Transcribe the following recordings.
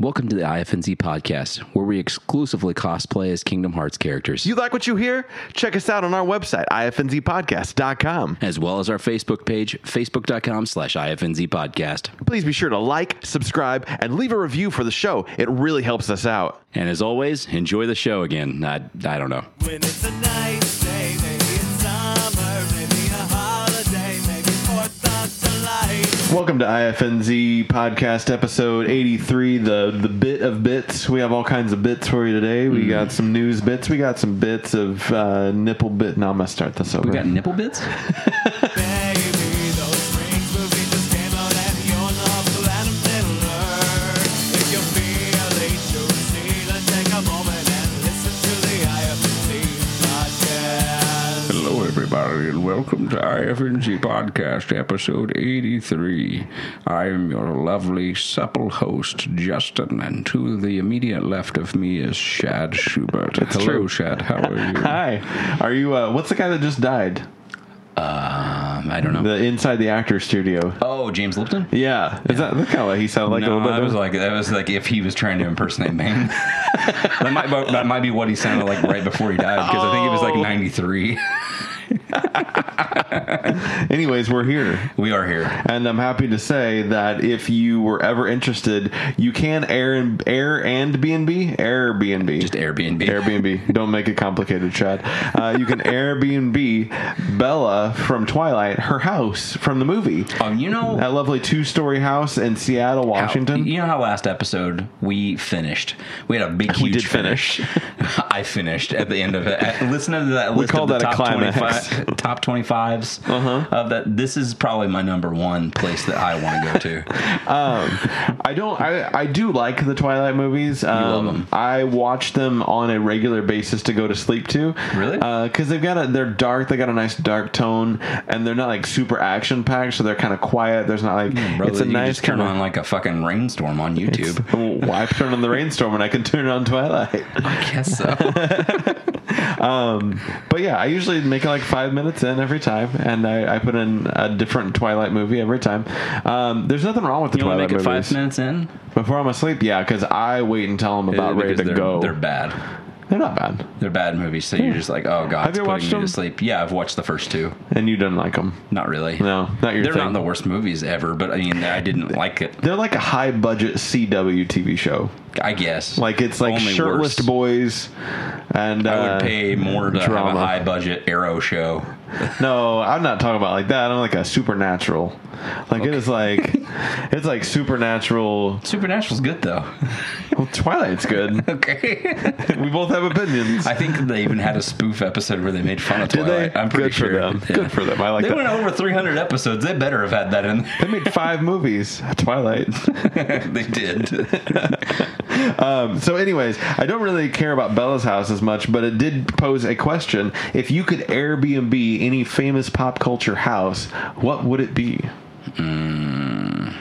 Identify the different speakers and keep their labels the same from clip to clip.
Speaker 1: Welcome to the IFNZ podcast, where we exclusively cosplay as Kingdom Hearts characters,
Speaker 2: Do you like what you hear? Check us out on our website, ifnzpodcast.com.
Speaker 1: as well as our Facebook page, facebook.com slash IFNZ podcast.
Speaker 2: Please be sure to like, subscribe, and leave a review for the show. It really helps us out.
Speaker 1: And as always, enjoy the show again. I, I don't know.
Speaker 3: When it's a nice day, maybe it's summer, maybe a holiday, maybe 4th of July.
Speaker 2: Welcome to IFNZ Podcast episode 83, the, the bit of bits. We have all kinds of bits for you today. We got some news bits. We got some bits of uh, nipple bit. Now I'm going to start this over.
Speaker 1: We got nipple bits?
Speaker 3: Baby, those rings movies just came out and you're not the random little nerd. If you're feeling juicy, then take a moment and listen to the IFC podcast.
Speaker 4: Hello, everybody, and welcome to IFNG Podcast, episode 83. I'm your lovely, supple host, Justin, and to the immediate left of me is Shad Schubert. Hello,
Speaker 2: true.
Speaker 4: Shad, how are you?
Speaker 2: Hi. Are you, uh, what's the guy that just died?
Speaker 5: Uh,
Speaker 1: Um, I don't know.
Speaker 2: The Inside the Actor Studio.
Speaker 5: Oh, James Lipton?
Speaker 2: Yeah. Is that that's kind of what he sounded like a
Speaker 5: no,
Speaker 2: little bit?
Speaker 5: that was
Speaker 2: doesn't it?
Speaker 5: like that was like if he was trying to impersonate me. that might be- that might be what he sounded like right before he died because I think it was like
Speaker 2: Oh.
Speaker 5: '93.
Speaker 2: Anyways, we're here.
Speaker 5: we are here.
Speaker 2: And I'm happy to say that if you were ever interested, you can air and air and BNB, Airbnb,
Speaker 5: Just Airbnb.
Speaker 2: Airbnb. Don't make it complicated, Chad. Uh, you can Airbnb Bella from Twilight, her house from the movie,
Speaker 5: Oh,
Speaker 4: Um,
Speaker 5: you know,
Speaker 2: that lovely two-story house in Seattle,
Speaker 5: how-
Speaker 2: Washington.
Speaker 5: you know how last episode we finished. We had a big,
Speaker 2: We
Speaker 5: huge
Speaker 2: did finish.
Speaker 5: I finished at the end of it. At- Listen to that. We list
Speaker 2: call
Speaker 5: of the
Speaker 2: that a
Speaker 5: top
Speaker 2: climax. Uh-huh.
Speaker 5: 25, top twenty-fives of that. This is probably my number one place that I want to go to.
Speaker 2: I don't. I, I do like the Twilight movies. Um,
Speaker 5: love 'em.
Speaker 2: I watch them on a regular basis to go to sleep to.
Speaker 5: Really?
Speaker 2: Because they've got a they're dark. They got a nice dark tone, and they're not like super action packed. So they're kind of quiet. There's not like
Speaker 5: Hmm, Brother,
Speaker 2: it's a
Speaker 5: you
Speaker 2: nice
Speaker 5: just turn
Speaker 2: kinda-
Speaker 5: on like a fucking rainstorm on YouTube.
Speaker 2: Why turn on the rainstorm when I can turn on Twilight?
Speaker 5: I guess so.
Speaker 2: Um, but yeah, I usually make it like five minutes in every time, and I, I put in a different Twilight movie every time. Um, there's nothing wrong with the
Speaker 5: You want to
Speaker 2: Twilight
Speaker 5: make it
Speaker 2: movies.
Speaker 5: five minutes in?
Speaker 2: Before I'm asleep, yeah, because I wait until I'm about ready
Speaker 5: Because
Speaker 2: to
Speaker 5: they're,
Speaker 2: go.
Speaker 5: They're bad.
Speaker 2: They're not bad.
Speaker 5: They're bad movies. So you're just like, oh god, it's
Speaker 2: you watched
Speaker 5: putting me
Speaker 2: them?
Speaker 5: to sleep. Yeah, I've watched the first two.
Speaker 2: And you didn't like them.
Speaker 5: Not really.
Speaker 2: No, not your
Speaker 5: They're
Speaker 2: thing.
Speaker 5: not the worst movies ever, but I mean, I didn't like it.
Speaker 2: They're like a high budget CW TV show.
Speaker 5: I guess.
Speaker 2: Like it's like
Speaker 5: Only
Speaker 2: shirtless
Speaker 5: worse.
Speaker 2: boys and
Speaker 5: I
Speaker 2: uh,
Speaker 5: would pay more to have
Speaker 2: drama.
Speaker 5: a high budget Arrow show.
Speaker 2: No, I'm not talking about like that. I'm like a supernatural. Like it is like it's like supernatural.
Speaker 5: Supernatural's good though.
Speaker 2: Well, Twilight's good.
Speaker 5: okay.
Speaker 2: we both have opinions.
Speaker 5: I think they even had a spoof episode where they made fun of
Speaker 2: Did they?
Speaker 5: Twilight. I'm pretty
Speaker 2: Good
Speaker 5: sure.
Speaker 2: for them.
Speaker 5: Yeah.
Speaker 2: Good for them. I like
Speaker 5: They went
Speaker 2: that.
Speaker 5: over 300 episodes. They better have had that in there.
Speaker 2: They made five movies. Twilight.
Speaker 5: they did.
Speaker 2: Um, so, anyways, I don't really care about Bella's house as much, but it did pose a question: If you could Airbnb any famous pop culture house, what would it be?
Speaker 5: Mm,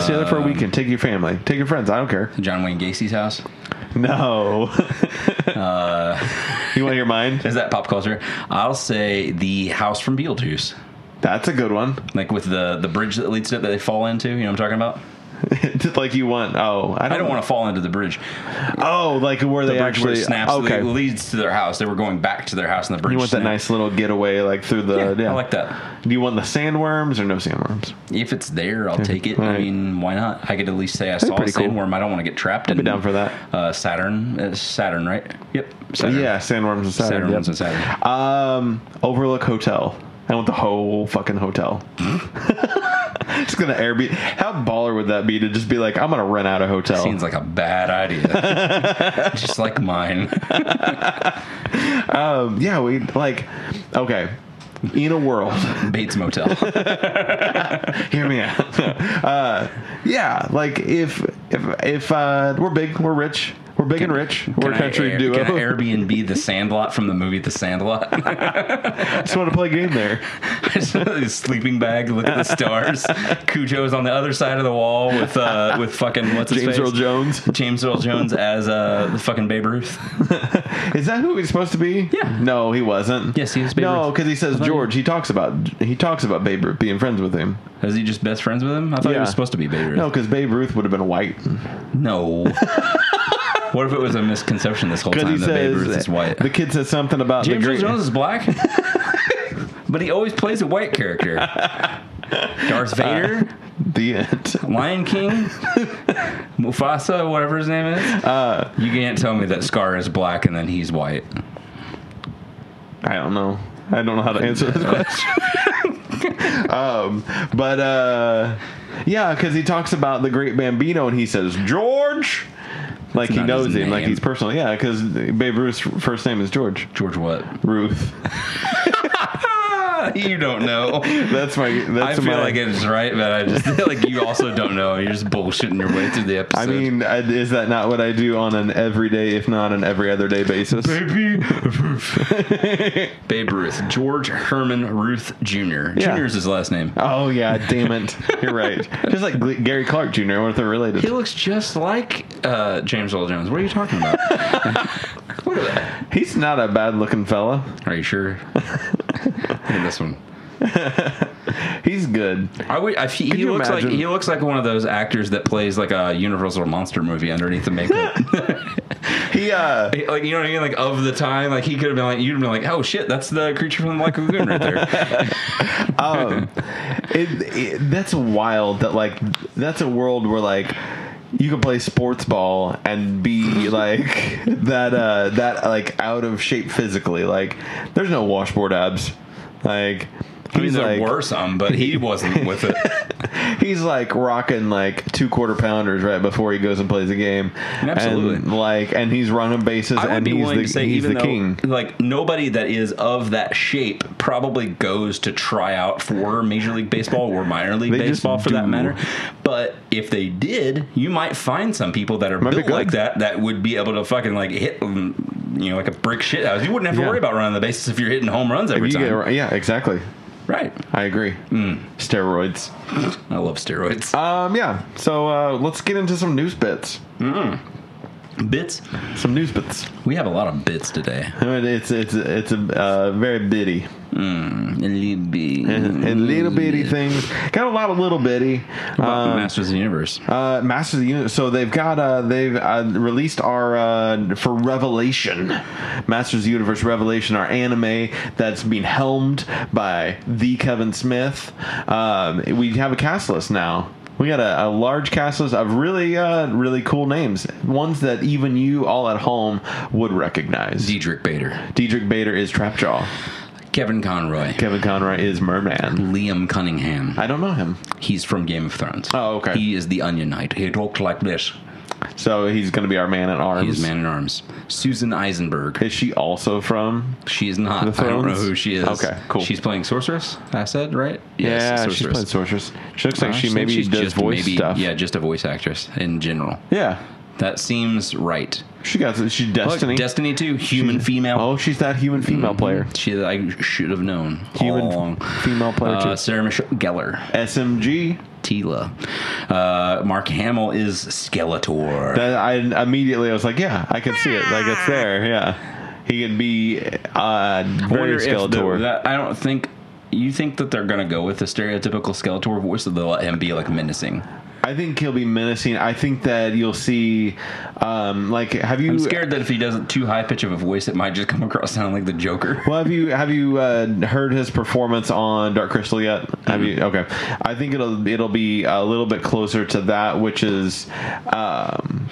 Speaker 2: Stay there for a weekend. Take your family. Take your friends. I don't care.
Speaker 5: John Wayne Gacy's house.
Speaker 2: No.
Speaker 5: Uh,
Speaker 2: you want to hear mine?
Speaker 5: Is that pop culture? I'll say the house from Beetlejuice,
Speaker 2: That's a good one.
Speaker 5: like with the the bridge that leads to it that they fall into. You know what I'm talking about?
Speaker 2: Just like you want. Oh, I don't,
Speaker 5: I don't want to fall into the bridge.
Speaker 2: to. Oh, like where
Speaker 5: The
Speaker 2: they
Speaker 5: bridge
Speaker 2: actually
Speaker 5: where it snaps
Speaker 2: okay.
Speaker 5: it leads to their house. They were going back to their house, and the bridge.
Speaker 2: you want that uh,
Speaker 5: snapped.
Speaker 2: nice little getaway, like through the.
Speaker 5: Yeah, I like that.
Speaker 2: Do you want the sandworms or no sandworms?
Speaker 5: If it's there, I'll take it.
Speaker 2: Right.
Speaker 5: I mean, why not? I could at least say I saw a
Speaker 2: pretty cool.
Speaker 5: sandworm. I don't want to get trapped. I'd
Speaker 2: be down for that.
Speaker 5: Uh, Saturn, uh, Saturn, right? Yep. Saturn.
Speaker 2: Yeah, sandworms and Saturn.
Speaker 5: Saturn
Speaker 2: yep.
Speaker 5: ones and Saturn.
Speaker 2: Um, Overlook Hotel. I want the whole fucking hotel. just gonna Airbnb. How baller would that be to just be like, I'm gonna rent out a hotel?
Speaker 5: Seems like a bad idea. Just like mine.
Speaker 2: um, yeah, we like. Okay, in a world.
Speaker 5: Bates Motel.
Speaker 2: hear me out. uh, yeah, like if if if uh, we're big, we're rich, we're big and rich. We're
Speaker 5: Can
Speaker 2: a country
Speaker 5: I, air-
Speaker 2: duo.
Speaker 5: Can I Airbnb the Sandlot from the movie The Sandlot?
Speaker 2: just want to play a game there.
Speaker 5: His sleeping bag. Look at the stars. Cujo's on the other side of the wall with uh, with fucking what's his
Speaker 2: James
Speaker 5: face?
Speaker 2: Earl Jones.
Speaker 5: James Earl Jones as uh, the fucking Babe Ruth.
Speaker 2: Is that who he's supposed to be?
Speaker 5: Yeah.
Speaker 2: No, he wasn't.
Speaker 5: Yes, he is Babe
Speaker 2: no,
Speaker 5: Ruth.
Speaker 2: because he says
Speaker 5: thought he-
Speaker 2: George. He talks about he talks about Babe Ruth being friends with him.
Speaker 5: Is he just best friends with him? I thought he
Speaker 2: Yeah.
Speaker 5: was supposed to be Babe
Speaker 2: No,
Speaker 5: Ruth.
Speaker 2: because Babe Ruth would have been white.
Speaker 5: No. what if it was a misconception this whole
Speaker 2: Because he
Speaker 5: time that Babe Ruth
Speaker 2: says
Speaker 5: is white?
Speaker 2: the kid says something about
Speaker 5: James
Speaker 2: the
Speaker 5: Earl
Speaker 2: great.
Speaker 5: Jones is black, but he always plays a white character. Darth Vader,
Speaker 2: The end.
Speaker 5: Lion King, Mufasa, whatever his name is.
Speaker 2: Uh,
Speaker 5: you can't tell me that Scar is black and then he's white.
Speaker 2: I don't know. I don't know how to answer this question. um, but uh, yeah, because he talks about the great Bambino and he says George, like he
Speaker 5: not his
Speaker 2: knows him, like
Speaker 5: name.
Speaker 2: he's personal. Yeah, because Babe Ruth's first name is George
Speaker 5: George what?
Speaker 2: Ruth.
Speaker 5: you don't know.
Speaker 2: That's my.
Speaker 5: I
Speaker 2: That's
Speaker 5: feel
Speaker 2: my,
Speaker 5: like it's right, but I just like you also don't know. You're just bullshitting your way through the episode.
Speaker 2: I mean, I- is that not what I do on an everyday, if not an every other day basis?
Speaker 5: Baby Babe Ruth. George Herman Ruth Jr.
Speaker 2: Yeah.
Speaker 5: Jr. is his last name.
Speaker 2: Oh yeah, damn it! You're right. Just like Gl- Gary Clark Jr. What if they're related?
Speaker 5: He looks just like uh, James Earl Jones. What are you talking about? Look at that.
Speaker 2: He's not a bad looking fella.
Speaker 5: Are you sure? Look at this one.
Speaker 2: He's good.
Speaker 5: I would, I, he he
Speaker 2: you
Speaker 5: looks like
Speaker 2: imagine?
Speaker 5: he looks like one of those actors that plays like a Universal monster movie underneath the makeup.
Speaker 2: He uh.
Speaker 5: like Oh, you know what I mean? Like of the time, like he could have been like you'd have been like, oh shit, that's the creature from the Black Lagoon right there.
Speaker 2: um, it, it, that's wild that like that's a world where like you can play sports ball and be like that uh that like out of shape physically like there's no washboard abs like
Speaker 5: I mean,
Speaker 2: he's
Speaker 5: there
Speaker 2: like
Speaker 5: were some, but he wasn't with it.
Speaker 2: he's like rocking like two quarter pounders right before he goes and plays a game
Speaker 5: Absolutely.
Speaker 2: and, like and he's running bases
Speaker 5: I would
Speaker 2: and
Speaker 5: be
Speaker 2: he's
Speaker 5: willing
Speaker 2: the,
Speaker 5: to say
Speaker 2: he's
Speaker 5: even
Speaker 2: the
Speaker 5: though
Speaker 2: king
Speaker 5: like nobody that is of that shape probably goes to try out for Major League Baseball or minor league
Speaker 2: They just
Speaker 5: baseball for that
Speaker 2: do.
Speaker 5: matter. But if they did, you might find some people that are
Speaker 2: Might be
Speaker 5: built like
Speaker 2: good.
Speaker 5: that that would be able to fucking like hit um, you know like a brick shit house. You wouldn't have to
Speaker 2: Yeah.
Speaker 5: worry about running the bases if you're hitting home runs every
Speaker 2: You
Speaker 5: time.
Speaker 2: get it right. yeah exactly
Speaker 5: Right.
Speaker 2: I agree
Speaker 5: Hmm.
Speaker 2: steroids
Speaker 5: I love steroids.
Speaker 2: Um, yeah. So uh, let's get into some news bits.
Speaker 5: bits.
Speaker 2: Some news bits.
Speaker 5: We have a lot of bits today.
Speaker 2: I mean, it's it's it's a uh, very bitty and, and little bitty
Speaker 5: Mm.
Speaker 2: things. Got a lot of little bitty.
Speaker 5: About
Speaker 2: Um,
Speaker 5: Masters of the Universe.
Speaker 2: uh, Masters of the Universe. So they've got uh, they've uh, released our uh, for Revelation, Masters of the Universe Revelation, our anime that's being helmed by the Kevin Smith. Um, we have a cast list now. We got a, a large cast list of really uh, really cool names, ones that even you all at home would recognize.
Speaker 5: Diedrich Bader,
Speaker 2: Diedrich Bader is Trapjaw.
Speaker 5: Kevin Conroy,
Speaker 2: Kevin Conroy is Merman.
Speaker 5: Liam Cunningham.
Speaker 2: I don't know him,
Speaker 5: He's from Game of Thrones.
Speaker 2: Oh, okay.
Speaker 5: He is the Onion Knight. He talked like this.
Speaker 2: so he's going to be our man at arms.
Speaker 5: He is man in arms. Susan Eisenberg.
Speaker 2: Is she also from
Speaker 5: She is not.
Speaker 2: The
Speaker 5: I don't know
Speaker 2: Thrones?
Speaker 5: who she is.
Speaker 2: Okay, cool.
Speaker 5: She's playing sorceress. I said right.
Speaker 2: Yeah, she's playing sorceress. She looks like
Speaker 5: Uh, I
Speaker 2: she
Speaker 5: think
Speaker 2: maybe
Speaker 5: she's
Speaker 2: does
Speaker 5: just
Speaker 2: voice
Speaker 5: maybe-
Speaker 2: stuff.
Speaker 5: Yeah, just a voice actress in general.
Speaker 2: yeah.
Speaker 5: That seems right.
Speaker 2: She got she
Speaker 5: Look,
Speaker 2: Destiny.
Speaker 5: Destiny Two, human female.
Speaker 2: oh, she's that human female
Speaker 5: Mm-hmm.
Speaker 2: player.
Speaker 5: She, I should have known.
Speaker 2: Human
Speaker 5: all along.
Speaker 2: female player
Speaker 5: Uh,
Speaker 2: too.
Speaker 5: Sarah Michelle Gellar,
Speaker 2: SMG.
Speaker 5: Tila. Uh, Mark Hamill is Skeletor.
Speaker 2: That I immediately I was like, yeah, I can see it. Like it's there. Yeah, he can be uh, very
Speaker 5: wonder if
Speaker 2: Skeletor.
Speaker 5: the- that- I don't think you think that they're gonna go with the stereotypical Skeletor voice, or they'll let him be like menacing.
Speaker 2: I think he'll be menacing. I think that you'll see, um, like, have you?
Speaker 5: I'm scared that if he does a too high pitch of a voice, it might just come across sounding like the Joker.
Speaker 2: Well, have you have you uh, heard his performance on Dark Crystal yet? Have you?
Speaker 5: Mm-hmm.
Speaker 2: Okay, I think it'll it'll be a little bit closer to that, which is um,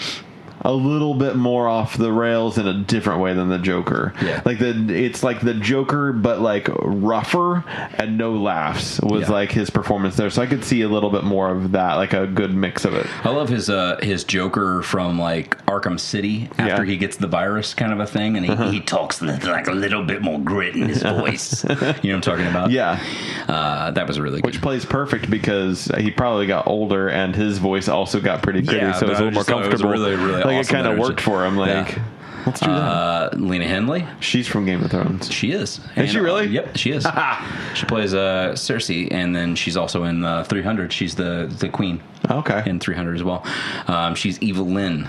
Speaker 2: a little bit more off the rails in a different way than the Joker.
Speaker 5: Yeah.
Speaker 2: like the it's like the Joker, but like rougher and no laughs was
Speaker 5: Yeah.
Speaker 2: like his performance there. So I could see a little bit more of that, like a good mix of it.
Speaker 5: I love his uh, his Joker from like Arkham City after
Speaker 2: Yeah. Uh-huh.
Speaker 5: he gets the virus, kind of a thing, and he, he talks with, like a little bit more grit in his voice. you know what I'm talking about?
Speaker 2: Yeah,
Speaker 5: uh, that was really good.
Speaker 2: which plays perfect because he probably got older and his voice also got pretty gritty, so it
Speaker 5: but
Speaker 2: was a
Speaker 5: I
Speaker 2: little more
Speaker 5: just thought it was
Speaker 2: comfortable.
Speaker 5: really, really
Speaker 2: like like it
Speaker 5: awesome
Speaker 2: kind of
Speaker 5: that was
Speaker 2: worked
Speaker 5: just-
Speaker 2: for him.
Speaker 5: Yeah.
Speaker 2: Like, let's do that.
Speaker 5: Uh, Lena Henley.
Speaker 2: She's from Game of Thrones.
Speaker 5: She is. Is
Speaker 2: she really?
Speaker 5: yep, she is. she plays uh, Cersei, and then she's also in uh, 300. She's the the queen
Speaker 2: Okay.
Speaker 5: in 300 as well. Um, she's Evelyn.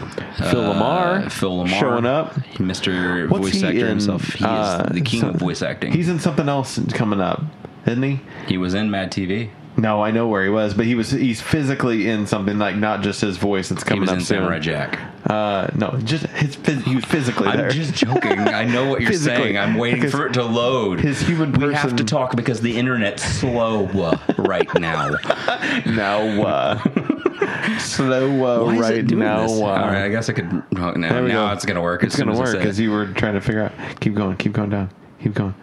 Speaker 2: Phil Lamar.
Speaker 5: uh, Phil Lamar
Speaker 2: Showing up.
Speaker 5: Mr.
Speaker 2: What's
Speaker 5: voice
Speaker 2: he
Speaker 5: actor
Speaker 2: in?
Speaker 5: himself. He
Speaker 2: Uh,
Speaker 5: is the king of
Speaker 2: some-
Speaker 5: voice acting.
Speaker 2: He's in something else coming up, isn't he?
Speaker 5: he was in Mad TV.
Speaker 2: No, I know where he was, but he was he's physically in something like not just his voice. It's
Speaker 5: He
Speaker 2: coming
Speaker 5: was
Speaker 2: up
Speaker 5: in
Speaker 2: soon.
Speaker 5: Samurai Jack.
Speaker 2: Uh, no, just his phys- he was physically there.
Speaker 5: I'm just joking. I know what you're
Speaker 2: Physically.
Speaker 5: saying. I'm waiting
Speaker 2: Because
Speaker 5: for it to load.
Speaker 2: his human
Speaker 5: We have to
Speaker 2: person-
Speaker 5: talk because the internet's slow uh, right now.
Speaker 2: no, uh, slow uh,
Speaker 5: Why is
Speaker 2: right
Speaker 5: it doing
Speaker 2: now.
Speaker 5: this?
Speaker 2: Uh,
Speaker 5: All right, I guess I could. Now,
Speaker 2: there we
Speaker 5: now
Speaker 2: go.
Speaker 5: it's gonna work.
Speaker 2: It's
Speaker 5: as soon
Speaker 2: gonna
Speaker 5: as I
Speaker 2: work
Speaker 5: say it.
Speaker 2: because you were trying to figure out. Keep going. Keep going down. Keep going.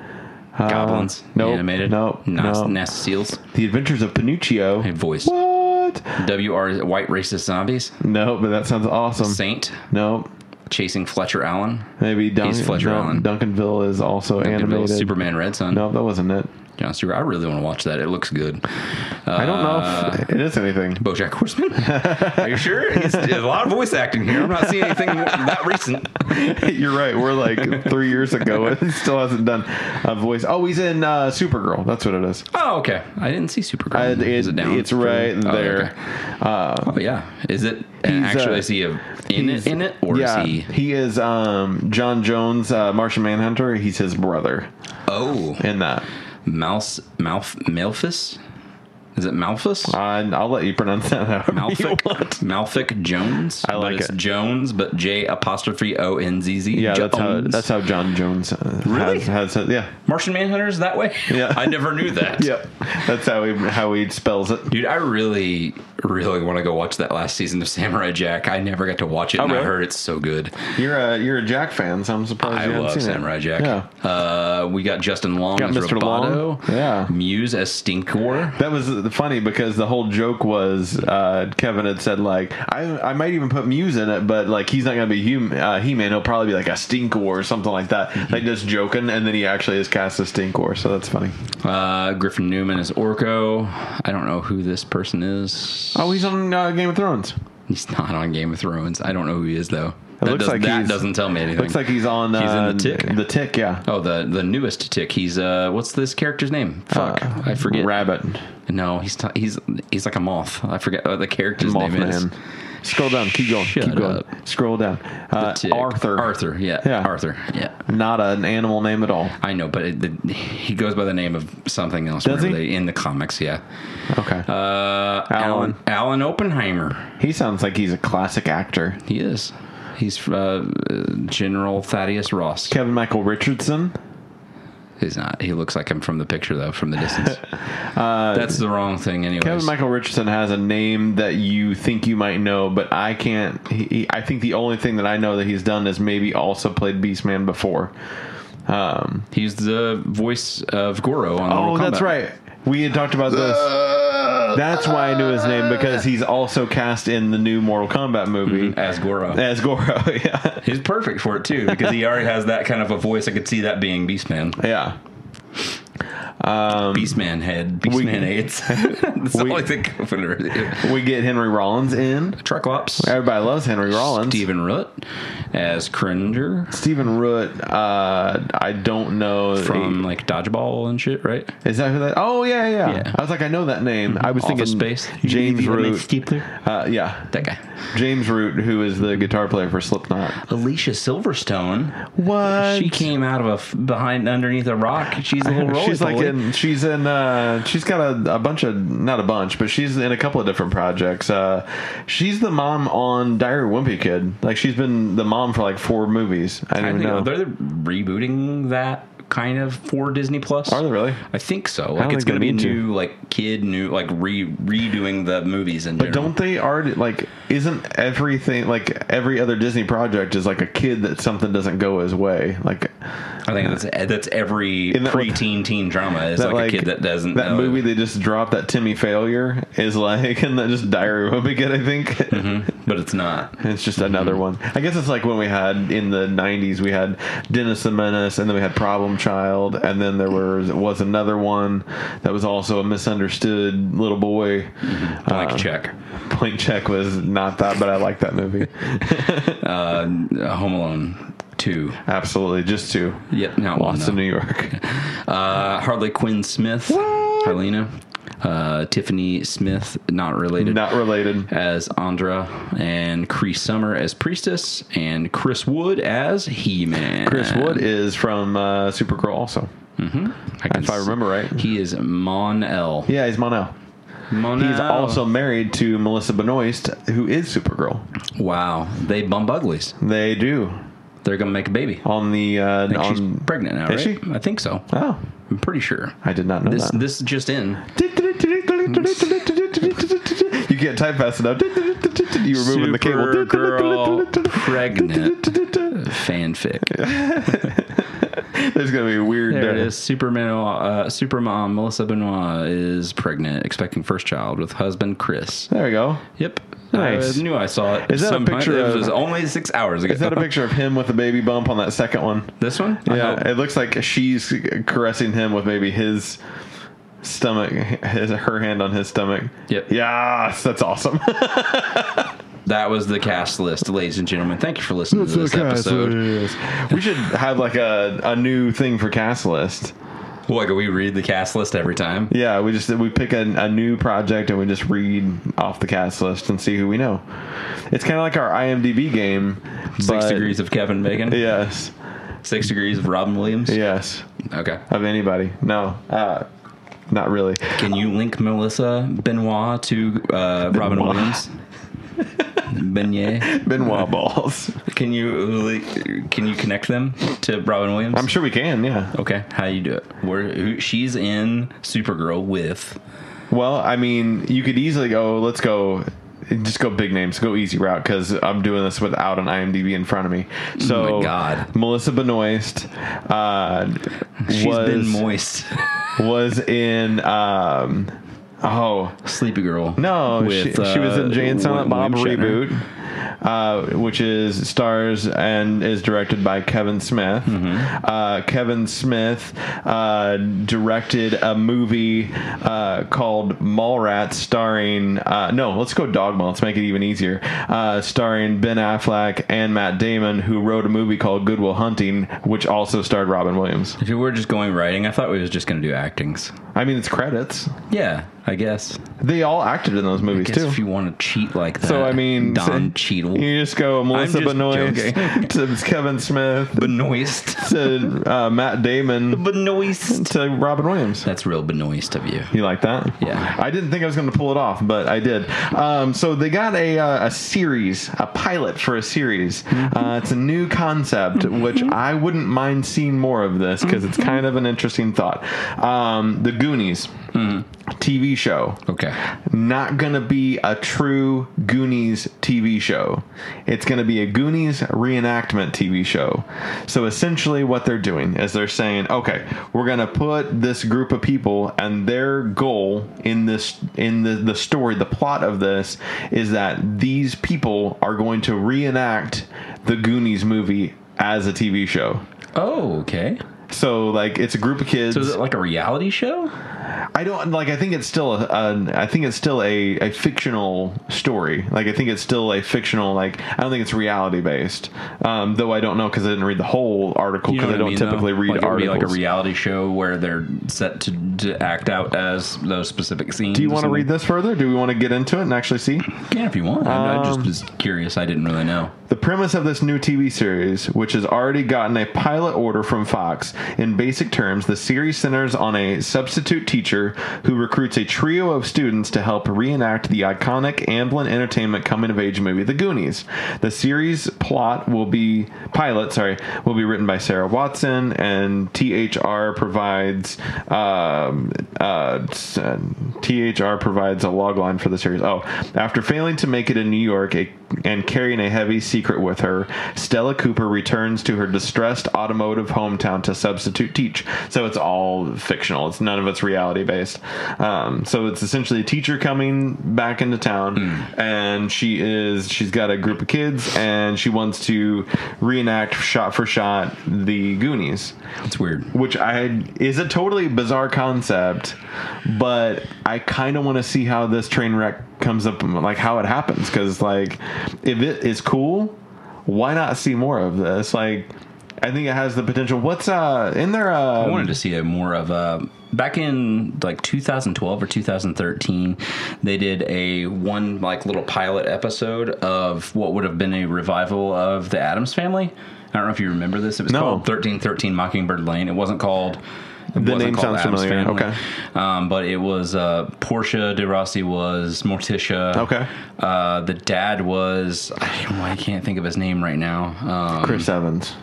Speaker 2: Uh,
Speaker 5: goblins,
Speaker 2: No.
Speaker 5: animated,
Speaker 2: No.
Speaker 5: Nas-
Speaker 2: No.
Speaker 5: Nasa seals,
Speaker 2: The Adventures of Pinocchio.
Speaker 5: Hey, voice.
Speaker 2: What?
Speaker 5: WR white racist zombies,
Speaker 2: No, but that sounds awesome.
Speaker 5: Saint
Speaker 2: No.
Speaker 5: chasing Fletcher Allen,
Speaker 2: Maybe Dun-
Speaker 5: He's Fletcher
Speaker 2: no,
Speaker 5: Allen.
Speaker 2: Duncanville is also
Speaker 5: Bill,
Speaker 2: animated.
Speaker 5: Superman Red Sun.
Speaker 2: No, that wasn't it.
Speaker 5: John Stewart. I really want to watch that. It looks good. Uh,
Speaker 2: I don't know if it is anything.
Speaker 5: BoJack Horseman. Are you sure? It's, there's a lot of voice acting here. I'm not seeing anything that recent.
Speaker 2: You're right. We're like three years ago and still hasn't done a voice. Oh, he's in uh, Supergirl. That's what it is.
Speaker 5: Oh, okay. I didn't see Supergirl.
Speaker 2: I-
Speaker 5: Is
Speaker 2: it-
Speaker 5: it down?
Speaker 2: It's right
Speaker 5: Oh,
Speaker 2: there.
Speaker 5: okay. Oh yeah, is it? And
Speaker 2: He's,
Speaker 5: actually,
Speaker 2: uh,
Speaker 5: is he a, in
Speaker 2: He's-
Speaker 5: it? In it, or
Speaker 2: yeah,
Speaker 5: is he?
Speaker 2: is um, John Jones, uh, Martian Manhunter. He's his brother
Speaker 5: Oh,
Speaker 2: in that.
Speaker 5: Mouse, Mouth, Malthus. Is it Malthus?
Speaker 2: And I'll let you pronounce that. however you
Speaker 5: Malphic,
Speaker 2: want.
Speaker 5: Malphic Jones.
Speaker 2: I
Speaker 5: but
Speaker 2: like
Speaker 5: it's
Speaker 2: it.
Speaker 5: Jones, but J apostrophe O N Z Z.
Speaker 2: Yeah,
Speaker 5: Jones.
Speaker 2: that's how that's how John Jones uh,
Speaker 5: Really?
Speaker 2: has, has yeah
Speaker 5: Martian Manhunter's that way.
Speaker 2: Yeah.
Speaker 5: I never knew that.
Speaker 2: yeah that's how he how he spells it.
Speaker 5: Dude, I really, really want to go watch that last season of Samurai Jack. I never got to watch it, and I
Speaker 2: Oh, really?
Speaker 5: heard it's so good.
Speaker 2: You're a you're a Jack fan, so I'm surprised
Speaker 5: I
Speaker 2: you haven't
Speaker 5: love
Speaker 2: seen
Speaker 5: Samurai
Speaker 2: it.
Speaker 5: Jack.
Speaker 2: Yeah.
Speaker 5: Uh, we got Justin Long
Speaker 2: Got
Speaker 5: as
Speaker 2: Mr. Long.
Speaker 5: Roboto.
Speaker 2: Yeah.
Speaker 5: Muse as Stinkor.
Speaker 2: That was funny because the whole joke was uh, Kevin had said like I I might even put Muse in it, but like he's not gonna be hum- uh, He Man. He'll probably be like a Stinkor or something like that,
Speaker 5: Mm-hmm.
Speaker 2: like just joking. And then he actually is cast as Stinkor, so that's funny.
Speaker 5: Uh, Griffin Newman as Orko. I don't know who this person is.
Speaker 2: Oh, he's on uh, Game of Thrones.
Speaker 5: He's not on Game of Thrones. I don't know who he is though.
Speaker 2: It
Speaker 5: that
Speaker 2: looks
Speaker 5: does,
Speaker 2: like
Speaker 5: that
Speaker 2: he's-
Speaker 5: doesn't tell me anything.
Speaker 2: Looks like he's on.
Speaker 5: He's
Speaker 2: uh,
Speaker 5: in the tick.
Speaker 2: The tick, yeah.
Speaker 5: oh, the the newest tick. He's uh, what's this character's name? Fuck,
Speaker 2: Uh,
Speaker 5: I forget.
Speaker 2: Rabbit,
Speaker 5: No, he's t- he's he's like a moth. I forget what the character's name is.
Speaker 2: Mothman. Scroll down. Keep going.
Speaker 5: Shut
Speaker 2: keep going.
Speaker 5: up.
Speaker 2: Scroll down.
Speaker 5: The
Speaker 2: Uh,
Speaker 5: Tick.
Speaker 2: Arthur.
Speaker 5: Arthur. Yeah.
Speaker 2: Yeah.
Speaker 5: Arthur. Yeah.
Speaker 2: Not an animal name at all.
Speaker 5: I know, but it, the, he goes by the name of something else.
Speaker 2: Does he?
Speaker 5: whenever they- in the comics? Yeah.
Speaker 2: Okay.
Speaker 5: Uh,
Speaker 2: Alan.
Speaker 5: Alan Alan Oppenheimer.
Speaker 2: he sounds like he's a classic actor.
Speaker 5: He is. He's uh, General Thaddeus Ross.
Speaker 2: Kevin Michael Richardson.
Speaker 5: He's not. He looks like him from the picture though, from the distance. That's the wrong thing, anyways.
Speaker 2: Uh, Kevin Michael Richardson has a name that you think you might know, but I can't. He, he, I think the only thing that I know that he's done is maybe also played Beastman before. Um,
Speaker 5: He's the voice of Goro on.
Speaker 2: oh,
Speaker 5: Mortal
Speaker 2: that's
Speaker 5: Kombat.
Speaker 2: right. We had talked about this. That's why I knew his name because he's also cast in the new Mortal Kombat movie
Speaker 5: As Goro,
Speaker 2: as Goro. yeah,
Speaker 5: he's perfect for it too because he already has that kind of a voice. I could see that being Beastman,
Speaker 2: yeah.
Speaker 5: Beastman head, Beastman aids. That's the
Speaker 2: Um, we-
Speaker 5: only thing. Confederate.
Speaker 2: We get Henry Rollins in.
Speaker 5: Trucklops.
Speaker 2: Everybody loves Henry Rollins.
Speaker 5: Stephen Root as Cringer
Speaker 2: Stephen Root. Uh, I don't know
Speaker 5: from like dodgeball and shit, right?
Speaker 2: Is that who that? Oh yeah, yeah.
Speaker 5: Yeah. Mm-hmm.
Speaker 2: I was like, I know that name. I was
Speaker 5: Office
Speaker 2: thinking
Speaker 5: Space.
Speaker 2: James Root.
Speaker 5: Steepler.
Speaker 2: Uh, yeah,
Speaker 5: That guy.
Speaker 2: James Root, who is the guitar player for Slipknot.
Speaker 5: Alicia Silverstone.
Speaker 2: What?
Speaker 5: She came out of a f- behind underneath a rock. She's a little roly
Speaker 2: She's like
Speaker 5: poly.
Speaker 2: in. She's in. Uh, she's got a, a bunch of not a bunch, but she's in a couple of different projects. Uh, she's the mom on Diary of a Wimpy Kid. Like she's been the mom for like four movies. I
Speaker 5: I
Speaker 2: don't even
Speaker 5: think
Speaker 2: know.
Speaker 5: they're rebooting that kind of for Disney Plus.
Speaker 2: Are they really?
Speaker 5: I think so. Like it's
Speaker 2: think
Speaker 5: going to
Speaker 2: they
Speaker 5: be
Speaker 2: need to.
Speaker 5: new, like kid new, like re redoing the movies in
Speaker 2: But
Speaker 5: general.
Speaker 2: don't they already like? Isn't everything like every other Disney project is like a kid that something doesn't go his way? Like
Speaker 5: I think that's eh, that's every
Speaker 2: Isn't that like-
Speaker 5: preteen teen drama is
Speaker 2: that,
Speaker 5: like, a kid that doesn't
Speaker 2: that
Speaker 5: know
Speaker 2: movie they just dropped that Timmy failure is like and that just Diary of a Wimpy Kid I think
Speaker 5: Mm-hmm. but it's not.
Speaker 2: it's just another one
Speaker 5: Mm-hmm.
Speaker 2: I guess it's like when we had in the 90s we had Dennis the Menace and then we had Problem Child and then there was was another one that was also a misunderstood little boy
Speaker 5: Blank check.
Speaker 2: Blank Check was not that, but I like that movie.
Speaker 5: Uh, Home Alone two.
Speaker 2: Absolutely, just two.
Speaker 5: Yep, not one.
Speaker 2: Lost in
Speaker 5: though.
Speaker 2: New York.
Speaker 5: Uh, Harley Quinn Smith, Helena, uh, Tiffany Smith, not related.
Speaker 2: Not related.
Speaker 5: as Andra and Cree Summer as Priestess and Chris Wood as He Man.
Speaker 2: Chris Wood is from uh, Supergirl, also.
Speaker 5: Mm-hmm.
Speaker 2: If I remember right.
Speaker 5: He is Mon El.
Speaker 2: Yeah, he's Monel.
Speaker 5: Mon
Speaker 2: He's
Speaker 5: El.
Speaker 2: also married to Melissa Benoist, who is Supergirl.
Speaker 5: Wow. They bump uglies.
Speaker 2: They do
Speaker 5: They're going to make a baby.
Speaker 2: on the uh,
Speaker 5: I think
Speaker 2: on,
Speaker 5: she's pregnant now,
Speaker 2: Is
Speaker 5: right?
Speaker 2: she?
Speaker 5: I think so.
Speaker 2: Oh,
Speaker 5: I'm pretty sure.
Speaker 2: I did not know
Speaker 5: This
Speaker 2: that.
Speaker 5: this just in.
Speaker 2: you can't type fast enough. You were moving the cable.
Speaker 5: Supergirl pregnant fanfic.
Speaker 2: There's gonna be a weird.
Speaker 5: There it
Speaker 2: uh,
Speaker 5: is. Superman, uh, Supermom Melissa Benoit is pregnant, expecting first child with husband Chris.
Speaker 2: There we go.
Speaker 5: Yep.
Speaker 2: Nice.
Speaker 5: I knew I saw it.
Speaker 2: Is that a
Speaker 5: sometime.
Speaker 2: picture
Speaker 5: It
Speaker 2: of-
Speaker 5: was only six hours ago.
Speaker 2: Is that a picture of him with the baby bump on that second one?
Speaker 5: This one? I hope.
Speaker 2: Yeah, it looks like she's caressing him with maybe his stomach, his her hand on his stomach.
Speaker 5: Yep.
Speaker 2: Yes, that's awesome.
Speaker 5: That was the cast list, ladies and gentlemen. Thank you for listening to this episode.
Speaker 2: we should have like a, a new thing for cast list.
Speaker 5: What, can we read the cast list every time?
Speaker 2: Yeah, we just we pick a, a new project and we just read off the cast list and see who we know. It's kind of like our IMDb game.
Speaker 5: Six
Speaker 2: but-
Speaker 5: degrees of Kevin Bacon.
Speaker 2: Yes.
Speaker 5: Six degrees of Robin Williams.
Speaker 2: Yes.
Speaker 5: Okay.
Speaker 2: Of anybody? No. Uh, not really.
Speaker 5: Can you link Melissa Benoit to uh, Robin
Speaker 2: Benoit.
Speaker 5: Williams? Beignet.
Speaker 2: Benoit balls.
Speaker 5: Can you li- can you connect them to Robin Williams?
Speaker 2: I'm sure we can. Yeah.
Speaker 5: Okay, how you do it? Where who, she's in Supergirl with
Speaker 2: Well, I mean, you could easily go. Let's go. Just go big names. Go easy route because I'm doing this without an IMDb in front of me. So,
Speaker 5: Oh my God.
Speaker 2: Melissa Benoist uh,
Speaker 5: she's been
Speaker 2: was
Speaker 5: moist.
Speaker 2: was in. Um, oh
Speaker 5: Sleepy Girl.
Speaker 2: no, she, she was in Jane Silent Bob
Speaker 5: William Shatner.
Speaker 2: reboot, uh, which is stars and is directed by Kevin Smith. Uh, Kevin Smith uh, directed a movie uh, called Mallrats, starring uh, no, let's go Dogma. Let's make it even easier. Uh, starring Ben Affleck and Matt Damon, who wrote a movie called Goodwill Hunting, which also starred Robin Williams.
Speaker 5: If we were just going writing, I thought we was just going to do actings.
Speaker 2: I mean, it's credits.
Speaker 5: Yeah, I guess.
Speaker 2: They all acted in those movies
Speaker 5: guess
Speaker 2: too.
Speaker 5: if you want to cheat like that.
Speaker 2: So I mean,
Speaker 5: Don
Speaker 2: so
Speaker 5: Cheadle,
Speaker 2: You just go Melissa
Speaker 5: just
Speaker 2: Benoist to Kevin Smith
Speaker 5: benoist,
Speaker 2: to uh, Matt Damon
Speaker 5: benoist.
Speaker 2: to Robin Williams.
Speaker 5: That's real benoist of you.
Speaker 2: You like that?
Speaker 5: Yeah.
Speaker 2: I didn't think I was going to pull it off, but I did. Um, so they got a uh, a series, a pilot for a series.
Speaker 5: Mm-hmm.
Speaker 2: Uh, it's a new concept, which I wouldn't mind seeing more of this because it's
Speaker 5: Mm-hmm.
Speaker 2: kind of an interesting thought. Um, the Goonies
Speaker 5: Mm-hmm.
Speaker 2: TV show
Speaker 5: Okay.
Speaker 2: not gonna be a true Goonies TV show. It's gonna be a Goonies reenactment TV show. So essentially, what they're doing is they're saying, okay, we're gonna put this group of people and their goal in this in the the story, the plot of this is that these people are going to reenact the Goonies movie as a TV show.
Speaker 5: Oh, okay.
Speaker 2: So like it's a group of kids.
Speaker 5: So is it like a reality show?
Speaker 2: I don't like. I think it's still a. a I think it's still a, a fictional story. Like I think it's still a fictional. Like I don't think it's reality based. Um, though I don't know because I didn't read the whole article
Speaker 5: You know
Speaker 2: because I
Speaker 5: what
Speaker 2: don't
Speaker 5: mean,
Speaker 2: typically
Speaker 5: though?
Speaker 2: read
Speaker 5: like it would be
Speaker 2: articles.
Speaker 5: like a reality show where they're set to, to act out as those specific scenes.
Speaker 2: Do you want to read this further? Do we want to get into it and actually see?
Speaker 5: Yeah, if you want. I I just
Speaker 2: Um,
Speaker 5: was curious. I didn't really know.
Speaker 2: The premise of this new TV series, which has already gotten a pilot order from Fox, in basic terms, the series centers on a substitute teacher who recruits a trio of students to help reenact the iconic Amblin Entertainment coming of age movie The Goonies. The series plot will be pilot, sorry, will be written by Sarah Watson and THR provides um, uh, s- uh, THR provides a logline for the series. Oh, after failing to make it in New York, a and carrying a heavy secret with her, Stella Cooper returns to her distressed automotive hometown to substitute teach. So it's all fictional. It's none of it's reality based. Um, so it's essentially a teacher coming back into town, and she is she's got a group of kids, and she wants to reenact shot for shot the Goonies
Speaker 5: It's weird.
Speaker 2: which I is a totally bizarre concept, but I kind of want to see how this train wreck comes up, like how it happens, because like if it is cool, why not see more of this? Like, I think it has the potential. What's uh in there?
Speaker 5: I
Speaker 2: Uh,
Speaker 5: wanted to see it more of a back in like 2012 or 2013 they did a one like little pilot episode of what would have been a revival of the adams family i don't know if you remember this it was
Speaker 2: No.
Speaker 5: called 1313 mockingbird lane it wasn't called it
Speaker 2: The
Speaker 5: wasn't
Speaker 2: name
Speaker 5: called
Speaker 2: sounds familiar. Okay.
Speaker 5: um, but it was uh, Portia de Rossi was Morticia.
Speaker 2: Okay.
Speaker 5: uh, the dad was I, don't know, I can't think of his name right now. Um,
Speaker 2: Chris Evans.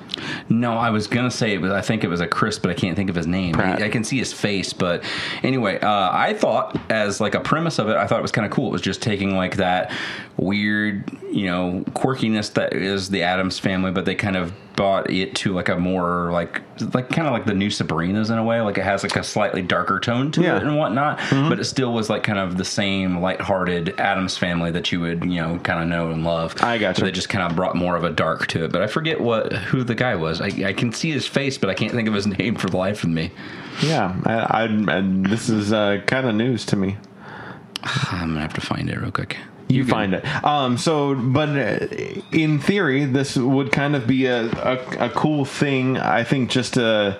Speaker 5: no, I was gonna say it was. I think it was a Chris, but I can't think of his name.
Speaker 2: Pratt.
Speaker 5: I, I can see his face, but anyway, uh, I thought as like a premise of it, I thought it was kind of cool. It was just taking like that weird, you know, quirkiness that is the Adams family, but they kind of brought it to like a more like like kind of like the new Sabrinas in a way. Like it has like a slightly darker tone to
Speaker 2: Yeah. Mm-hmm.
Speaker 5: it and whatnot, but it still was like kind of the same lighthearted Adams family that you would you know kind of know and love.
Speaker 2: I gotcha.
Speaker 5: But They just kind of brought more of a dark to it. But I forget what who the guy was. I, I can see his face, but I can't think of his name for the life of me.
Speaker 2: Yeah, I, I and this is uh, kind of news to me.
Speaker 5: Ah, I'm gonna have to find it real quick.
Speaker 2: you find it. Um, so, but uh, in theory, this would kind of be a, a, a cool thing. I think just uh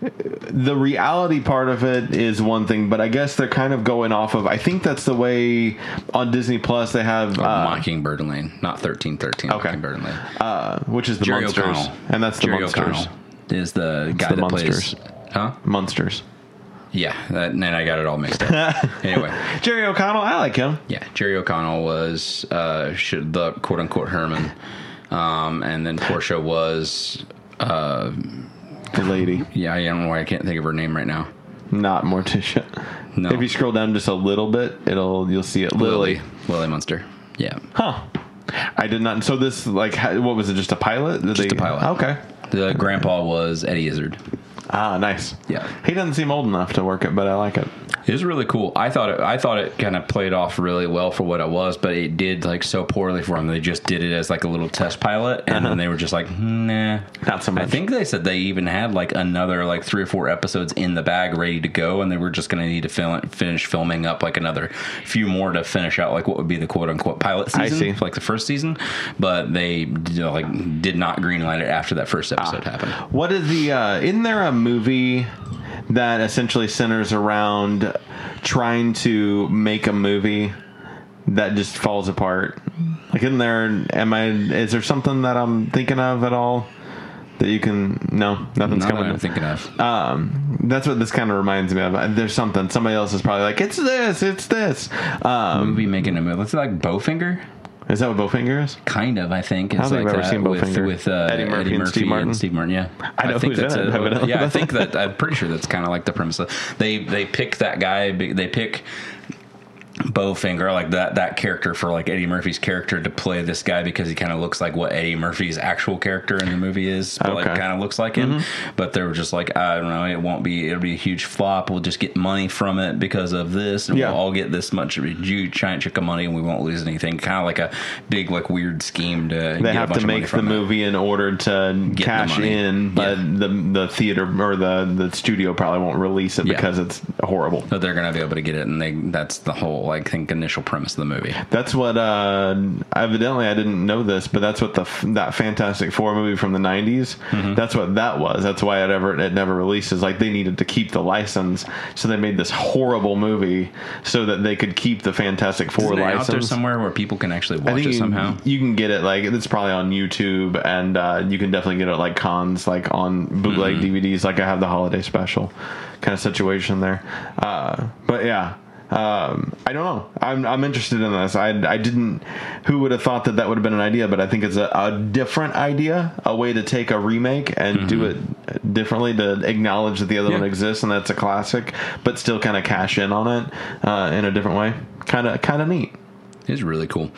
Speaker 2: the reality part of it is one thing, but I guess they're kind of going off of. I think that's the way on Disney Plus they
Speaker 5: Oh
Speaker 2: have, uh,
Speaker 5: Mockingbird Lane, not thirteen thirteen.
Speaker 2: Okay.
Speaker 5: Mockingbird Lane.
Speaker 2: uh, which is the
Speaker 5: Jerry
Speaker 2: monsters,
Speaker 5: O'Connell,
Speaker 2: and that's the
Speaker 5: Jerry
Speaker 2: monsters.
Speaker 5: O'Connell is the guy
Speaker 2: the
Speaker 5: that
Speaker 2: Monsters.
Speaker 5: plays. Huh?
Speaker 2: Monsters.
Speaker 5: Yeah, that, and I got it all mixed up. anyway.
Speaker 2: Jerry O'Connell, I like him.
Speaker 5: Yeah, Jerry O'Connell was uh, should the quote unquote Herman, um, and then Portia was uh,
Speaker 2: The lady,
Speaker 5: yeah. I don't know why I can't think of her name right now.
Speaker 2: not Morticia.
Speaker 5: No.
Speaker 2: If you scroll down just a little bit, it'll you'll see it. Lily.
Speaker 5: Lily Munster. Yeah,
Speaker 2: Huh. I did not. So this, like, ha- what was it? Just a pilot? Did Ah,
Speaker 5: Just a pilot.
Speaker 2: Okay.
Speaker 5: the grandpa was Eddie Izzard.
Speaker 2: Ah, nice.
Speaker 5: Yeah.
Speaker 2: He doesn't seem old enough to work it, but I like it.
Speaker 5: It was really cool. I thought it, I thought it kind of played off really well for what it was, but it did like so poorly for them. They just did it as like a little test pilot, and
Speaker 2: Uh-huh.
Speaker 5: then they were just like, nah,
Speaker 2: Not so
Speaker 5: I
Speaker 2: much.
Speaker 5: think they said they even had like another like three or four episodes in the bag ready to go, and they were just going to need to fill, finish filming up like another few more to finish out like what would be the quote unquote pilot season,
Speaker 2: I see.
Speaker 5: for, like the first season. But they you know, like did not greenlight it after that first episode
Speaker 2: Ah.
Speaker 5: happened.
Speaker 2: What is the? Uh, isn't there a movie that essentially centers around trying to make a movie that just falls apart? Like, isn't there? Am I? Is there something that I'm thinking of at all? That you can no, nothing's
Speaker 5: Not that
Speaker 2: coming.
Speaker 5: I'm thinking of.
Speaker 2: Um, that's what this kind of reminds me of. Uh, There's something. Somebody else is probably like, "It's this, it's this." Um,
Speaker 5: movie making a movie. Let's say like Bowfinger.
Speaker 2: is that what Bowfinger is?
Speaker 5: Kind of, I think. It's
Speaker 2: don't think
Speaker 5: like
Speaker 2: I've ever
Speaker 5: that
Speaker 2: seen
Speaker 5: with,
Speaker 2: Bowfinger.
Speaker 5: with uh, Eddie Murphy, and, Steve Martin. Yeah,
Speaker 2: I know
Speaker 5: think
Speaker 2: who's in
Speaker 5: that's
Speaker 2: it,
Speaker 5: a-
Speaker 2: evidently.
Speaker 5: yeah, I think that I'm pretty sure that's kind of like the premise. They they pick that guy. They pick Bowfinger, like that that character for like Eddie Murphy's character to play this guy because he kind of looks like what Eddie Murphy's actual character in the movie is, but like
Speaker 2: Okay.
Speaker 5: kind of looks like him.
Speaker 2: Mm-hmm.
Speaker 5: But they were just like, I don't know, it won't be, it'll be a huge flop. We'll just get money from it because of this, and
Speaker 2: Yeah.
Speaker 5: we'll all get this much of a huge giant chunk of money, and we won't lose anything. Kind of like a big like weird scheme to
Speaker 2: they
Speaker 5: get a
Speaker 2: have
Speaker 5: bunch
Speaker 2: to
Speaker 5: of money
Speaker 2: make the
Speaker 5: from it.
Speaker 2: movie in order to
Speaker 5: the
Speaker 2: cash
Speaker 5: money.
Speaker 2: in, but
Speaker 5: Yeah.
Speaker 2: the the theater or the the studio probably won't release it
Speaker 5: Yeah.
Speaker 2: because it's horrible.
Speaker 5: But they're gonna be able to get it, and they that's the whole like think initial premise of the movie.
Speaker 2: That's what uh, evidently I didn't know this, but that's what the f- that Fantastic Four movie from the '90s.
Speaker 5: Mm-hmm.
Speaker 2: That's what that was. That's why it ever it never releases. Like they needed to keep the license, so they made this horrible movie so that they could keep the Fantastic Four
Speaker 5: Isn't it out
Speaker 2: license.
Speaker 5: there somewhere where people can actually
Speaker 2: I
Speaker 5: watch
Speaker 2: think
Speaker 5: it
Speaker 2: you-
Speaker 5: somehow.
Speaker 2: You, can get it like it's probably on YouTube, and uh, you can definitely get it like cons, like on bootleg
Speaker 5: Mm-hmm.
Speaker 2: DVDs. Like I have the holiday special kind of situation there. Uh, but yeah. Um, I don't know. I'm I'm interested in this. I I didn't. Who would have thought that that would have been an idea? But I think it's a, a different idea, a way to take a remake and do it differently to acknowledge that the other
Speaker 5: Mm-hmm. Yeah.
Speaker 2: one exists and that's a classic, but still kind of cash in on it uh, in a different way. Kind of kind of neat.
Speaker 5: It's really cool.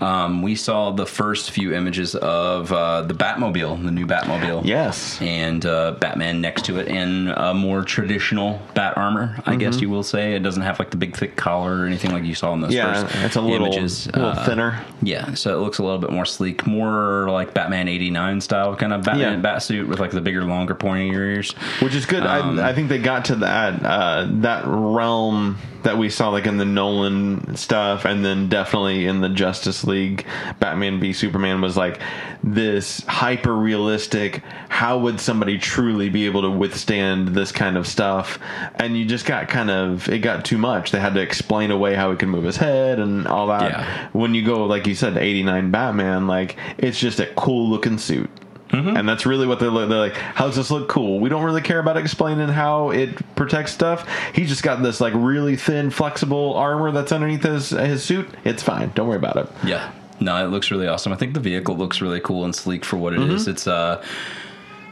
Speaker 5: Um, we saw the first few images of uh, the Batmobile, the new Batmobile.
Speaker 2: Yes.
Speaker 5: And uh, Batman next to it in a more traditional bat armor, I
Speaker 2: Mm-hmm.
Speaker 5: guess you will say. It doesn't have like the big thick collar or anything like you saw in those
Speaker 2: Yeah,
Speaker 5: first
Speaker 2: it's a little,
Speaker 5: images.
Speaker 2: little
Speaker 5: Uh,
Speaker 2: thinner.
Speaker 5: yeah, so it looks a little bit more sleek, more like Batman '89 style kind of Batman
Speaker 2: Yeah.
Speaker 5: bat suit with like the bigger, longer, pointier ears.
Speaker 2: which is good.
Speaker 5: um,
Speaker 2: I, I think they got to that uh, that realm that we saw, like in the Nolan stuff, and then definitely in the Justice League, Batman v Superman was like this hyper realistic. How would somebody truly be able to withstand this kind of stuff? And you just got kind of it got too much. They had to explain away how he could move his head and all that.
Speaker 5: Yeah.
Speaker 2: When you go like you said, eighty nine Batman, like it's just a cool looking suit. And that's really what they look. They're like, "How does this look cool? We don't really care about explaining how it protects stuff. He's just got this like really thin, flexible armor that's underneath his his suit. It's fine. Don't worry about it.
Speaker 5: Yeah, no, it looks really awesome. I think the vehicle looks really cool and sleek for what it is.
Speaker 2: Mm-hmm.
Speaker 5: It's uh,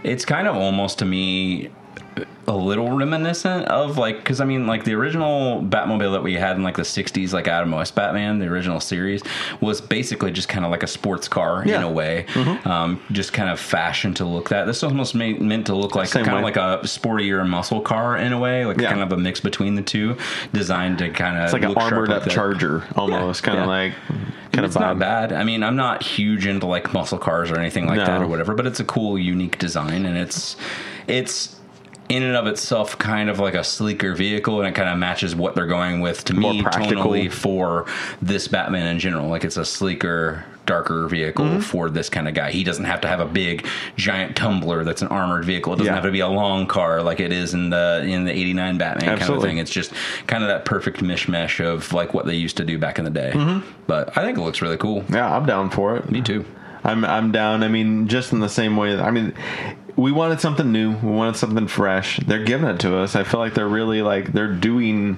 Speaker 5: it's kind of almost to me a little reminiscent of like because I mean like the original Batmobile that we had in like the '60s, like Adam West Batman, the original series was basically just kind of like a sports car in
Speaker 2: Yeah. Mm-hmm.
Speaker 5: a way, um, just kind of fashioned to look that. This almost made, meant to look like
Speaker 2: Same
Speaker 5: kind
Speaker 2: way.
Speaker 5: of like a sportier muscle car in a way, like
Speaker 2: Yeah.
Speaker 5: kind of a mix between the two, designed to kind of
Speaker 2: It's like an armored up charger, almost kind
Speaker 5: yeah.
Speaker 2: of like kind
Speaker 5: it's
Speaker 2: of
Speaker 5: not
Speaker 2: vibe.
Speaker 5: bad. I mean, I'm not huge into like muscle cars or anything like that
Speaker 2: No.
Speaker 5: or whatever, but it's a cool, unique design, and it's it's in and of itself kind of like a sleeker vehicle, and it kind of matches what they're going with to
Speaker 2: More
Speaker 5: me
Speaker 2: practical.
Speaker 5: tonally for this Batman in general. Like it's a sleeker. Darker vehicle
Speaker 2: Mm-hmm.
Speaker 5: for this kind of guy. He doesn't have to have a big giant tumbler that's an armored vehicle. It doesn't
Speaker 2: Yeah.
Speaker 5: have to be a long car like it is in the in the '89 Batman kind of
Speaker 2: Absolutely.
Speaker 5: thing. It's just kind of that perfect mishmash of like what they used to do back in the day.
Speaker 2: Mm-hmm.
Speaker 5: But I think it looks really cool.
Speaker 2: Yeah, I'm down for it.
Speaker 5: Me too.
Speaker 2: I'm I'm down. I mean, just in the same way. I mean, we wanted something new. We wanted something fresh. They're giving it to us. I feel like they're really like they're doing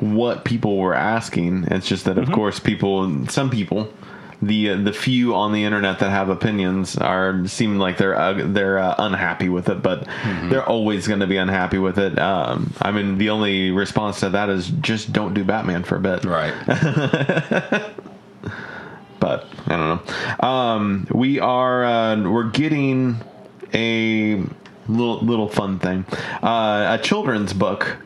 Speaker 2: what people were asking. It's just that, of course, people, some people, the uh, the few on the internet that have opinions are seem like they're uh, they're uh, unhappy with it. But they're always going to be unhappy with it. Um, I mean, the only response to that is just don't do Batman for a bit
Speaker 5: Right.
Speaker 2: but I don't know. Um, we are uh, we're getting a little little fun thing, uh, a children's book.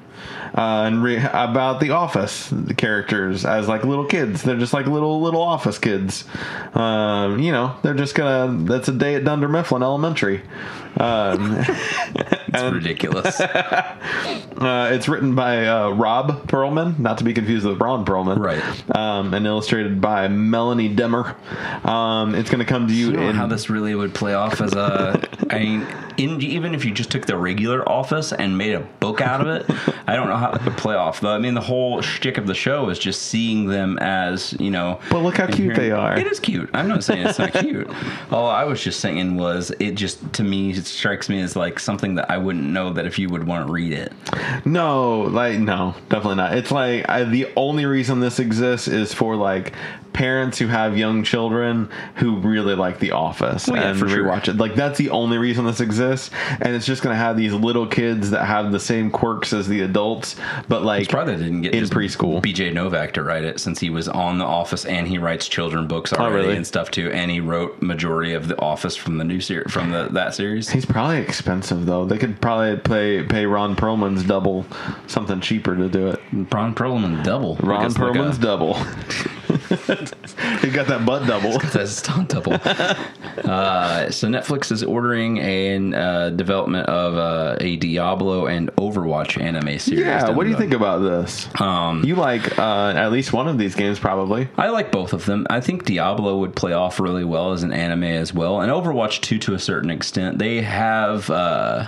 Speaker 2: Uh, and re- about the office characters as like little kids they're just like little little office kids um, you know they're just gonna that's a day at dunder mifflin elementary um,
Speaker 5: It's ridiculous.
Speaker 2: Uh, it's written by uh, Rob Perlman, not to be confused with Ron Perlman.
Speaker 5: Right.
Speaker 2: Um, and illustrated by Melanie Demmer. Um, it's going to come to you
Speaker 5: I don't know
Speaker 2: in.
Speaker 5: how this really would play off as a. I mean, in, even if you just took the regular office and made a book out of it, I don't know how it would play off. Though I mean, the whole shtick of the show is just seeing them as you know.
Speaker 2: But look how cute they are.
Speaker 5: It is cute. I'm not saying it's not cute. All I was just saying was it just to me it strikes me as like something that I wouldn't know that if you would want to read it.
Speaker 2: No, like no, definitely not. It's like I, the only reason this exists is for like parents who have young children who really like The Office
Speaker 5: Well, yeah,
Speaker 2: and
Speaker 5: for sure.
Speaker 2: rewatch it. Like that's the only reason this exists, and it's just gonna have these little kids that have the same quirks as the adults, but like
Speaker 5: It's probably didn't get
Speaker 2: in
Speaker 5: just
Speaker 2: preschool.
Speaker 5: BJ Novak to write it since he was on The Office and he writes children books already
Speaker 2: Oh, really?
Speaker 5: and stuff too. And he wrote majority of The Office from the new series from the that series.
Speaker 2: He's probably expensive though. They could probably play pay Ron Perlman's double, something cheaper to do it.
Speaker 5: Ron Perlman double.
Speaker 2: Ron
Speaker 5: It's like
Speaker 2: Perlman's
Speaker 5: a-
Speaker 2: double. he got that butt double.
Speaker 5: That's a stunt double. uh, so Netflix is ordering a uh, development of uh, a Diablo and Overwatch anime series.
Speaker 2: Yeah,
Speaker 5: down
Speaker 2: what do you
Speaker 5: the-
Speaker 2: think about this? Um, you like uh, at least one of these games, probably.
Speaker 5: I like both of them. I think Diablo would play off really well as an anime as well, and Overwatch 2 to a certain extent. They have uh,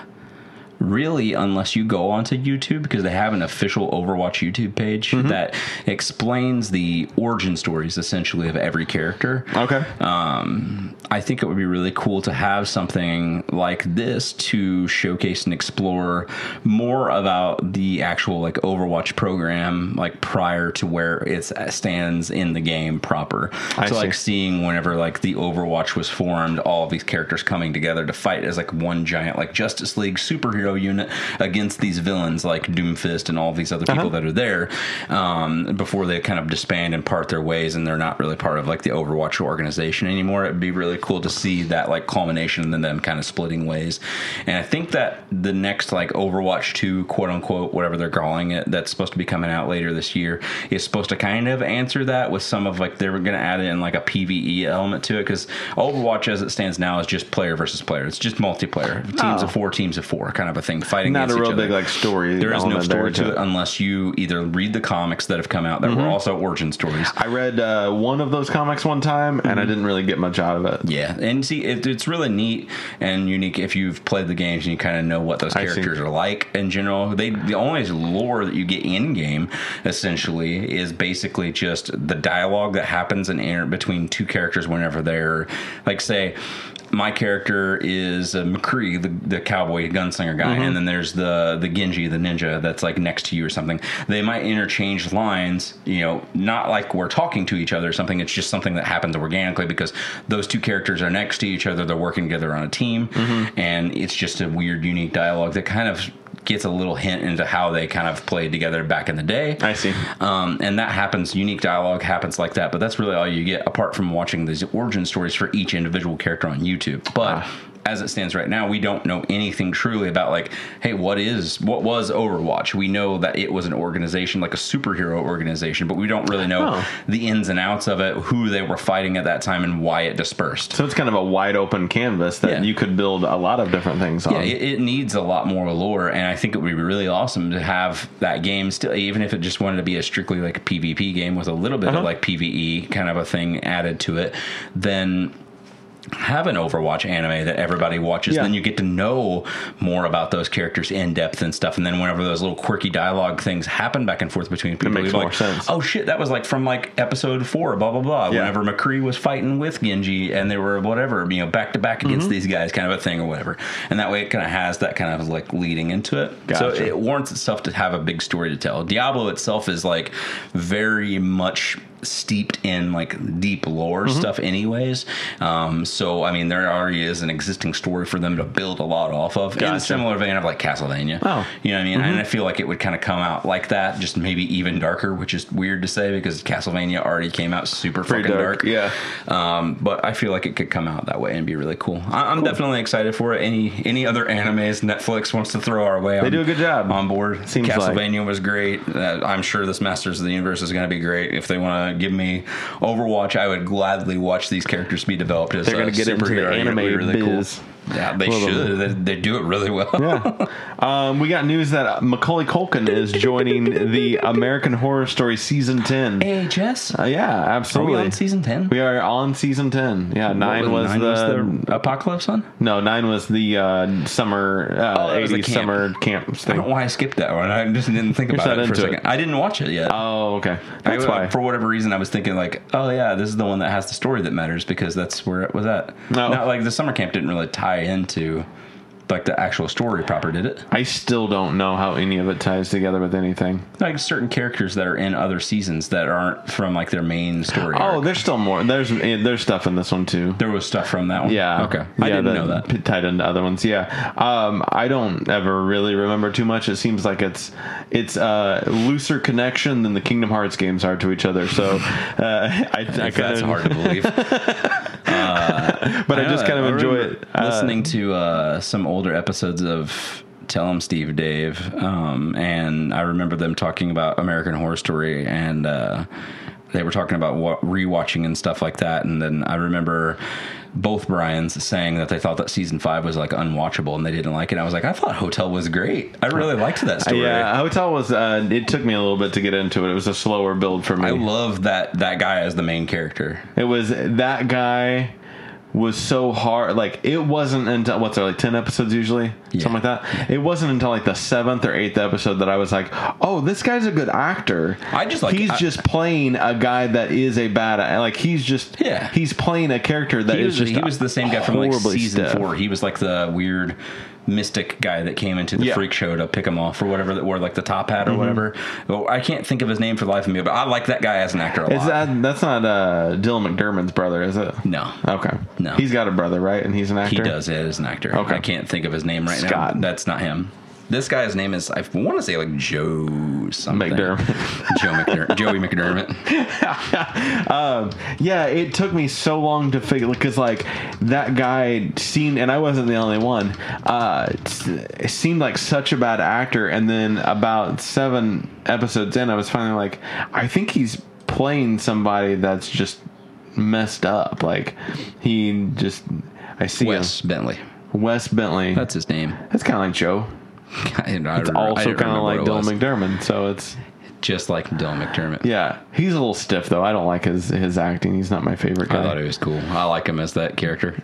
Speaker 5: really, unless you go onto YouTube, because they have an official Overwatch YouTube page that explains the origin stories essentially of every character.
Speaker 2: Okay.
Speaker 5: Um, I think it would be really cool to have something like this to showcase and explore more about the actual like Overwatch program, like prior to where it stands in the game proper.
Speaker 2: I
Speaker 5: so like
Speaker 2: see.
Speaker 5: seeing whenever like the Overwatch was formed, all of these characters coming together to fight as like one giant like Justice League superhero hero unit against these villains like Doomfist and all these other people that are there um, before they kind of disband and part their ways and they're not really part of like the Overwatch organization anymore. It'd be really cool to see that like culmination and then them kind of splitting ways. And I think that the next like Overwatch 2, quote unquote, whatever they're calling it, that's supposed to be coming out later this year is supposed to kind of answer that with some of like they were going to add in like a PVE element to it because Overwatch as it stands now is just player versus player. It's just multiplayer, teams of four, teams of four, kind of a thing, fighting
Speaker 2: Oh. Not a
Speaker 5: against
Speaker 2: real
Speaker 5: each other.
Speaker 2: big like story.
Speaker 5: There is no
Speaker 2: element
Speaker 5: story
Speaker 2: there
Speaker 5: to it unless you either read the comics that have come out that
Speaker 2: Mm-hmm.
Speaker 5: were also origin stories.
Speaker 2: I read uh, one of those comics one time, and I didn't really get much out of it.
Speaker 5: Yeah, and see, it, it's really neat and unique if you've played the games and you kind of know what those
Speaker 2: I see.
Speaker 5: characters are like in general. They the only lore that you get in game essentially is basically just the dialogue that happens in inter- between two characters whenever they're like say. My character is uh, McCree, the, the cowboy gunslinger
Speaker 2: Mm-hmm.
Speaker 5: guy, and then there's the the Genji, the ninja, that's like next to you or something. They might interchange lines, you know, not like we're talking to each other or something. It's just something that happens organically because those two characters are next to each other. They're working together on a team, and it's just a weird, unique dialogue that kind of gets a little hint into how they kind of played together back in the day.
Speaker 2: I see.
Speaker 5: Um, and that happens, unique dialogue happens like that, but that's really all you get apart from watching these origin stories for each individual character on YouTube. But as it stands right now, we don't know anything truly about like, hey, what is what was Overwatch? We know that it was an organization, like a superhero organization, but we don't really know
Speaker 2: Oh.
Speaker 5: the ins and outs of it, who they were fighting at that time, and why it dispersed.
Speaker 2: So it's kind of a wide open canvas that
Speaker 5: Yeah.
Speaker 2: you could build a lot of different things on.
Speaker 5: Yeah, it, it needs a lot more lore, and I think it would be really awesome to have that game still, even if it just wanted to be a strictly like PvP game with a little
Speaker 2: Uh-huh.
Speaker 5: bit of like PVE kind of a thing added to it. Then have an Overwatch anime that everybody watches.
Speaker 2: Yeah.
Speaker 5: Then you get to know more about those characters in depth and stuff. And then whenever those little quirky dialogue things happen back and forth between people,
Speaker 2: makes
Speaker 5: you're
Speaker 2: more
Speaker 5: like,
Speaker 2: sense.
Speaker 5: oh shit, that was like from like episode four, blah blah blah.
Speaker 2: Yeah.
Speaker 5: Whenever McCree was fighting with Genji and they were whatever, you know, back to back
Speaker 2: Mm-hmm.
Speaker 5: against these guys, kind of a thing or whatever. And that way, it kind of has that kind of like leading into it. So
Speaker 2: Gotcha.
Speaker 5: it warrants itself to have a big story to tell. Diablo itself is like very much steeped in like deep lore
Speaker 2: Mm-hmm.
Speaker 5: stuff anyways um so i mean there already is an existing story for them to build a lot off of in a
Speaker 2: Gotcha.
Speaker 5: similar vein of like castlevania
Speaker 2: Oh.
Speaker 5: you know what i mean and i feel like it would kind of come out like that just maybe even darker which is weird to say because castlevania already came out super
Speaker 2: Pretty
Speaker 5: fucking
Speaker 2: dark,
Speaker 5: dark.
Speaker 2: yeah.
Speaker 5: Um, but I feel like it could come out that way and be really cool. I, I'm definitely excited for it. Any any other animes Netflix wants to throw our way, they
Speaker 2: do a good job.
Speaker 5: On board.
Speaker 2: Seems like.
Speaker 5: Castlevania was great. Uh, I'm sure this Masters of the Universe is going to be great. If they want to give me Overwatch, I would gladly watch these characters be developed as
Speaker 2: They're
Speaker 5: a
Speaker 2: gonna get into the
Speaker 5: superhero. It'd be
Speaker 2: anime biz.
Speaker 5: Cool. Yeah, they
Speaker 2: Well,
Speaker 5: should. They, they do it really well.
Speaker 2: Yeah. Um, we got news that Macaulay Culkin is joining the American Horror Story season 10.
Speaker 5: AHS.
Speaker 2: Uh, yeah,
Speaker 5: Are
Speaker 2: absolutely.
Speaker 5: we on season ten?
Speaker 2: We are on season 10. Yeah, 9 was, the,
Speaker 5: apocalypse one.
Speaker 2: No, 9 was the uh, summer uh,
Speaker 5: Oh, that was the
Speaker 2: 80s
Speaker 5: camp.
Speaker 2: summer camp
Speaker 5: I don't
Speaker 2: thing.
Speaker 5: know why I skipped that one. I just didn't think about
Speaker 2: not
Speaker 5: it for a
Speaker 2: into
Speaker 5: second.
Speaker 2: it.
Speaker 5: I didn't watch it yet.
Speaker 2: Oh, okay.
Speaker 5: I-
Speaker 2: That's why.
Speaker 5: For whatever reason, I was thinking like, oh yeah, this is the one that has the story that matters because that's where it was at.
Speaker 2: No.
Speaker 5: Not like the summer camp didn't really tie into like the actual story proper, did it?
Speaker 2: I still don't know how any of it ties together with anything.
Speaker 5: Like certain characters that are in other seasons that aren't from like their main story.
Speaker 2: Oh,
Speaker 5: arc.
Speaker 2: there's still more. There's eh, there's stuff in this one too.
Speaker 5: there was stuff from that one.
Speaker 2: Yeah.
Speaker 5: Okay. I
Speaker 2: Yeah,
Speaker 5: didn't know that.
Speaker 2: p- Tied into other ones. Yeah. Um, I don't ever really remember too much. It seems like it's it's a looser connection than the Kingdom Hearts games are to each other. So uh, I, I kind
Speaker 5: That's
Speaker 2: of,
Speaker 5: hard to believe.
Speaker 2: but I, just
Speaker 5: know,
Speaker 2: kind of enjoy
Speaker 5: remember
Speaker 2: it. Uh,
Speaker 5: listening to uh, some older episodes of Tell 'em Steve Dave, um, and I remember them talking about American Horror Story, and uh, they were talking about what, rewatching and stuff like that. And then I remember both Brian's saying that they thought that season five was like unwatchable and they didn't like it. I was like, I thought Hotel was great. I really liked that story.
Speaker 2: Yeah, Hotel was. Uh, it took me a little bit to get into it. It was a slower build for me.
Speaker 5: I love that that guy as the main character.
Speaker 2: It was that guy was so hard. Like it wasn't until what's there like ten episodes usually,
Speaker 5: Yeah.
Speaker 2: something like that. It wasn't until like the seventh or eighth episode that I was like, "Oh, this guy's a good actor."
Speaker 5: I just like-
Speaker 2: he's
Speaker 5: I-
Speaker 2: just playing a guy that is a bad like he's just
Speaker 5: Yeah.
Speaker 2: he's playing a character that
Speaker 5: he
Speaker 2: is
Speaker 5: was,
Speaker 2: just
Speaker 5: he was the same guy from like
Speaker 2: horribly
Speaker 5: season
Speaker 2: stiff.
Speaker 5: four. He was like the weird mystic guy that came into the
Speaker 2: Yeah. Mm-hmm.
Speaker 5: freak show to pick him off or whatever that wore like the top hat or whatever. Well, I can't think of his name for the life of me, but I like that guy as an actor a
Speaker 2: Is
Speaker 5: lot.
Speaker 2: that that's not uh, Dylan McDermott's brother, is it?
Speaker 5: No.
Speaker 2: Okay.
Speaker 5: No.
Speaker 2: He's got a brother, right? And he's an actor.
Speaker 5: He does it as an actor.
Speaker 2: Okay.
Speaker 5: I can't think of his name right
Speaker 2: Scott.
Speaker 5: now. That's not him. This guy's name is I want to say like Joe something.
Speaker 2: McDermott.
Speaker 5: Joe McDermott. Joey McDermott.
Speaker 2: Um, yeah, it took me so long to figure because like that guy seemed, and I wasn't the only one. Uh, s- seemed like such a bad actor, and then about seven episodes in, I was finally like, I think he's playing somebody that's just messed up. Like he just, I see
Speaker 5: Wes Bentley.
Speaker 2: him. Wes Bentley.
Speaker 5: That's his name.
Speaker 2: that's kind of like Joe.
Speaker 5: I, I,
Speaker 2: It's also
Speaker 5: I didn't
Speaker 2: kind
Speaker 5: remember
Speaker 2: of like
Speaker 5: what it
Speaker 2: Dylan
Speaker 5: was.
Speaker 2: McDermott. So it's
Speaker 5: Just like Dylan McDermott.
Speaker 2: yeah, he's a little stiff though. I don't like his his acting. He's not my favorite guy.
Speaker 5: I thought he was cool. I like him as that character.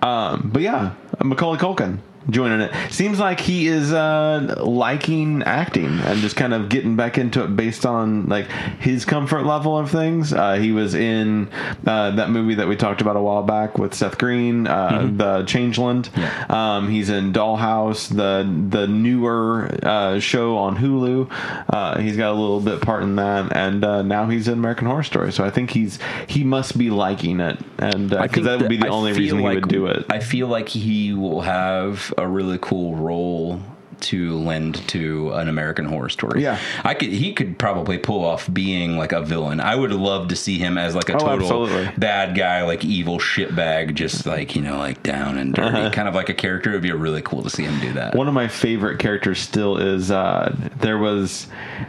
Speaker 2: But yeah, Macaulay Culkin joining it. Seems like he is uh, liking acting and just kind of getting back into it based on like his comfort level of things. Uh, he was in uh, that movie that we talked about a while back with Seth Green, uh,
Speaker 5: Mm-hmm.
Speaker 2: the Changeland. Um, he's in Dollhouse, the the newer uh, show on Hulu. Uh, he's got a little bit part in that, and uh, now he's in American Horror Story. So I think he's he must be liking it, and
Speaker 5: I
Speaker 2: because
Speaker 5: think
Speaker 2: that would be the
Speaker 5: I
Speaker 2: only
Speaker 5: feel
Speaker 2: reason he
Speaker 5: like-
Speaker 2: would do it.
Speaker 5: I feel like he will have a really cool role to lend to an American horror story.
Speaker 2: Yeah.
Speaker 5: I could he could probably pull off being like a villain. I would love to see him as like a
Speaker 2: Oh,
Speaker 5: total
Speaker 2: absolutely.
Speaker 5: bad guy, like evil shitbag, just like, you know, like down and dirty. Kind of like a character. It'd be really cool to see him do that.
Speaker 2: Uh-huh. One of my favorite characters still is uh, there was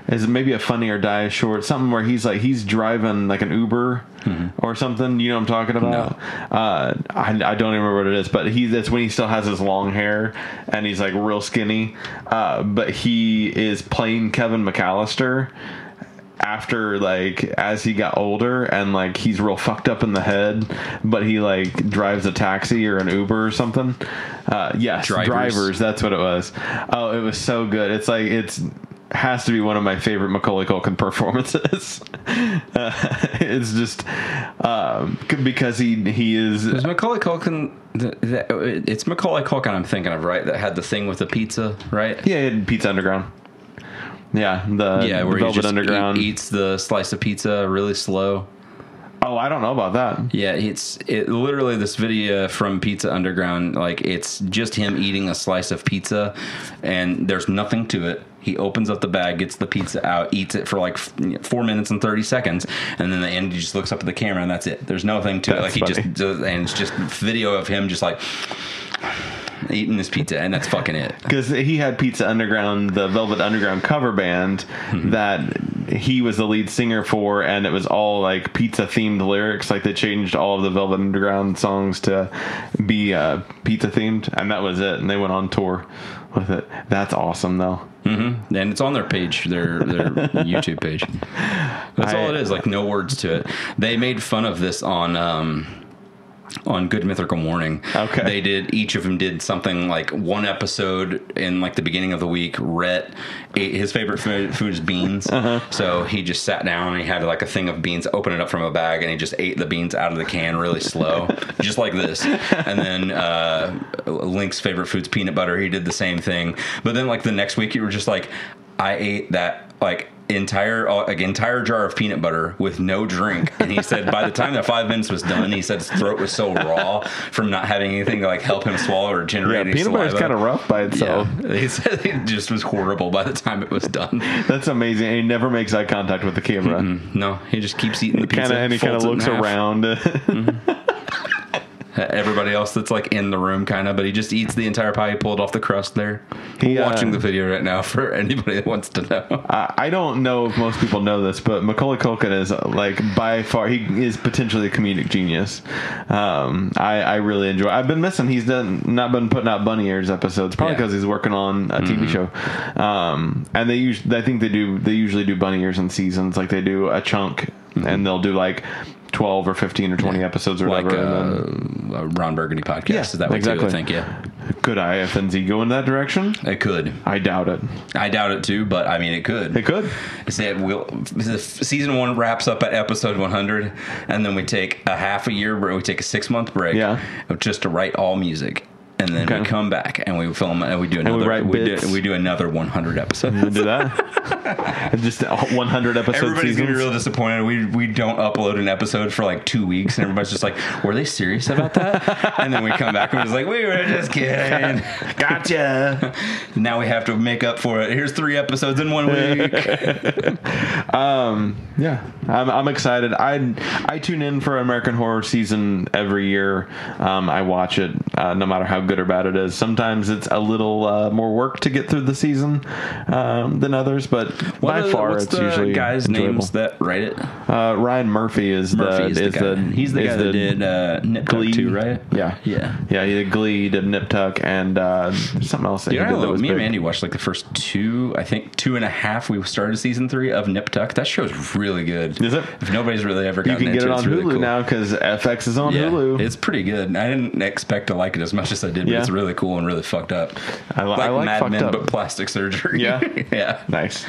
Speaker 2: is it maybe a Funny or Die short something where he's like he's driving like an Uber or something. You know what I'm talking about? Uh, I, I don't even remember what it is, but he that's when he still has his long hair and he's like real skinny. Uh, but he is playing Kevin McAllister after like as he got older and like he's real fucked up in the head but he like drives a taxi or an uber or something uh yes
Speaker 5: Drivers.
Speaker 2: drivers, that's what it was oh it was so good it's like it's has to be one of my favorite Macaulay Culkin performances. Uh, it's just um, c- because he he is
Speaker 5: Is Macaulay Culkin? The, the, it's Macaulay Culkin I'm thinking of, right? That had the thing with the pizza, right?
Speaker 2: yeah in Pizza Underground. Yeah, the,
Speaker 5: yeah,
Speaker 2: the
Speaker 5: where he
Speaker 2: Velvet
Speaker 5: just
Speaker 2: Underground.
Speaker 5: eat- eats the slice of pizza really slow.
Speaker 2: Oh, I don't know about that.
Speaker 5: Yeah, it's it literally this video from Pizza Underground. Like it's just him eating a slice of pizza, and there's nothing to it. He opens up the bag, gets the pizza out, eats it for like f- four minutes and thirty seconds, and then the end he just looks up at the camera and that's it. There's nothing to it.
Speaker 2: That's
Speaker 5: Like he
Speaker 2: funny.
Speaker 5: just does, and it's just video of him just like eating his pizza, and that's fucking it.
Speaker 2: because he had Pizza Underground, the Velvet Underground cover band
Speaker 5: Hmm.
Speaker 2: that he was the lead singer for, and it was all like pizza themed lyrics. Like they changed all of the Velvet Underground songs to be uh, pizza themed, and that was it. And they went on tour with it. That's awesome, though.
Speaker 5: And it's on their page, their their YouTube page. That's all it is. Like no words to it. They made fun of this on um, on Good Mythical Morning.
Speaker 2: Okay.
Speaker 5: They did each of them did something like one episode in like the beginning of the week. Rhett ate his favorite food, food is beans, so he just sat down and he had like a thing of beans, opened it up from a bag, and he just ate the beans out of the can really slow, just like this. And then uh, Link's favorite food's peanut butter. He did the same thing, but then like the next week, you were just like, I ate that like entire uh, like entire jar of peanut butter with no drink and he said by the time that five minutes was done he said his throat was so raw from not having anything to like help him swallow or generate
Speaker 2: Yeah,
Speaker 5: any
Speaker 2: peanut butter's
Speaker 5: saliva.
Speaker 2: kind of rough by itself.
Speaker 5: yeah he said it just was horrible by the time it was done
Speaker 2: That's amazing. And he never makes eye contact with the camera.
Speaker 5: no he just keeps eating the pizza
Speaker 2: Kind of, and he kind of
Speaker 5: folds it in
Speaker 2: looks
Speaker 5: half.
Speaker 2: around.
Speaker 5: everybody else that's like in the room kind of but he just eats the entire pie he pulled off the crust there
Speaker 2: He,
Speaker 5: We're
Speaker 2: uh,
Speaker 5: watching the video right now for anybody that wants to know
Speaker 2: I I don't know if most people know this, but Macaulay Culkin is uh, like by far he is potentially a comedic genius. Um, I, I really enjoy. I've been missing. He's done not been putting out bunny ears episodes, probably
Speaker 5: Yeah. Mm-hmm.
Speaker 2: because he's working on a TV show. Um, and they usually I think they do they usually do bunny ears in seasons, like they do a chunk, and they'll do like twelve or fifteen or twenty episodes or
Speaker 5: Mm-hmm. like uh,
Speaker 2: whatever. and then-
Speaker 5: a Ron Burgundy podcast
Speaker 2: Yeah,
Speaker 5: is that what
Speaker 2: exactly.
Speaker 5: you think yeah
Speaker 2: could IFNZ go in that direction?
Speaker 5: it could
Speaker 2: I doubt it.
Speaker 5: I doubt it too, but I mean, it could.
Speaker 2: It could.
Speaker 5: Is that we'll, the season one wraps up at episode 100, and then we take a half a year break. We take a six month break
Speaker 2: Yeah.
Speaker 5: just to write all music. and then we
Speaker 2: Okay.
Speaker 5: come back and we film and we do another
Speaker 2: write
Speaker 5: we,
Speaker 2: bits.
Speaker 5: do we do another 100 episodes.
Speaker 2: do that. Just all 100 episode
Speaker 5: Everybody's gonna be
Speaker 2: seasons.
Speaker 5: real disappointed. We we don't upload an episode for like two weeks, and everybody's just like, "Were they serious about that?" and then we come back and we're just like, "We were just kidding."
Speaker 2: gotcha.
Speaker 5: now we have to make up for it. Here's three episodes in one week.
Speaker 2: Um, yeah, I'm, I'm excited. I I tune in for American Horror season every year. Um, I watch it, uh, no matter how good or bad it is. Sometimes it's a little uh, more work to get through the season um, than others, but
Speaker 5: What
Speaker 2: by
Speaker 5: are the-
Speaker 2: far
Speaker 5: what's
Speaker 2: it's
Speaker 5: the
Speaker 2: usually
Speaker 5: guys'
Speaker 2: enjoyable.
Speaker 5: names that write it.
Speaker 2: uh, Ryan Murphy is
Speaker 5: Murphy
Speaker 2: the
Speaker 5: is, the guy. He's the
Speaker 2: is
Speaker 5: guy that did uh, Nip Tuck
Speaker 2: Glee.
Speaker 5: too, right?
Speaker 2: Yeah,
Speaker 5: yeah.
Speaker 2: yeah. He did Glee, he did Nip Tuck, and uh, something else. That
Speaker 5: Dude,
Speaker 2: he
Speaker 5: I
Speaker 2: did
Speaker 5: don't
Speaker 2: that
Speaker 5: know.
Speaker 2: was
Speaker 5: Me and
Speaker 2: big.
Speaker 5: Mandy watched like the first two, I think two and a half. We started season three of Nip Tuck. That show's really good.
Speaker 2: Is it?
Speaker 5: If nobody's really ever
Speaker 2: You
Speaker 5: gotten
Speaker 2: can get
Speaker 5: into
Speaker 2: it on
Speaker 5: it's really
Speaker 2: Hulu
Speaker 5: cool.
Speaker 2: now 'cause now because FX is on
Speaker 5: Yeah,
Speaker 2: Hulu.
Speaker 5: it's pretty good. And I didn't expect to like it as much as I did, but
Speaker 2: Yeah.
Speaker 5: it's really cool and really fucked up.
Speaker 2: I li- I like
Speaker 5: Mad
Speaker 2: fucked
Speaker 5: Men,
Speaker 2: up.
Speaker 5: but plastic surgery.
Speaker 2: Yeah.
Speaker 5: yeah.
Speaker 2: nice.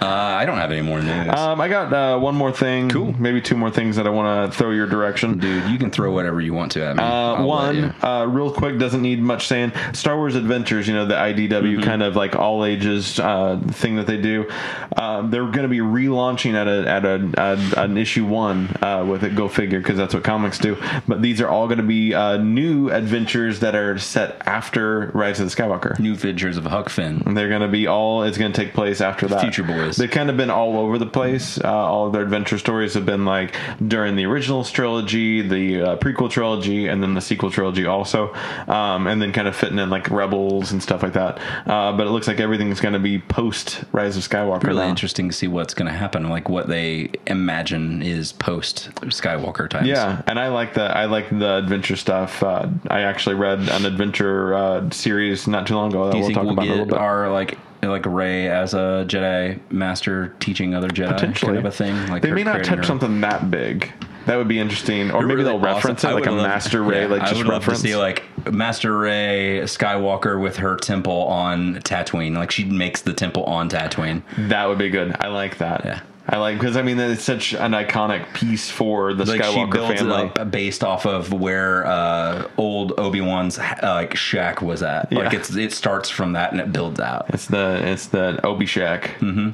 Speaker 5: Uh, I don't have any more news,
Speaker 2: Um, I got uh, one more thing.
Speaker 5: Cool.
Speaker 2: Maybe two more things that I want to throw your direction.
Speaker 5: dude. You can throw whatever you want to at me. I'll
Speaker 2: Uh,
Speaker 5: let
Speaker 2: one,
Speaker 5: you.
Speaker 2: uh, real quick, doesn't need much saying. Star Wars Adventures, you know, the IDW
Speaker 5: Mm-hmm.
Speaker 2: kind of like all ages uh, thing that they do. Uh, they're going to be relaunching at a at a, a an issue one uh, with it. Go figure, because that's what comics do. But these are all going to be uh, new adventures that are set after Rise of the Skywalker.
Speaker 5: New Adventures of Huck Finn.
Speaker 2: They're going to be all. It's going to take place after that.
Speaker 5: Future Boys.
Speaker 2: They've kind of been all over the place. Uh, all of their adventure stories have been like during the original trilogy, the uh, prequel trilogy, and then the sequel trilogy also, um, and then kind of fitting in like Rebels and stuff like that. Uh, but it looks like everything's going to be post Rise of Skywalker.
Speaker 5: Really
Speaker 2: now.
Speaker 5: interesting to see what's going to happen, like what they imagine is post Skywalker times.
Speaker 2: Yeah, and I like the I like the adventure stuff. Uh, I actually read an adventure uh, series not too long ago that
Speaker 5: Do you
Speaker 2: we'll
Speaker 5: think
Speaker 2: talk
Speaker 5: we'll
Speaker 2: about in a little
Speaker 5: get
Speaker 2: bit.
Speaker 5: our like like Ray as a Jedi master teaching other Jedi
Speaker 2: potentially
Speaker 5: kind of a thing? Like
Speaker 2: they
Speaker 5: her
Speaker 2: may not
Speaker 5: creating
Speaker 2: touch
Speaker 5: her-
Speaker 2: something that big. That would be interesting, or
Speaker 5: It'd
Speaker 2: maybe
Speaker 5: be
Speaker 2: they'll
Speaker 5: really
Speaker 2: reference
Speaker 5: awesome. I
Speaker 2: it like a
Speaker 5: would love-
Speaker 2: Master Ray,
Speaker 5: yeah,
Speaker 2: like
Speaker 5: I
Speaker 2: just
Speaker 5: would
Speaker 2: reference.
Speaker 5: love to see like Master Ray Skywalker with her temple on Tatooine. Like she makes the temple on Tatooine.
Speaker 2: that would be good. I like that.
Speaker 5: Yeah.
Speaker 2: I like because I mean that is such an iconic piece for the
Speaker 5: Like she
Speaker 2: Skywalker
Speaker 5: builds
Speaker 2: family.
Speaker 5: it up based off of where uh, old Obi Wan's uh, like shack was at. Like
Speaker 2: Yeah.
Speaker 5: it's it starts from that and it builds out.
Speaker 2: It's the it's the Obi Shack.
Speaker 5: Mm-hmm.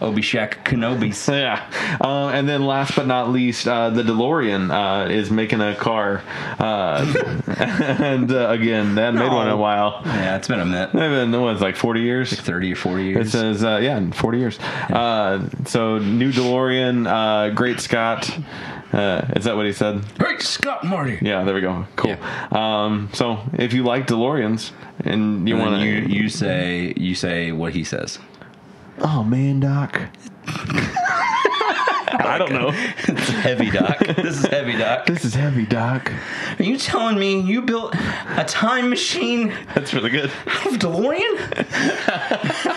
Speaker 5: Obi Shack Kenobi's
Speaker 2: So, yeah. Um, and then last but not least, uh, the DeLorean uh, is making a car, uh, and uh, again that made one in a while.
Speaker 5: Yeah, it's been a minute.
Speaker 2: I've been what's like forty years.
Speaker 5: 30 or 40
Speaker 2: It
Speaker 5: years.
Speaker 2: says, uh, yeah, in 40 years. Uh, so, new DeLorean, uh, Great Scott. Uh, is that what he said?
Speaker 5: Great Scott Marty.
Speaker 2: Yeah, there we go. Cool. Um, so, if you like DeLoreans and you
Speaker 5: And
Speaker 2: want
Speaker 5: then
Speaker 2: to.
Speaker 5: you, you say you say what he says.
Speaker 2: oh, man, Doc. I don't know.
Speaker 5: Heavy doc. this is heavy doc.
Speaker 2: This is heavy, Doc.
Speaker 5: Are you telling me you built a time machine
Speaker 2: That's really good.
Speaker 5: out of DeLorean?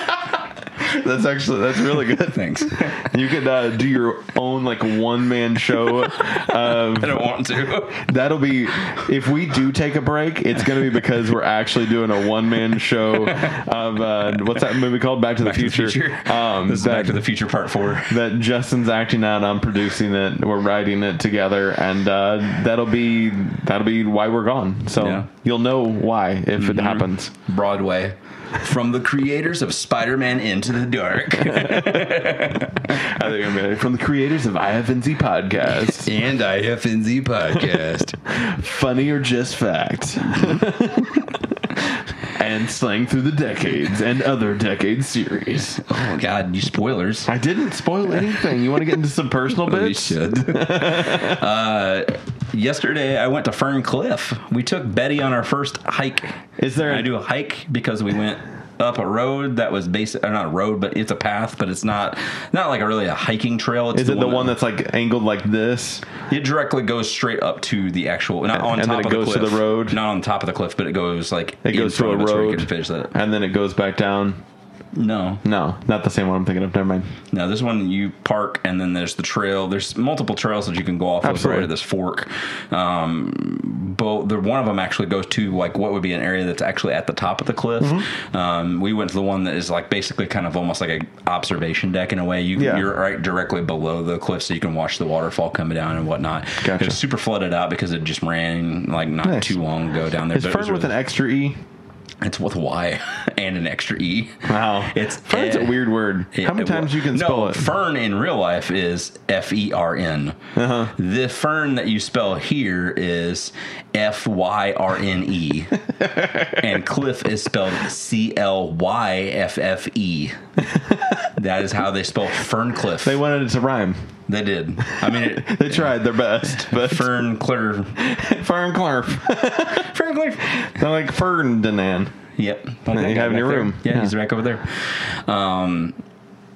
Speaker 2: That's actually, that's really good.
Speaker 5: Thanks. I
Speaker 2: You could uh, do your own, like, one man show of
Speaker 5: don't want to.
Speaker 2: That'll be if we do take a break. It's going to be because we're actually doing a one man show of uh, what's that movie called? Back to the
Speaker 5: Back to the
Speaker 2: Future.
Speaker 5: future.
Speaker 2: Um,
Speaker 5: this is
Speaker 2: that,
Speaker 5: Back to the Future Part Four.
Speaker 2: that Justin's acting out. I'm producing it. We're writing it together, and uh, that'll be that'll be why we're gone. So
Speaker 5: Yeah.
Speaker 2: you'll know why if it happens.
Speaker 5: Broadway. From the creators of Spider-Man Into the Dark
Speaker 2: I think I'm gonna- from the creators of IFNZ podcast.
Speaker 5: and IFNZ podcast.
Speaker 2: Funny or just fact. Mm-hmm. and slang through the decades and other decades series.
Speaker 5: oh God, you spoilers.
Speaker 2: I didn't spoil anything. You want to get into some personal
Speaker 5: We
Speaker 2: bits?
Speaker 5: should. uh, yesterday, I went to Fern Cliff. We took Betty on our first hike.
Speaker 2: Is there-
Speaker 5: I do a hike because we went up a road that was basic, or not a road, but it's a path, but it's not not like a really a hiking trail. It's
Speaker 2: Is it the one
Speaker 5: that
Speaker 2: that's like angled like this?
Speaker 5: it directly goes straight up to the actual, not on
Speaker 2: And
Speaker 5: top
Speaker 2: then it
Speaker 5: of the
Speaker 2: goes
Speaker 5: cliff,
Speaker 2: to the road?
Speaker 5: not on top of the cliff, but it goes like
Speaker 2: It goes
Speaker 5: in front
Speaker 2: through a
Speaker 5: of it so you
Speaker 2: road.
Speaker 5: can finish that.
Speaker 2: And then it goes back down.
Speaker 5: No,
Speaker 2: No, not the same one I'm thinking of. Never mind.
Speaker 5: no. This one you park, and then there's the trail. There's multiple trails that you can go off of
Speaker 2: Absolutely.
Speaker 5: over to this fork. Um, both the one of them actually goes to like what would be an area that's actually at the top of the cliff.
Speaker 2: Mm-hmm.
Speaker 5: Um, we went to the one that is like basically kind of almost like a observation deck in a way. You
Speaker 2: Yeah.
Speaker 5: you're right directly below the cliff, so you can watch the waterfall coming down and whatnot.
Speaker 2: Gotcha.
Speaker 5: It was super flooded out because it just ran like not
Speaker 2: Nice.
Speaker 5: too long ago down there.
Speaker 2: It's
Speaker 5: but it was
Speaker 2: Fern with
Speaker 5: really-
Speaker 2: an extra E.
Speaker 5: It's with Y and an extra E.
Speaker 2: Wow.
Speaker 5: It's
Speaker 2: Fern's
Speaker 5: eh.
Speaker 2: a weird word.
Speaker 5: Yeah,
Speaker 2: How many
Speaker 5: it
Speaker 2: times
Speaker 5: wa-
Speaker 2: you can
Speaker 5: no,
Speaker 2: spell it?
Speaker 5: Fern in real life is F E R N.
Speaker 2: Uh-huh.
Speaker 5: The fern that you spell here is F Y R N E, and cliff is spelled C L Y F F E. That is how they spell Ferncliff.
Speaker 2: They wanted it to rhyme.
Speaker 5: They did. I mean, it,
Speaker 2: They tried their best, but
Speaker 5: Fern Clear.
Speaker 2: Fern Clarf.
Speaker 5: Fern
Speaker 2: They're like Fern Danan.
Speaker 5: Yep. Like
Speaker 2: you
Speaker 5: that guy
Speaker 2: have in
Speaker 5: back
Speaker 2: your
Speaker 5: there.
Speaker 2: room.
Speaker 5: Yeah,
Speaker 2: Yeah.
Speaker 5: he's back over there. Um,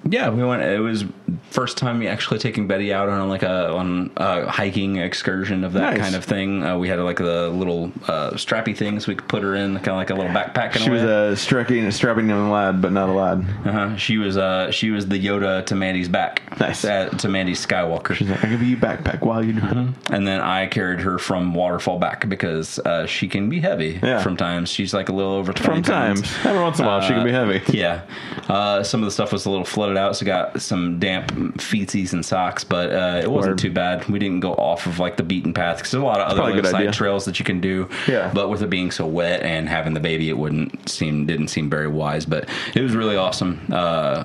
Speaker 5: yeah, we went. It was first time we actually taking Betty out on like a on a hiking excursion of that
Speaker 2: Nice.
Speaker 5: kind of thing. Uh, we had like the little uh, strappy things we could put her in, kind of like a little backpack. In
Speaker 2: She
Speaker 5: a
Speaker 2: was
Speaker 5: way.
Speaker 2: a striking, strapping young lad, but not a lad.
Speaker 5: uh-huh. she was uh, she was the Yoda to Mandy's back.
Speaker 2: Nice.
Speaker 5: Uh, to Mandy's Skywalker.
Speaker 2: She's like, I give you backpack while you do it.
Speaker 5: and then I carried her from waterfall back because uh, she can be heavy
Speaker 2: Yeah.
Speaker 5: from times. She's like a little over
Speaker 2: From
Speaker 5: twenty
Speaker 2: time,
Speaker 5: pounds.
Speaker 2: every once in a while, she can be heavy.
Speaker 5: Yeah, uh, some of the stuff was a little flooded out, so got some damp feeties and socks, but uh, it wasn't
Speaker 2: Word.
Speaker 5: too bad. We didn't go off of like the beaten path because there's a lot of
Speaker 2: probably a
Speaker 5: other
Speaker 2: good
Speaker 5: like,
Speaker 2: idea.
Speaker 5: side trails that you can do.
Speaker 2: Yeah.
Speaker 5: but with it being so wet and having the baby, it wouldn't seem didn't seem very wise. But it was really awesome. Uh,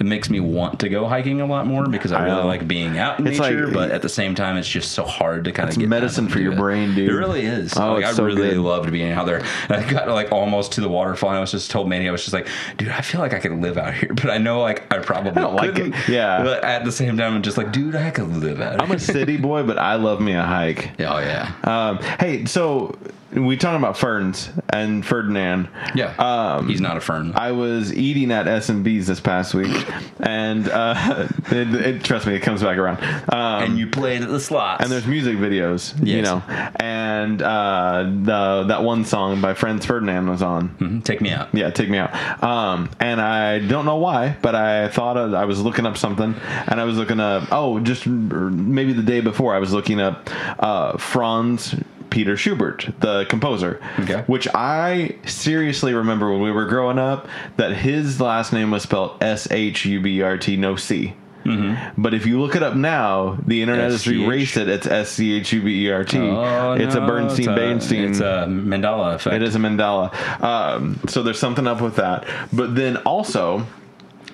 Speaker 5: it makes me want to go hiking a lot more because I,
Speaker 2: I
Speaker 5: really
Speaker 2: know.
Speaker 5: like being out in
Speaker 2: It's
Speaker 5: nature.
Speaker 2: like-
Speaker 5: but at the same time, it's just so hard to kind of
Speaker 2: It's
Speaker 5: get out
Speaker 2: medicine
Speaker 5: and
Speaker 2: for
Speaker 5: do
Speaker 2: your
Speaker 5: it.
Speaker 2: brain, dude.
Speaker 5: It really is.
Speaker 2: Oh,
Speaker 5: like,
Speaker 2: it's
Speaker 5: I
Speaker 2: so
Speaker 5: really
Speaker 2: good.
Speaker 5: loved being out there. I got like almost to the waterfall, and I was just told Manny, I was just like, dude, I feel like I could live out here, but I know like I probably
Speaker 2: don't like
Speaker 5: couldn't.
Speaker 2: it. Yeah.
Speaker 5: But at the same time, I'm just like, dude, I could live out.
Speaker 2: I'm a city boy, but I love me a hike.
Speaker 5: here. Oh yeah.
Speaker 2: Um, hey, so we talking about ferns and Ferdinand.
Speaker 5: Yeah. He's not a fern.
Speaker 2: I was eating at S and B's this past week, and uh, it, it, trust me, it comes back around. Um,
Speaker 5: and you played at the slots.
Speaker 2: and there's music videos, you
Speaker 5: Yes.
Speaker 2: know, and uh, the that one song by Franz Ferdinand was on.
Speaker 5: Mhm. take me out.
Speaker 2: Yeah, take me out. Um, and I don't know why, but I thought of, I was looking up something, and I was looking up. Oh, just or maybe the day before, I was looking up uh, Franz Peter Schubert, the composer,
Speaker 5: Okay.
Speaker 2: which I seriously remember when we were growing up that his last name was spelled S H U B E R T, no C.
Speaker 5: Mm-hmm.
Speaker 2: But if you look it up now, the internet has
Speaker 5: SCH.
Speaker 2: erased it. It's S C H U B E R T.
Speaker 5: E Oh,
Speaker 2: It's
Speaker 5: no,
Speaker 2: a Bernstein
Speaker 5: it's
Speaker 2: Bernstein.
Speaker 5: It's a mandala effect.
Speaker 2: It is a mandala. Um, so there's something up with that. But then also,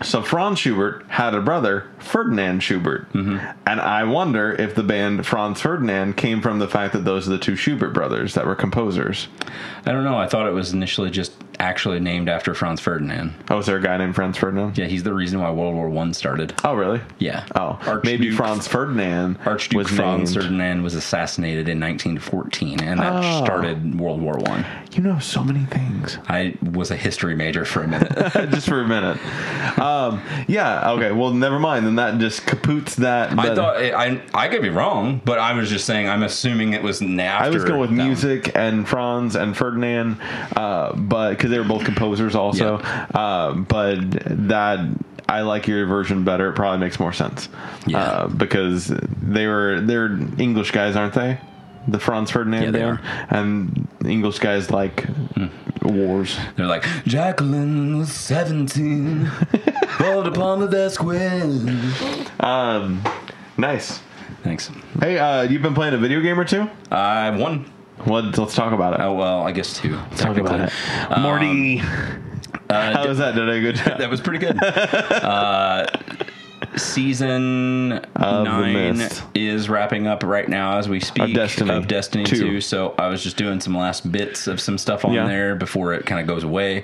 Speaker 2: so Franz Schubert had a brother, Ferdinand Schubert.
Speaker 5: Mm-hmm.
Speaker 2: And I wonder if the band Franz Ferdinand came from the fact that those are the two Schubert brothers that were composers.
Speaker 5: I don't know. I thought it was initially just actually named after Franz Ferdinand.
Speaker 2: Oh, is there a guy named Franz Ferdinand?
Speaker 5: Yeah, he's the reason why World War One started.
Speaker 2: Oh, really?
Speaker 5: Yeah.
Speaker 2: Oh, maybe Franz Ferdinand
Speaker 5: Archduke
Speaker 2: was
Speaker 5: Franz
Speaker 2: named.
Speaker 5: Ferdinand was assassinated in 1914, and that
Speaker 2: Oh.
Speaker 5: started World War One.
Speaker 2: You know so many things.
Speaker 5: I was a history major for a minute.
Speaker 2: just for a minute. Um, yeah. Okay. Well, never mind. Then that just capoots that.
Speaker 5: I
Speaker 2: but-
Speaker 5: thought it, I I could be wrong, but I was just saying I'm assuming it was n- after.
Speaker 2: I was going with
Speaker 5: that one.
Speaker 2: music and Franz and Ferdinand, uh, but because they were both composers also. Uh, but that I like your version better. It probably makes more sense
Speaker 5: Yeah.
Speaker 2: uh, because they were they're English guys, aren't they? The Franz Ferdinand
Speaker 5: Yeah, they Hmm.
Speaker 2: band. and English guys like wars.
Speaker 5: They're like Jacqueline was 17, rolled upon the desk when.
Speaker 2: Um, nice.
Speaker 5: Thanks.
Speaker 2: Hey, uh, you've been playing a video game or two?
Speaker 5: I won.
Speaker 2: What? Let's talk about it.
Speaker 5: Oh well, I guess two. Um, uh,
Speaker 2: Morty. How was that? Did I good? job?
Speaker 5: That was pretty good. uh, season
Speaker 2: Of the
Speaker 5: nine
Speaker 2: Mist.
Speaker 5: is wrapping up right now as we speak
Speaker 2: Of Destiny
Speaker 5: of Destiny
Speaker 2: two.
Speaker 5: two. So I was just doing some last bits of some stuff on
Speaker 2: Yeah.
Speaker 5: there before it kind of goes away.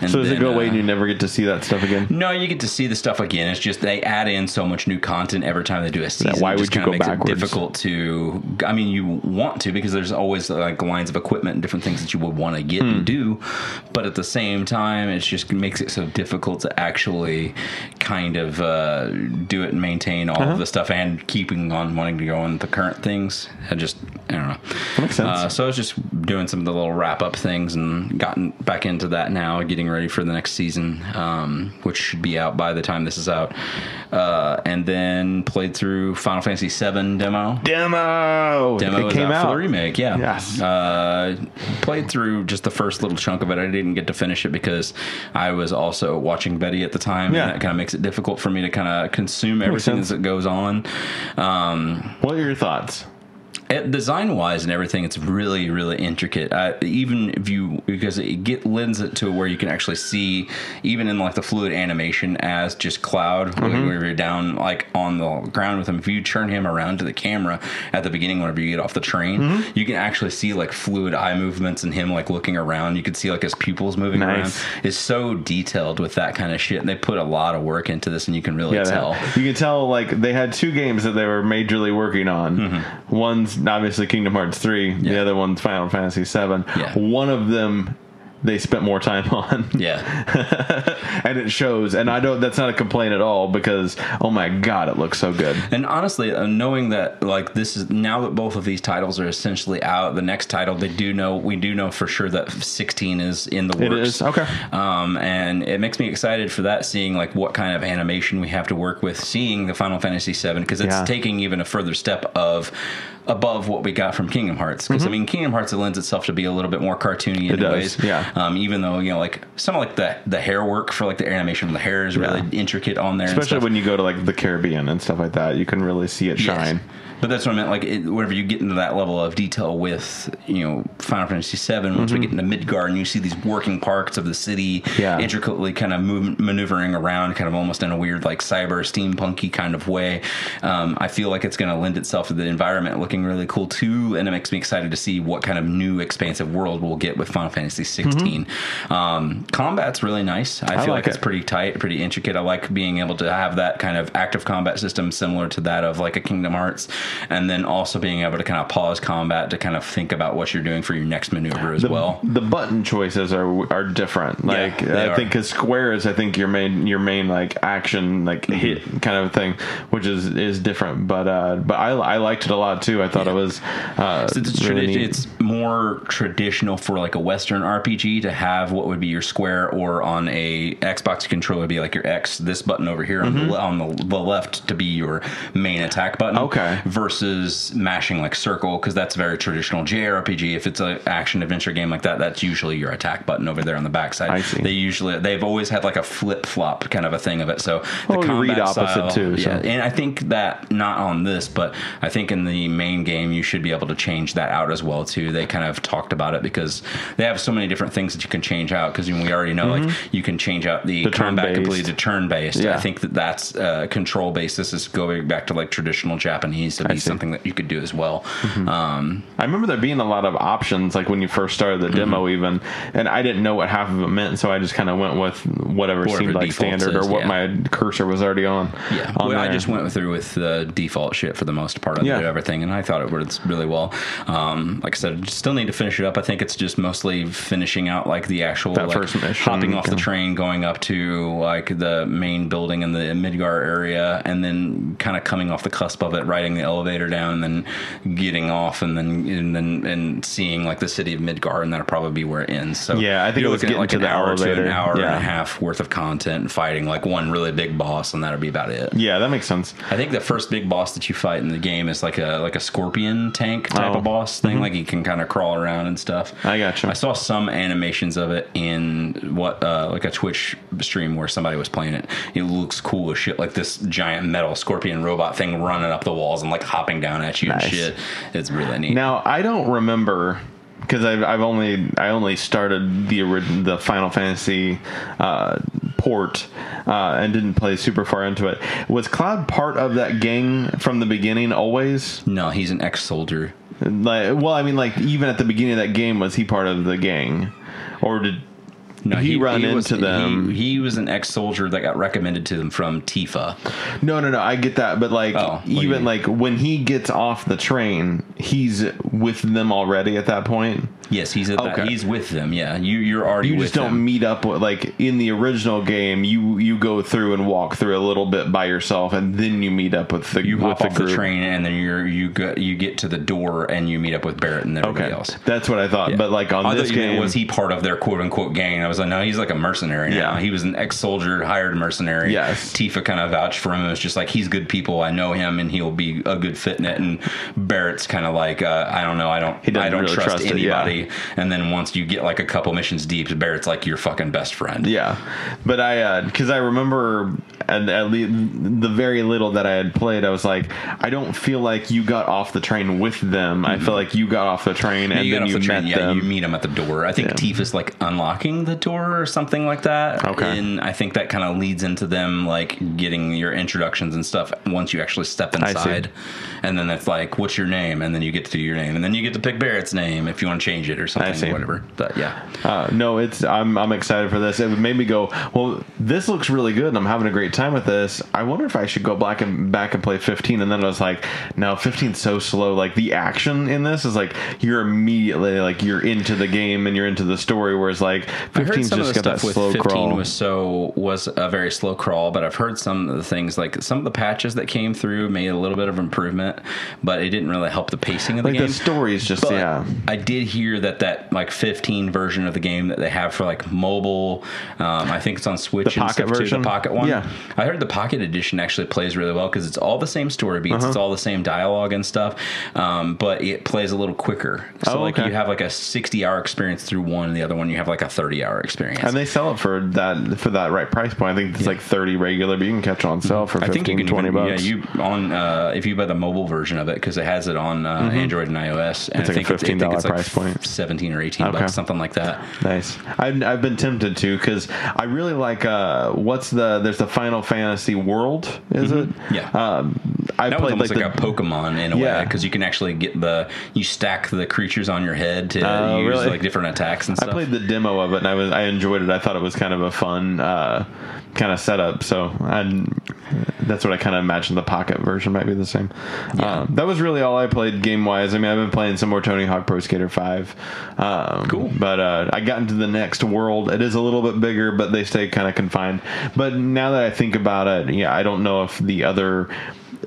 Speaker 5: And
Speaker 2: so does it
Speaker 5: then,
Speaker 2: go away
Speaker 5: uh,
Speaker 2: and you never get to see that stuff again?
Speaker 5: no, you get to see the stuff again. It's just they add in so much new content every time they do a season.
Speaker 2: why
Speaker 5: It
Speaker 2: would
Speaker 5: just
Speaker 2: you
Speaker 5: kinda
Speaker 2: go
Speaker 5: makes
Speaker 2: backwards?
Speaker 5: It difficult to. I mean, you want to because there's always like lines of equipment and different things that you would want to get
Speaker 2: Hmm.
Speaker 5: and do, but at the same time, it just makes it so difficult to actually kind of uh, do it and maintain all
Speaker 2: Uh-huh.
Speaker 5: of the stuff and keeping on wanting to go on the current things. I just, I don't know.
Speaker 2: Makes sense.
Speaker 5: Uh, so I was just doing some of the little wrap up things and gotten back into that now, getting ready for the next season, um, which should be out by the time this is out. Uh, and then played through Final Fantasy VII demo.
Speaker 2: Demo.
Speaker 5: Demo
Speaker 2: Oh, it
Speaker 5: was
Speaker 2: came
Speaker 5: out,
Speaker 2: out.
Speaker 5: for the remake, yeah.
Speaker 2: Yes.
Speaker 5: Uh, played through just the first little chunk of it. I didn't get to finish it because I was also watching Betty at the time.
Speaker 2: Yeah.
Speaker 5: And that kind of makes it difficult for me to kind of consume everything
Speaker 2: sense.
Speaker 5: as it goes on. Um,
Speaker 2: What are your thoughts?
Speaker 5: design wise and everything it's really really intricate uh, even if you because it get lends it to where you can actually see even in like the fluid animation as just cloud
Speaker 2: Mm-hmm.
Speaker 5: whenever you're down like on the ground with him if you turn him around to the camera at the beginning whenever you get off the train
Speaker 2: Mm-hmm.
Speaker 5: you can actually see like fluid eye movements and him like looking around you can see like his pupils moving
Speaker 2: Nice.
Speaker 5: around it's so detailed with that kind of shit and they put a lot of work into this and you can really
Speaker 2: Yeah, they-
Speaker 5: tell
Speaker 2: you can tell like they had two games that they were majorly working on. One's obviously Kingdom Hearts three. The
Speaker 5: Mm-hmm. Yeah.
Speaker 2: other one's Final Fantasy seven.
Speaker 5: Yeah.
Speaker 2: One of them they spent more time on.
Speaker 5: yeah
Speaker 2: and it shows. And I don't. That's not a complaint at all because oh my god, it looks so good.
Speaker 5: And honestly, uh, knowing that like this is now that both of these titles are essentially out, the next title they do know we do know for sure that 16 is in the works.
Speaker 2: It is okay.
Speaker 5: Um, and it makes me excited for that, seeing like what kind of animation we have to work with, seeing the Final Fantasy VII, because it's
Speaker 2: Yeah.
Speaker 5: taking even a further step of above what we got from Kingdom Hearts. Because I mean, Kingdom Hearts it lends itself to be a little bit more cartoony,
Speaker 2: Mm-hmm. It does,
Speaker 5: anyways.
Speaker 2: yeah.
Speaker 5: Um, even though you know, like some of like the the hair work for like the animation of the hair is really intricate on there, and
Speaker 2: Especially
Speaker 5: stuff.
Speaker 2: when you go to like the Caribbean and stuff like that, you can really see it
Speaker 5: Yes.
Speaker 2: shine.
Speaker 5: But that's what I meant. Like, it, whenever you get into that level of detail with, you know, Final Fantasy VII, once we get into Midgard and you see these working parts of the city
Speaker 2: Mm-hmm. Yeah.
Speaker 5: intricately kind of move, maneuvering around, kind of almost in a weird, like, cyber steampunky kind of way, um, I feel like it's going to lend itself to the environment looking really cool, too. And it makes me excited to see what kind of new expansive world we'll get with Final Fantasy 16. Um, combat's really nice. I, feel
Speaker 2: Mm-hmm. like
Speaker 5: like, it's
Speaker 2: it.
Speaker 5: pretty tight, pretty intricate. I like being able to have that kind of active combat system similar to that of like a Kingdom Hearts, and then also being able to kind of pause combat to kind of think about what you're doing for your next maneuver as
Speaker 2: The,
Speaker 5: well.
Speaker 2: the button choices are are different. Like
Speaker 5: they
Speaker 2: I
Speaker 5: are.
Speaker 2: think because square is I think your main your main like action like
Speaker 5: Mm-hmm.
Speaker 2: hit kind of thing, which is is different. But uh, but I, I liked it a lot too. I thought it was uh,
Speaker 5: So it's,
Speaker 2: really
Speaker 5: tradi-
Speaker 2: neat.
Speaker 5: it's more traditional for like a Western RPG to have what would be your square, or on a Xbox controller be like your X. This button over here
Speaker 2: Mm-hmm.
Speaker 5: on, the, le- on the, the left to be your main attack button.
Speaker 2: Okay.
Speaker 5: Versus mashing like circle because that's very traditional JRPG. If it's an action adventure game like that, that's usually your attack button over there on the backside.
Speaker 2: I see.
Speaker 5: They usually they've always had like a flip flop kind of a thing of it. So the
Speaker 2: Well, we Oh, read opposite too, so.
Speaker 5: Yeah, and I think that not on this, but I think in the main game you should be able to change that out as well too. They kind of talked about it because they have so many different things that you can change out. Because we already know like you can change out the,
Speaker 2: Mm-hmm. The
Speaker 5: combat
Speaker 2: turn-based.
Speaker 5: completely to turn based.
Speaker 2: Yeah.
Speaker 5: I think that that's uh, control based. This is going back to like traditional Japanese to be something that you could do as well. Um,
Speaker 2: I remember there being a lot of options, like when you first started the
Speaker 5: Mm-hmm.
Speaker 2: demo, even, and I didn't know what half of it meant, so I just kind of went with whatever,
Speaker 5: Whatever
Speaker 2: seemed like
Speaker 5: default
Speaker 2: standard
Speaker 5: says,
Speaker 2: or what
Speaker 5: yeah.
Speaker 2: my cursor was already on.
Speaker 5: Yeah,
Speaker 2: on
Speaker 5: well, I
Speaker 2: there.
Speaker 5: just went through with the default shit for the most part. I
Speaker 2: Yeah.
Speaker 5: did everything, and I thought it worked really well. Um, like I said, I still need to finish it up. I think it's just mostly finishing out like the actual
Speaker 2: That
Speaker 5: like,
Speaker 2: first mission,
Speaker 5: hopping off the
Speaker 2: yeah.
Speaker 5: train, going up to like the main building in the Midgar area, and then kind of coming off the cusp of it, riding the elevator down, and then getting off, and then and then and seeing like the city of Midgar, and that'll probably be where it ends. So
Speaker 2: Yeah, I think
Speaker 5: you're
Speaker 2: it was
Speaker 5: looking at,
Speaker 2: getting to the
Speaker 5: an hour to
Speaker 2: elevator.
Speaker 5: an hour and
Speaker 2: Yeah.
Speaker 5: a half worth of content, and fighting like one really big boss, and that'll be about it.
Speaker 2: yeah, that makes sense.
Speaker 5: I think the first big boss that you fight in the game is like a like a scorpion tank type
Speaker 2: Oh.
Speaker 5: of boss thing. Like he can kind of crawl around and stuff.
Speaker 2: I gotcha.
Speaker 5: I saw some animations of it in what uh, like a Twitch stream where somebody was playing it. It looks cool as shit. Like this giant metal scorpion robot thing running up the walls and like hopping down at you
Speaker 2: Nice.
Speaker 5: and shit. It's really neat.
Speaker 2: Now I don't remember because I've, I've only I only started the orig- the Final Fantasy uh, port uh, and didn't play super far into it. Was Cloud part of that gang from the beginning always?
Speaker 5: no, he's an ex soldier.
Speaker 2: Like, well, I mean, like even at the beginning of that game, was he part of the gang, or did
Speaker 5: No,
Speaker 2: He run
Speaker 5: was,
Speaker 2: into them.
Speaker 5: He, he was an ex soldier that got recommended to them from Tifa.
Speaker 2: No, no, no. I get that, but like,
Speaker 5: Oh, what do you
Speaker 2: even
Speaker 5: mean?
Speaker 2: like when he gets off the train, he's with them already at that point.
Speaker 5: Yes, he's at that.
Speaker 2: Okay.
Speaker 5: He's with them. Yeah, you you're already.
Speaker 2: You
Speaker 5: with
Speaker 2: just don't
Speaker 5: them.
Speaker 2: meet up with like in the original game. You you go through and walk through a little bit by yourself, and then you meet up with the
Speaker 5: You
Speaker 2: with
Speaker 5: hop off the
Speaker 2: group.
Speaker 5: train and then you're you go you get to the door and you meet up with Barrett and everybody
Speaker 2: Okay,
Speaker 5: else.
Speaker 2: that's what I thought. But like on
Speaker 5: I thought
Speaker 2: this
Speaker 5: you meant,
Speaker 2: game,
Speaker 5: Oh, was he part of their quote unquote gang? I was like, no, he's like a mercenary. Yeah,
Speaker 2: Yeah.
Speaker 5: he was an ex soldier, hired mercenary.
Speaker 2: Yes.
Speaker 5: Tifa kind of vouched for him. It was just like he's good people. I know him, and he'll be a good fit in it. And Barrett's kind of like, uh, I don't know, I don't,
Speaker 2: doesn't
Speaker 5: I don't
Speaker 2: really
Speaker 5: trust,
Speaker 2: trust it, yeah.
Speaker 5: anybody. And then once you get like a couple missions deep, Barrett's like your fucking best friend.
Speaker 2: Yeah, but I because I remember at, at least the very little that I had played, I was like, I don't feel like you got off the train with them. I feel like you got off the train and
Speaker 5: Mm-hmm. you get
Speaker 2: then
Speaker 5: off
Speaker 2: you
Speaker 5: the train,
Speaker 2: met
Speaker 5: yeah,
Speaker 2: them.
Speaker 5: you meet him at the door. I think
Speaker 2: Yeah.
Speaker 5: Tifa's like unlocking the door or something like that.
Speaker 2: Okay.
Speaker 5: And I think that kind of leads into them like getting your introductions and stuff once you actually step
Speaker 2: see.
Speaker 5: inside. And then it's like, what's your name? And then you get to do your name. And then you get to pick Barrett's name if you want to change it or something,
Speaker 2: see.
Speaker 5: whatever. But yeah.
Speaker 2: Uh, no, it's I'm I'm excited for this. It made me go, well, this looks really good, and I'm having a great time with this. I wonder if I should go back and back and play 15. And then I was like, no, 15's so slow. Like the action in this is like you're immediately like you're into the game and you're into the story, whereas like 15's just got that slow crawl.
Speaker 5: was so was a very slow crawl, but I've heard some of the things like some of the patches that came through made a little bit of improvement, but it didn't really help the pacing of the
Speaker 2: like
Speaker 5: game.
Speaker 2: the story's just
Speaker 5: But
Speaker 2: yeah.
Speaker 5: I did hear that that like 15 version of the game that they have for like mobile, um, I think it's on Switch.
Speaker 2: The
Speaker 5: and
Speaker 2: pocket
Speaker 5: stuff, too,
Speaker 2: version?
Speaker 5: the pocket one.
Speaker 2: Yeah.
Speaker 5: I heard the pocket edition actually plays really well because it's all the same story beats,
Speaker 2: Uh-huh.
Speaker 5: it's all the same dialogue and stuff, um, but it plays a little quicker. So
Speaker 2: Oh,
Speaker 5: like
Speaker 2: okay.
Speaker 5: you have like a 60 hour experience through one, and the other one you have like a 30 hour experience.
Speaker 2: And they sell it for that for that right price point. I think it's like thirty regular, but you can catch it on sale for 15, 20
Speaker 5: even,
Speaker 2: bucks.
Speaker 5: Yeah, you on uh, if you buy the mobile version of it because it has it on uh, Android and iOS. And
Speaker 2: Mm-hmm. It's
Speaker 5: I
Speaker 2: like a
Speaker 5: think it's, I think
Speaker 2: $15
Speaker 5: it's like
Speaker 2: price point.
Speaker 5: seventeen or eighteen
Speaker 2: Okay.
Speaker 5: bucks, something like that.
Speaker 2: Nice. I've, I've been tempted to because I really like uh, what's the there's the Final Fantasy World is it?
Speaker 5: Mm-hmm. Yeah.
Speaker 2: Um, I
Speaker 5: that was
Speaker 2: played
Speaker 5: almost
Speaker 2: like,
Speaker 5: like,
Speaker 2: the,
Speaker 5: a Pokemon in a way, 'cause way
Speaker 2: Yeah.
Speaker 5: because you can actually get the you stack the creatures on your head to
Speaker 2: Oh,
Speaker 5: use
Speaker 2: really?
Speaker 5: like different attacks and
Speaker 2: I
Speaker 5: stuff.
Speaker 2: played the demo of it and I was I enjoyed it. I thought it was kind of a fun uh, kind of setup. So and that's what I kind of imagined the pocket version might be the same. Um, that was really all I played game wise. I mean, I've been playing some more Tony Hawk Pro Skater Five. Um,
Speaker 5: Cool.
Speaker 2: But uh, I got into the next world. It is a little bit bigger, but they stay kind of confined. But now that I think about it, yeah, I don't know if the other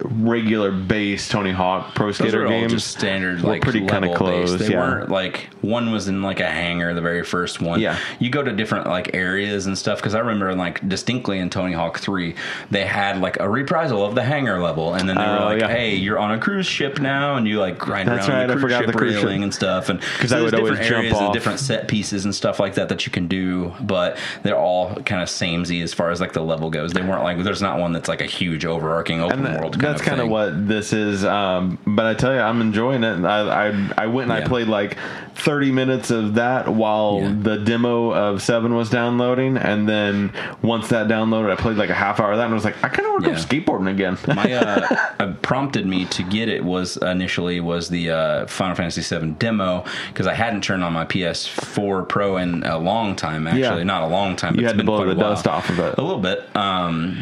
Speaker 2: regular base Tony Hawk Pro
Speaker 5: Those
Speaker 2: Skater
Speaker 5: were all
Speaker 2: games
Speaker 5: just standard,
Speaker 2: were
Speaker 5: like
Speaker 2: pretty kinda
Speaker 5: level
Speaker 2: close,
Speaker 5: based. They
Speaker 2: yeah.
Speaker 5: weren't like one was in like a hangar, the very first one.
Speaker 2: Yeah.
Speaker 5: you go to different like areas and stuff because I remember like distinctly in Tony Hawk Three, they had like a reprisal of the hangar level, and then they
Speaker 2: Oh,
Speaker 5: were like,
Speaker 2: yeah.
Speaker 5: "Hey, you're on a cruise ship now," and you like grind
Speaker 2: That's
Speaker 5: around on
Speaker 2: right, I
Speaker 5: the cruise
Speaker 2: forgot
Speaker 5: ship
Speaker 2: the cruise ship.
Speaker 5: railing and stuff, and
Speaker 2: 'Cause I
Speaker 5: there's
Speaker 2: would always
Speaker 5: different
Speaker 2: jump
Speaker 5: areas and
Speaker 2: off.
Speaker 5: different set pieces and stuff like that that you can do, but they're all kind of samey as far as like the level goes. They weren't like there's not one that's like a huge overarching open
Speaker 2: and that-
Speaker 5: world. Kind
Speaker 2: that's
Speaker 5: of
Speaker 2: kind of
Speaker 5: thing.
Speaker 2: what this is. Um, but I tell you, I'm enjoying it. I I, I went and
Speaker 5: Yeah.
Speaker 2: I played like 30 minutes of that while
Speaker 5: Yeah.
Speaker 2: the demo of Seven was downloading, and then once that downloaded, I played like a half hour of that, and I was like, I kind of want to
Speaker 5: Yeah.
Speaker 2: go skateboarding again.
Speaker 5: my uh, uh, prompted me to get it was initially was the uh, Final Fantasy VII demo because I hadn't turned on my PS4 Pro in a long time. Actually,
Speaker 2: Yeah.
Speaker 5: not a long time. but
Speaker 2: You
Speaker 5: it's
Speaker 2: had to
Speaker 5: been
Speaker 2: blow
Speaker 5: quite a
Speaker 2: the
Speaker 5: while. Oh,
Speaker 2: dust off of it.
Speaker 5: a little bit. Um,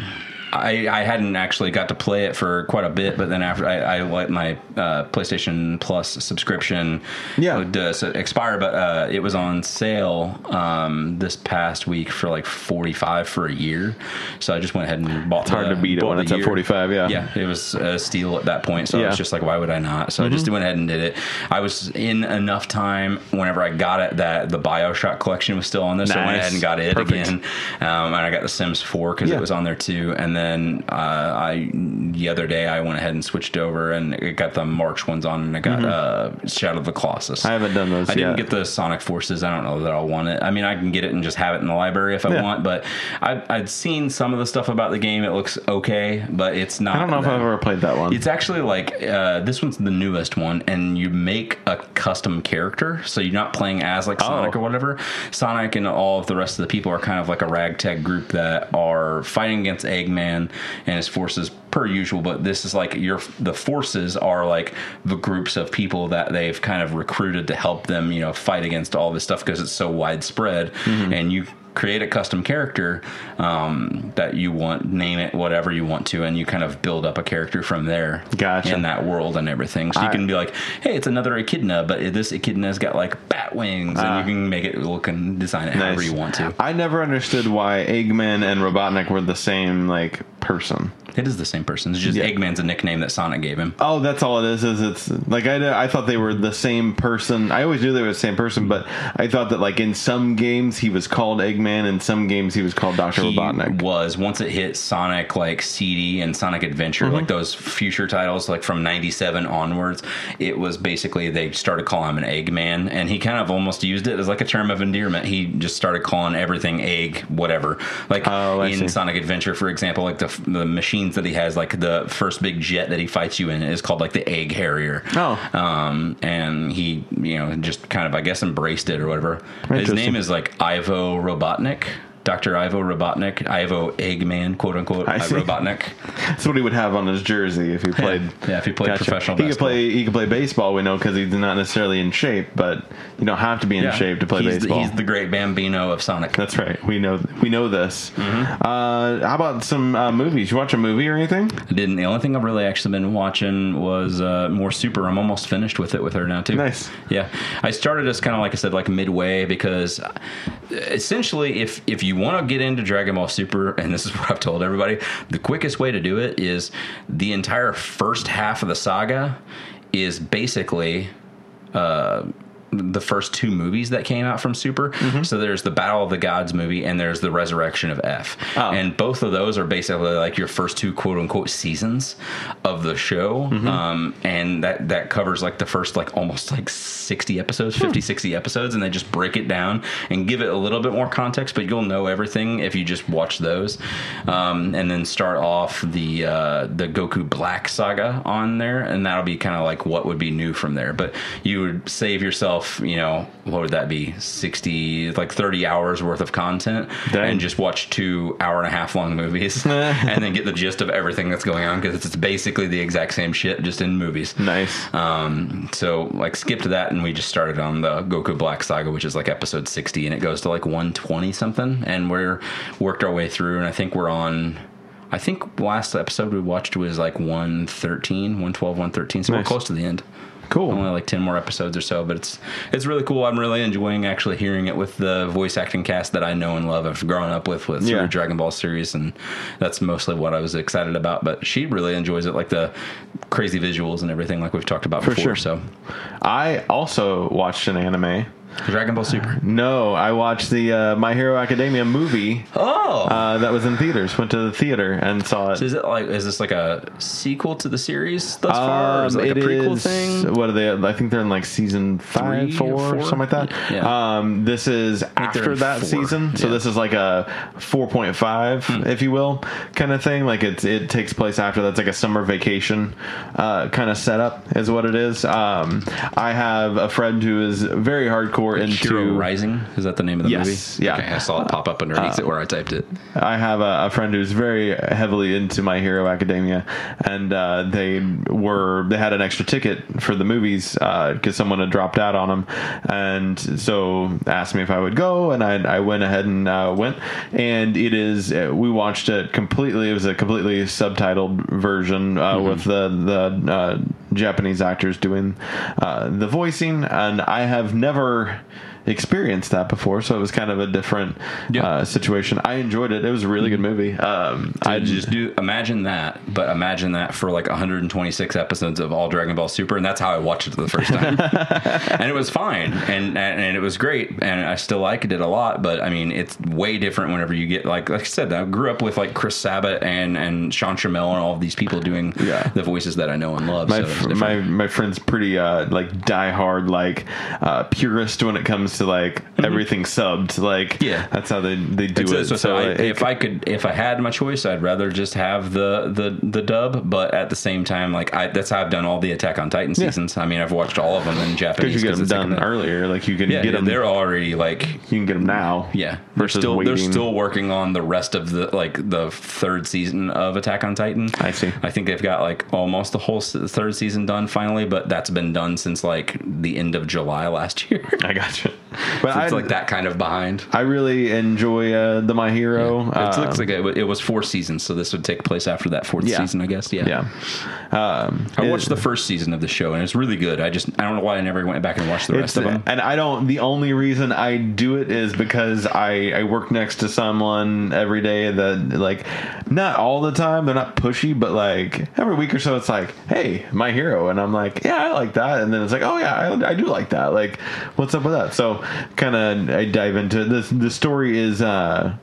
Speaker 5: I, I hadn't actually got to play it for quite a bit, but then after I, I let my uh, PlayStation Plus subscription
Speaker 2: Yeah.
Speaker 5: would, uh, so expire, but uh, it was on sale um, this past week for like forty five for a year. So I just went ahead and bought. It's
Speaker 2: hard to beat it when it's at 45, yeah.
Speaker 5: yeah, it was a steal at that point. So I
Speaker 2: Yeah. Mm-hmm.
Speaker 5: was just like, why would I not? So I just went ahead and did it. I was in enough time whenever I got it that the Bioshock collection was still on this. So I went
Speaker 2: Nice.
Speaker 5: ahead and got it
Speaker 2: Perfect.
Speaker 5: again. Um, and I got The Sims 4 because
Speaker 2: Yeah.
Speaker 5: it was on there too. And then uh, I the other day I went ahead and switched over and it got the March ones on and I got uh, Shadow of the Colossus.
Speaker 2: Mm-hmm. I haven't done those
Speaker 5: I
Speaker 2: yet.
Speaker 5: didn't get the Sonic Forces. I don't know that I'll want it. I mean, I can get it and just have it in the library if I
Speaker 2: Yeah.
Speaker 5: want. But I, I'd seen some of the stuff about the game. It looks okay, but it's not.
Speaker 2: I don't know if I've ever played that one.
Speaker 5: It's actually like uh, this one's the newest one, and you make a custom character, so you're not playing as like Sonic or whatever. Sonic and all of the rest of the people are kind of like a ragtag group that are fighting against Eggman and his forces per usual. But this is like your the forces are like the groups of people that they've kind of recruited to help them, you know, fight against all this stuff because it's so widespread, and you create a custom character um, that you want, name it whatever you want to, and you kind of build up a character from there.
Speaker 2: Gotcha.
Speaker 5: In that world and everything, so you can be like, hey, it's another echidna, but this echidna's got like bat wings,
Speaker 2: Ah.
Speaker 5: and you can make it look and design it however you want to.
Speaker 2: I never understood why Eggman and Robotnik were the same like person.
Speaker 5: It is the same person. It's just
Speaker 2: Yeah.
Speaker 5: Eggman's a nickname that Sonic gave him.
Speaker 2: Oh, that's all it is. Is it's like I, I thought they were the same person. I always knew they were the same person, but I thought that like in some games he was called Eggman, in some games he was called Doctor
Speaker 5: he
Speaker 2: Robotnik.
Speaker 5: was once it hit Sonic like CD and Sonic Adventure, like
Speaker 2: Mm-hmm.
Speaker 5: those future titles, like from '97 onwards. It was basically they started calling him an Eggman, and he kind of almost used it as like a term of endearment. He just started calling everything egg, whatever. Like
Speaker 2: Oh, I
Speaker 5: in
Speaker 2: see.
Speaker 5: Sonic Adventure, for example, like the f- the machines that he has, like the first big jet that he fights you in is called like the Egg Harrier.
Speaker 2: Oh.
Speaker 5: um, and he you know just kind of I guess embraced it or whatever. His
Speaker 2: Interesting.
Speaker 5: name is like Ivo Robotnik, Doctor Ivo Robotnik, Ivo Eggman, quote unquote,
Speaker 2: I
Speaker 5: I
Speaker 2: see.
Speaker 5: Robotnik.
Speaker 2: That's what he would have on his jersey if he played.
Speaker 5: Yeah, if he played professional
Speaker 2: he
Speaker 5: basketball.
Speaker 2: could play. He could play baseball. We know because he's not necessarily in shape, but you don't have to be in shape to play
Speaker 5: he's
Speaker 2: baseball.
Speaker 5: The, he's the great Bambino of Sonic.
Speaker 2: That's right. We know we know this.
Speaker 5: Mm-hmm.
Speaker 2: Uh, how about some uh, movies? You watch a movie or anything?
Speaker 5: I didn't. The only thing I've really actually been watching was uh, more Super. I'm almost finished with it with her now too.
Speaker 2: Nice.
Speaker 5: Yeah, I started as kind of like I said, like midway because uh, essentially, if if you want to get into Dragon Ball Super, and this is what I've told everybody, the quickest way to do it is the entire first half of the saga is basically uh, the first two movies that came out from Super. So there's the Battle of the Gods movie and there's the Resurrection of F.
Speaker 2: Oh.
Speaker 5: And both of those are basically like your first two quote unquote seasons of the show. Um, and that, that covers like the first like almost like 60 episodes, 50, 60 episodes. And they just break it down and give it a little bit more context, but you'll know everything if you just watch those. Um, and then start off the, uh, the Goku Black saga on there. And that'll be kind of like what would be new from there. But you would save yourself, you know, what would that be? 60, like 30 hours worth of content
Speaker 2: Dang.
Speaker 5: and just watch two hour and a half long movies and then get the gist of everything that's going on because it's basically the exact same shit just in movies.
Speaker 2: Nice.
Speaker 5: Um, so like skipped that and we just started on the Goku Black Saga, which is like episode 60 and it goes to like 120 something. And we're worked our way through and I think we're on, I think last episode we watched was like 113, 112, 113. So we're
Speaker 2: Nice.
Speaker 5: close to the end.
Speaker 2: Cool.
Speaker 5: Only like 10 more episodes or so, but it's, it's really cool. I'm really enjoying actually hearing it with the voice acting cast that I know and love. I've grown up with, with
Speaker 2: Yeah.
Speaker 5: through Dragon Ball series. And that's mostly what I was excited about, but she really enjoys it. Like the crazy visuals and everything, like we've talked about
Speaker 2: For
Speaker 5: before.
Speaker 2: sure.
Speaker 5: So
Speaker 2: I also watched an anime.
Speaker 5: Dragon Ball Super.
Speaker 2: No, I watched the uh, My Hero Academia movie
Speaker 5: Oh,
Speaker 2: uh, that was in theaters. Went to the theater and saw it.
Speaker 5: is it like is this like a sequel to the series thus far? Or is it
Speaker 2: Um,
Speaker 5: like a
Speaker 2: it
Speaker 5: prequel
Speaker 2: is-
Speaker 5: thing?
Speaker 2: What are they? I think they're in like season five,
Speaker 5: Three or
Speaker 2: four,
Speaker 5: four?
Speaker 2: something like that.
Speaker 5: Yeah.
Speaker 2: Um, this is after
Speaker 5: in
Speaker 2: that
Speaker 5: four.
Speaker 2: season, so
Speaker 5: Yeah. Hmm.
Speaker 2: this is like a four point five, if you will, kind of thing. Like it's it takes place after that's like a summer vacation uh, kind of setup is what it is. Um, I have a friend who is very hardcore into
Speaker 5: Hero Rising is that the name of the
Speaker 2: Yes,
Speaker 5: movie?
Speaker 2: yeah.
Speaker 5: okay, I saw it pop up underneath it where I typed it.
Speaker 2: I have a, a friend who's very heavily into My Hero Academia, and uh, they were they had an extra ticket for the movies because someone had dropped out on them, and so asked me if I would go, and I, I went ahead and uh, went, and it is uh, we watched it completely. It was a completely subtitled version uh, with the the uh, Japanese actors doing uh, the voicing, and I have never experienced that before, so it was kind of a different
Speaker 5: Yeah. Mm-hmm.
Speaker 2: uh, situation. I enjoyed it. It was a really good movie. Um,
Speaker 5: I just do imagine that, but imagine that for like 126 episodes of all Dragon Ball Super, and that's how I watched it the first time, and it was fine, and, and and it was great, and I still liked it a lot. But I mean, it's way different whenever you get like like I said, I grew up with like Chris Sabat and and Sean Trammell and all of these people doing
Speaker 2: Yeah.
Speaker 5: the voices that I know and love.
Speaker 2: my
Speaker 5: so it's
Speaker 2: fr-
Speaker 5: different.
Speaker 2: my my friend's pretty uh, like diehard like uh, purist when it comes to like everything subbed. Like
Speaker 5: Mm-hmm. Yeah.
Speaker 2: that's how they they do
Speaker 5: So,
Speaker 2: it.
Speaker 5: so, so I,
Speaker 2: like,
Speaker 5: if I could, if I had my choice, I'd rather just have the the the dub. But at the same time, like I, that's how I've done all the Attack on Titan seasons. I mean, I've watched all of them in
Speaker 2: because
Speaker 5: Japanese
Speaker 2: you get them
Speaker 5: it's like
Speaker 2: done
Speaker 5: in the-
Speaker 2: earlier, like you can
Speaker 5: Yeah,
Speaker 2: get
Speaker 5: yeah,
Speaker 2: them.
Speaker 5: they're already like
Speaker 2: you can get them now.
Speaker 5: yeah, they're
Speaker 2: versus
Speaker 5: still they're
Speaker 2: waiting.
Speaker 5: still working on the rest of the like the third season of Attack on Titan.
Speaker 2: I see.
Speaker 5: I think they've got like almost the whole se- third season done finally, but that's been done since like the end of July last year.
Speaker 2: I gotcha. But
Speaker 5: So it's
Speaker 2: I-
Speaker 5: like that kind of behind.
Speaker 2: I really enjoy uh, the My Hero.
Speaker 5: It
Speaker 2: Uh,
Speaker 5: looks like it, wa- it was four seasons, so this would take place after that fourth
Speaker 2: Yeah.
Speaker 5: season, I guess. Yeah.
Speaker 2: yeah. Um,
Speaker 5: I
Speaker 2: it-
Speaker 5: watched the first season of the show, and it's really good. I just I don't know why I never went back and watched the
Speaker 2: It's,
Speaker 5: rest of them.
Speaker 2: and I don't. The only reason I do it is because I I work next to someone every day that like not all the time. They're not pushy, but like every week or so, it's like, hey, my hero, and I'm like, yeah, I like that, and then it's like, oh yeah, I, I do like that. Like, what's up with that? So kind of I dive into it. this. The story is. uh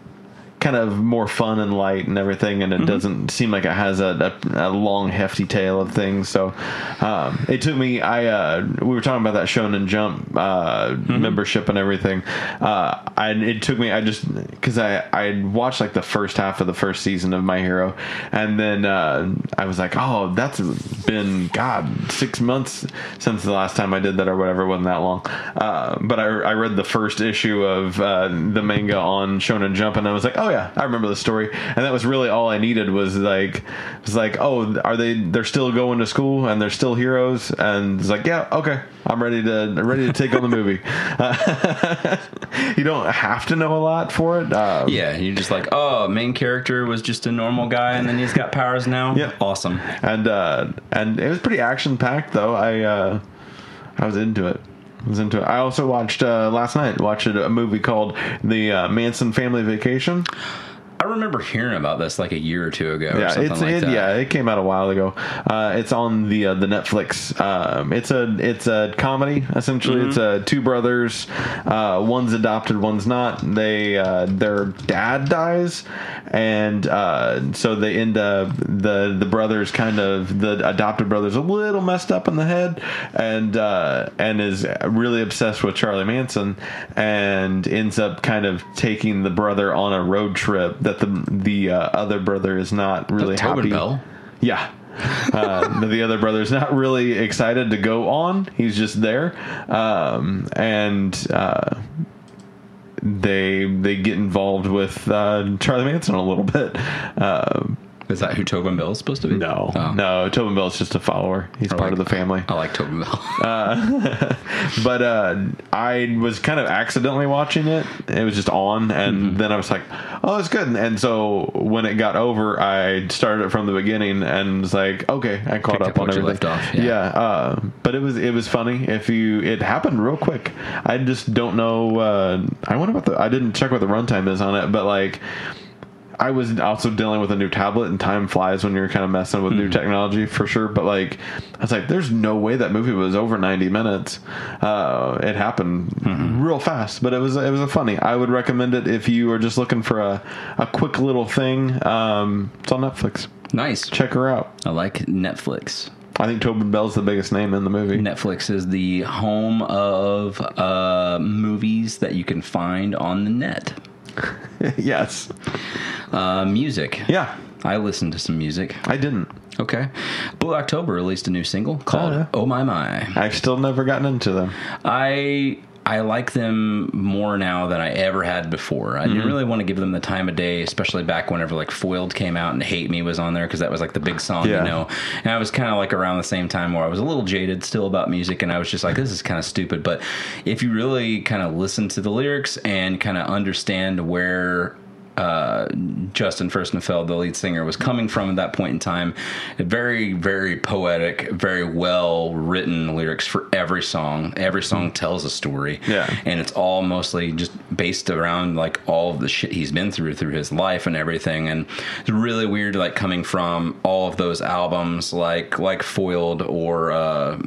Speaker 2: kind of more fun and light and everything, and it doesn't seem like it has a, a, a long, hefty tail of things. So um, it took me. I uh, we were talking about that Shonen Jump uh, membership and everything. Uh, I it took me. I just because I I had watched like the first half of the first season of My Hero, and then uh, I was like, oh, that's been God six months since the last time I did that or whatever. It wasn't that long, uh, but I, I read the first issue of uh, the manga on Shonen Jump, and I was like, oh yeah, I remember the story, and that was really all I needed was like, was like, oh, are they? They're still going to school and they're still heroes, and it's like, yeah, okay, I'm ready to ready to take on the movie. Uh, you don't have to know a lot for it. Um,
Speaker 5: yeah, you're just like, oh, main character was just a normal guy, and then he's got powers now.
Speaker 2: Yeah.
Speaker 5: awesome.
Speaker 2: and uh, and it was pretty action packed though. I uh, I was into it. I was into it. I also watched uh, last night. Watched a movie called The uh, Manson Family Vacation.
Speaker 5: I remember hearing about this like a year or two ago. or
Speaker 2: Yeah,
Speaker 5: something
Speaker 2: it's
Speaker 5: like
Speaker 2: it,
Speaker 5: that.
Speaker 2: yeah, it came out a while ago. Uh, it's on the uh, the Netflix. Um, it's a it's a comedy essentially. It's
Speaker 5: Mm-hmm.
Speaker 2: uh, two brothers. Uh, one's adopted, one's not. They uh, their dad dies, and uh, so they end up the the brothers kind of the adopted brothers a little messed up in the head, and uh, and is really obsessed with Charlie Manson, and ends up kind of taking the brother on a road trip that the the uh, other brother is not really really
Speaker 5: Tobin
Speaker 2: happy.
Speaker 5: Bell?
Speaker 2: Yeah. uh, but the other brother's not really excited to go on. He's just there, um, and uh, they they get involved with uh, Charlie Manson a little bit. Um,
Speaker 5: Is that who Tobin Bell is supposed to be?
Speaker 2: no,
Speaker 5: Oh.
Speaker 2: no, Tobin Bell's just a follower. He's part of the family.
Speaker 5: I like Tobin Bell.
Speaker 2: but uh, I was kind of accidentally watching it. It was just on, and
Speaker 5: Mm-hmm.
Speaker 2: then I was like, "Oh, it's good." And so when it got over, I started it from the beginning and was like, "Okay, I caught
Speaker 5: Picked
Speaker 2: up,
Speaker 5: up
Speaker 2: on
Speaker 5: what you
Speaker 2: everything."
Speaker 5: left off,
Speaker 2: yeah,
Speaker 5: yeah.
Speaker 2: uh, but it was it was funny. If you, it happened real quick. I just don't know. Uh, I wonder what the I didn't check what the runtime is on it, but like. I was also dealing with a new tablet, and time flies when you're kind of messing with
Speaker 5: Hmm.
Speaker 2: new technology for sure. But like, I was like, there's no way that movie was over 90 minutes. Uh, it happened
Speaker 5: Hmm.
Speaker 2: real fast, but it was it was a funny. I would recommend it if you are just looking for a, a quick little thing. Um, it's on Netflix.
Speaker 5: nice.
Speaker 2: Check her out.
Speaker 5: I like Netflix.
Speaker 2: I think Tobin Bell's the biggest name in the movie.
Speaker 5: Netflix is the home of uh, movies that you can find on the net.
Speaker 2: yes.
Speaker 5: Uh, music.
Speaker 2: Yeah.
Speaker 5: I listened to some music.
Speaker 2: I didn't.
Speaker 5: Okay. Blue October released a new single called
Speaker 2: yeah.
Speaker 5: Oh My My.
Speaker 2: I've still never gotten into them.
Speaker 5: I I like them more now than I ever had before. I
Speaker 2: Mm-hmm.
Speaker 5: didn't really want to give them the time of day, especially back whenever like Foiled came out and Hate Me was on there because that was like the big song,
Speaker 2: Yeah.
Speaker 5: you know. And I was kind of like around the same time where I was a little jaded still about music, and I was just like, this is kind of stupid. But if you really kind of listen to the lyrics and kind of understand where uh, Justin Furstenfeld, the lead singer, was coming from at that point in time. Very, very poetic, very well written lyrics for every song. Every song tells a story.
Speaker 2: Yeah.
Speaker 5: And it's all mostly just based around like all of the shit he's been through through his life and everything. And it's really weird, like coming from all of those albums, like like Foiled or. Uh,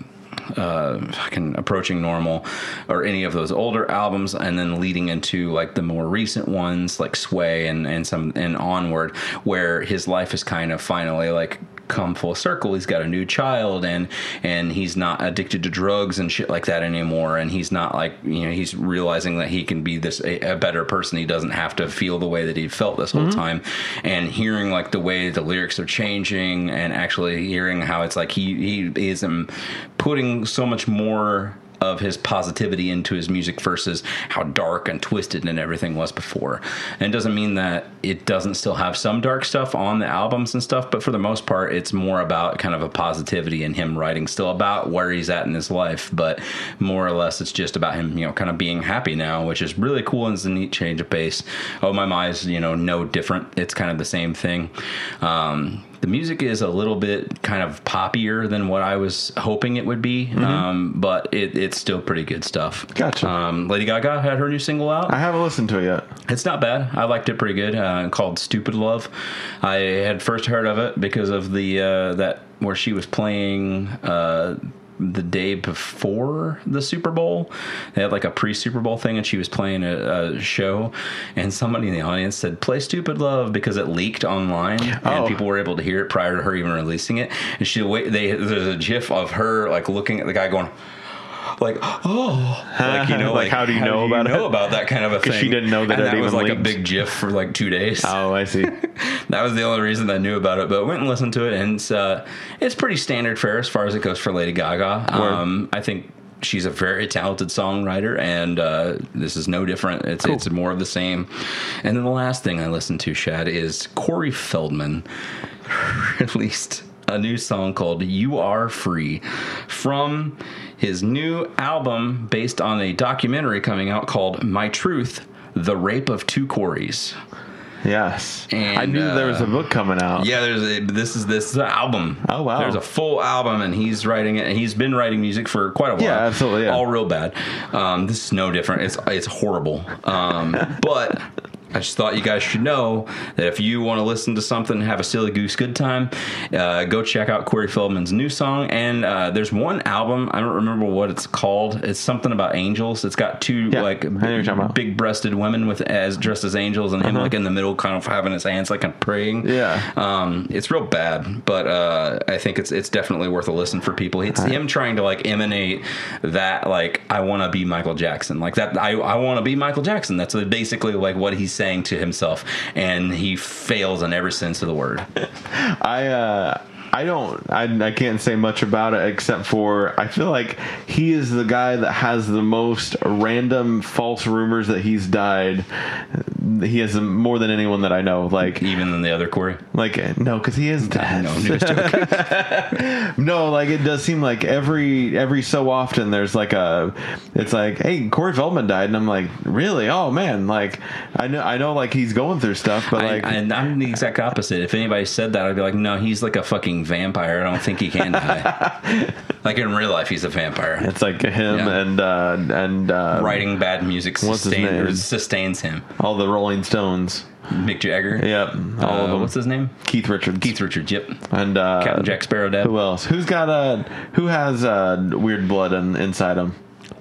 Speaker 5: uh, fucking approaching normal or any of those older albums and then leading into like the more recent ones like sway and and some and onward where his life is kind of finally like come full circle he's got a new child and and he's not addicted to drugs and shit like that anymore and he's not like you know he's realizing that he can be this a, a better person he doesn't have to feel the way that he felt this whole time and hearing like the way the lyrics are changing and actually hearing how it's like he he is um, putting so much more of his positivity into his music versus how dark and twisted and everything was before. And it doesn't mean that it doesn't still have some dark stuff on the albums and stuff, but for the most part, it's more about kind of a positivity in him writing still about where he's at in his life, but more or less it's just about him, you know, kind of being happy now, which is really cool and it's a neat change of pace. Oh, my mind's, you know, no different. It's kind of the same thing. Um, the music is a little bit kind of poppier than what I was hoping it would be, um, but it, it's still pretty good stuff.
Speaker 2: Gotcha.
Speaker 5: Um, Lady Gaga had her new single out.
Speaker 2: I haven't listened to it yet.
Speaker 5: It's not bad. I liked it pretty good. Uh, called "Stupid Love." I had first heard of it because of the uh, that where she was playing uh, the day before the Super Bowl. They had like a pre-Super Bowl thing, and she was playing a, a show, and somebody in the audience said, "Play Stupid Love" because it leaked online, and
Speaker 2: Oh.
Speaker 5: people were able to hear it prior to her even releasing it. And she wait, they there's a GIF of her like looking at the guy going. Like oh, like you know,
Speaker 2: Like,
Speaker 5: like,
Speaker 2: how do you know about it?
Speaker 5: about that kind of a
Speaker 2: 'Cause
Speaker 5: thing.
Speaker 2: she didn't know that
Speaker 5: and
Speaker 2: it
Speaker 5: that was
Speaker 2: even
Speaker 5: like a
Speaker 2: leaked.
Speaker 5: big GIF for like two days.
Speaker 2: Oh, I see.
Speaker 5: That was the only reason I knew about it. But I went and listened to it, and it's uh, it's pretty standard fare as far as it goes for Lady Gaga.
Speaker 2: Word.
Speaker 5: Um, I think she's a very talented songwriter, and uh, this is no different. It's it's more of the same. And then the last thing I listened to, Shad, is Corey Feldman released a new song called You Are Free from his new album based on a documentary coming out called My Truth The Rape of Two Corys.
Speaker 2: yes. I
Speaker 5: And,
Speaker 2: knew there was
Speaker 5: uh,
Speaker 2: a book coming out.
Speaker 5: Yeah, there's a, this is this is an album.
Speaker 2: Oh, wow.
Speaker 5: There's a full album, and he's writing it. And he's been writing music for quite a while.
Speaker 2: Yeah, absolutely, yeah.
Speaker 5: All real bad. Um, this is no different. It's it's horrible. Um, but I just thought you guys should know that if you want to listen to something, have a silly goose good time, uh, go check out Corey Feldman's new song. And uh, there's one album I don't remember what it's called. It's something about angels. It's got two
Speaker 2: Yeah,
Speaker 5: like
Speaker 2: I know what you're talking about.
Speaker 5: big breasted women with as dressed as angels and him like in the middle kind of having his hands like and praying
Speaker 2: Mm-hmm. Yeah.
Speaker 5: um it's real bad but uh i think it's it's definitely worth a listen for people it's him trying to like emanate that like i want to be michael jackson like that i i want to be michael jackson that's basically like what he's saying to himself and he fails in every sense of the word
Speaker 2: I uh I don't I, I can't say much about it except for I feel like he is the guy that has the most random false rumors that he's died. He has them more than anyone that I know. Like
Speaker 5: even than the other corey
Speaker 2: like no cuz he is dead.
Speaker 5: no, no joke.
Speaker 2: No, like it does seem like every every so often there's like a it's like, hey, Corey Feldman died and I'm like, Really? Oh man, like I know I know like he's going through stuff, but
Speaker 5: I-
Speaker 2: like
Speaker 5: I, I'm the exact opposite. If anybody said that, I'd be like, no, he's like a fucking vampire. I don't think he can die. like in real life, he's a vampire.
Speaker 2: it's like him
Speaker 5: Yeah.
Speaker 2: and uh and uh
Speaker 5: writing bad music
Speaker 2: What's his
Speaker 5: sustain,
Speaker 2: name?
Speaker 5: or sustains him.
Speaker 2: all the Rolling Stones.
Speaker 5: Mick Jagger.
Speaker 2: Yep, all
Speaker 5: Uh,
Speaker 2: of them.
Speaker 5: What's his name?
Speaker 2: Keith Richards.
Speaker 5: Keith Richards. Yep.
Speaker 2: and uh,
Speaker 5: Captain Jack Sparrow. Dad.
Speaker 2: Who else? Who's got a who has uh, weird blood in, inside them?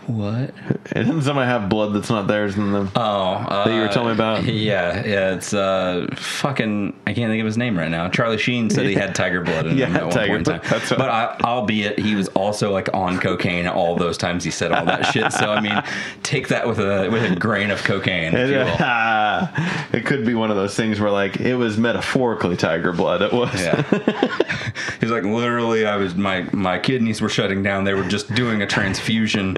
Speaker 5: What?
Speaker 2: And doesn't somebody have blood that's not theirs in them
Speaker 5: Oh, uh,
Speaker 2: that you were telling me about?
Speaker 5: Yeah, yeah. It's uh, fucking. I can't think of his name right now. Charlie Sheen said he had tiger blood in
Speaker 2: Yeah,
Speaker 5: him at one
Speaker 2: tiger
Speaker 5: point in time.
Speaker 2: blood. That's right.
Speaker 5: but I, albeit he was also like on cocaine all those times he said all that shit. So I mean, take that with a with a grain of cocaine, if
Speaker 2: It,
Speaker 5: you will.
Speaker 2: uh, it could be one of those things where like it was metaphorically tiger blood. It was.
Speaker 5: Yeah. He's like, literally, I was my my kidneys were shutting down. They were just doing a transfusion,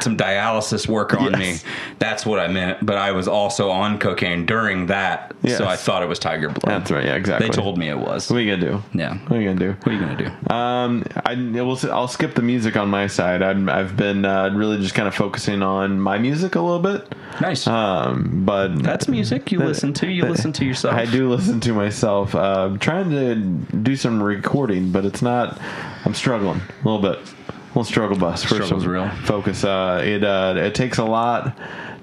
Speaker 5: some dialysis work on
Speaker 2: Yes.
Speaker 5: me. That's what I meant. But I was also on cocaine during that,
Speaker 2: Yes.
Speaker 5: so I thought it was tiger blood.
Speaker 2: That's right. Yeah, exactly.
Speaker 5: They told me it was.
Speaker 2: What are you gonna do?
Speaker 5: Yeah.
Speaker 2: What are you gonna do?
Speaker 5: what are you gonna do?
Speaker 2: Um, I will. I'll skip the music on my side. I'm, I've been uh, really just kind of focusing on my music a little bit.
Speaker 5: Nice.
Speaker 2: Um, but
Speaker 5: That's music you listen to. You listen to yourself.
Speaker 2: uh, I do listen to myself. Uh, I'm trying to do some recording, but it's not. I'm struggling a little bit. A little struggle bus. for
Speaker 5: Struggle's
Speaker 2: some
Speaker 5: real.
Speaker 2: Focus. Uh, it uh, it takes a lot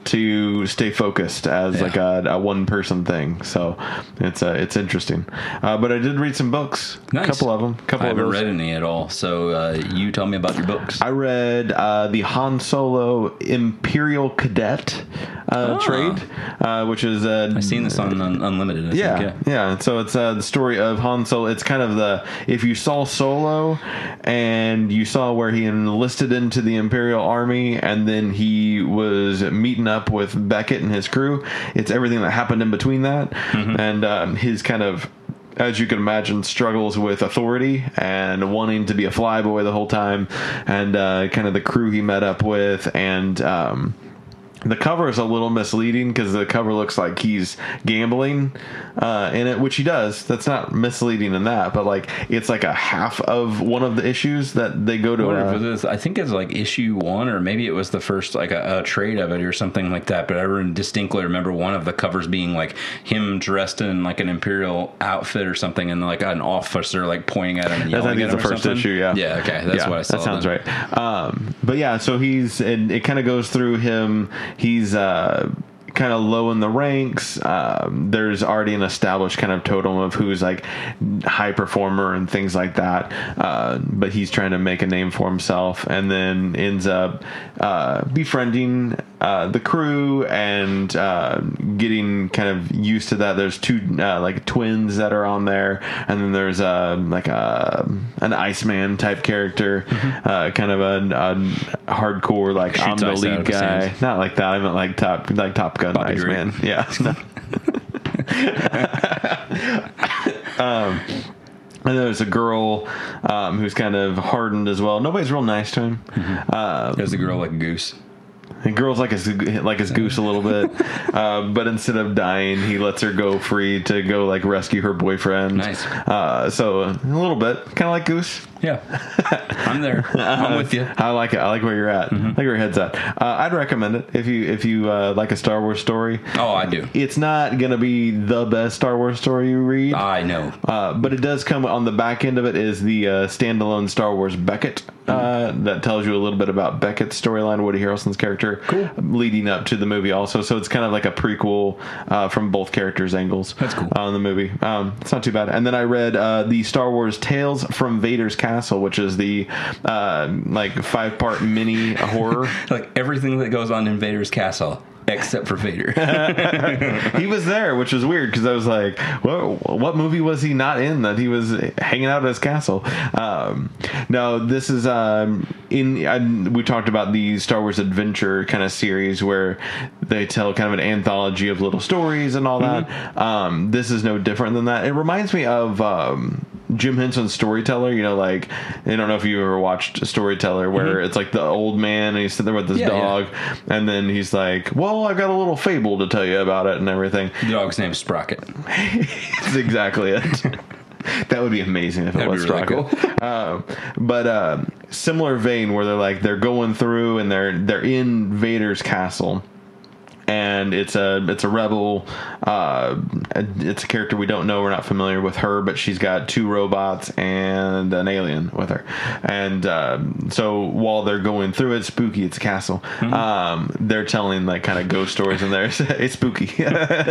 Speaker 2: to stay focused as like a, a one person thing. So it's uh, it's interesting. Uh, but I did read some books.
Speaker 5: Nice.
Speaker 2: A couple of them. Couple
Speaker 5: I
Speaker 2: of
Speaker 5: haven't
Speaker 2: those.
Speaker 5: read any at all. So uh, you tell me about your books.
Speaker 2: I read uh, the Han Solo Imperial Cadet uh,
Speaker 5: Ah.
Speaker 2: trade, uh, which is uh,
Speaker 5: I've seen this on, on Unlimited. I
Speaker 2: Yeah,
Speaker 5: think, yeah.
Speaker 2: yeah. So it's uh, the story of Han Solo. It's kind of the if you saw Solo and you saw where he enlisted into the Imperial Army and then he was meeting up
Speaker 5: Mm-hmm.
Speaker 2: with Beckett and his crew. It's everything that happened in between that and um, his kind of as you can imagine, struggles with authority and wanting to be a flyboy the whole time, and uh, kind of the crew he met up with, and. Um, the cover is a little misleading because the cover looks like he's gambling uh, in it, which he does. That's not misleading in that, but like it's like a half of one of the issues that they go to.
Speaker 5: What
Speaker 2: uh,
Speaker 5: if it was- I think it's like issue one, or maybe it was the first like a, a trade of it or something like that. But I rem- distinctly remember one of the covers being like him dressed in like an imperial outfit or something, and like an officer like pointing at him and
Speaker 2: I
Speaker 5: yelling
Speaker 2: think
Speaker 5: at
Speaker 2: it's
Speaker 5: him
Speaker 2: the
Speaker 5: or
Speaker 2: first
Speaker 5: something.
Speaker 2: issue. Yeah.
Speaker 5: yeah, okay, that's
Speaker 2: Yeah,
Speaker 5: what I saw.
Speaker 2: That sounds
Speaker 5: then.
Speaker 2: right. Um, but yeah, so he's and it kind of goes through him. He's uh, kind of low in the ranks. Um, there's already an established kind of totem of who's like high performer and things like that. Uh, but he's trying to make a name for himself, and then ends up uh, befriending uh, the crew and uh, getting kind of used to that. There's two uh, like twins that are on there, and then there's a like a an Iceman type character, uh, kind of a, a hardcore like I'm
Speaker 5: Mm-hmm. Shoots
Speaker 2: the
Speaker 5: ice
Speaker 2: lead
Speaker 5: out of his
Speaker 2: guy.
Speaker 5: hands.
Speaker 2: Not like that. I meant like top like Top Gun
Speaker 5: Bobby
Speaker 2: Iceman.
Speaker 5: Drake.
Speaker 2: Yeah. Um, And there's a girl um, who's kind of hardened as well. Nobody's real nice to him. Uh,
Speaker 5: There's a girl like a goose.
Speaker 2: and girls like his like his goose a little bit, uh, but instead of dying, he lets her go free to go like rescue her boyfriend.
Speaker 5: Nice.
Speaker 2: Uh, so a little bit, kind of like goose.
Speaker 5: Yeah, I'm there. I'm with you.
Speaker 2: I like it. I like where you're at.
Speaker 5: Mm-hmm.
Speaker 2: I like where your head's at. Uh, I'd recommend it if you if you uh, like a Star Wars story.
Speaker 5: Oh, I do.
Speaker 2: It's not gonna be the best Star Wars story you read.
Speaker 5: I know.
Speaker 2: Uh, but it does come on the back end of it is the uh, standalone Star Wars Beckett uh,
Speaker 5: Mm-hmm.
Speaker 2: that tells you a little bit about Beckett's storyline, Woody Harrelson's character, leading up to the movie also. So it's kind of like a prequel uh, from both characters' angles.
Speaker 5: That's cool.
Speaker 2: On the movie, um, it's not too bad. And then I read uh, the Star Wars Tales from Vader's Castle, which is the uh, like five part mini horror.
Speaker 5: Like everything that goes on in Vader's castle, except for Vader.
Speaker 2: he was there, which was weird because I was like, what, what movie was he not in that he was hanging out at his castle? Um, no, this is um, in. I, we talked about the Star Wars adventure kind of series where they tell kind of an anthology of little stories and all
Speaker 5: Mm-hmm.
Speaker 2: that. Um, this is no different than that. It reminds me of. Um, Jim Henson's storyteller, you know, like I don't know if you ever watched Storyteller, where it's like the old man and he's sitting there with this
Speaker 5: Mm-hmm. Yeah, yeah.
Speaker 2: dog, and then he's like, "Well, I've got a little fable to tell you about it and everything."
Speaker 5: the dog's name's Sprocket.
Speaker 2: That's exactly it. that would be amazing if it
Speaker 5: That'd be
Speaker 2: was
Speaker 5: really
Speaker 2: Rocket. um, but um, similar vein where they're like they're going through and they're they're in Vader's castle. And it's a it's a rebel. Uh, it's a character we don't know. We're not familiar with her, but she's got two robots and an alien with her. And um so while they're going through it, spooky. It's a castle.
Speaker 5: Mm-hmm.
Speaker 2: Um, they're telling like kind of ghost stories in there. it's spooky.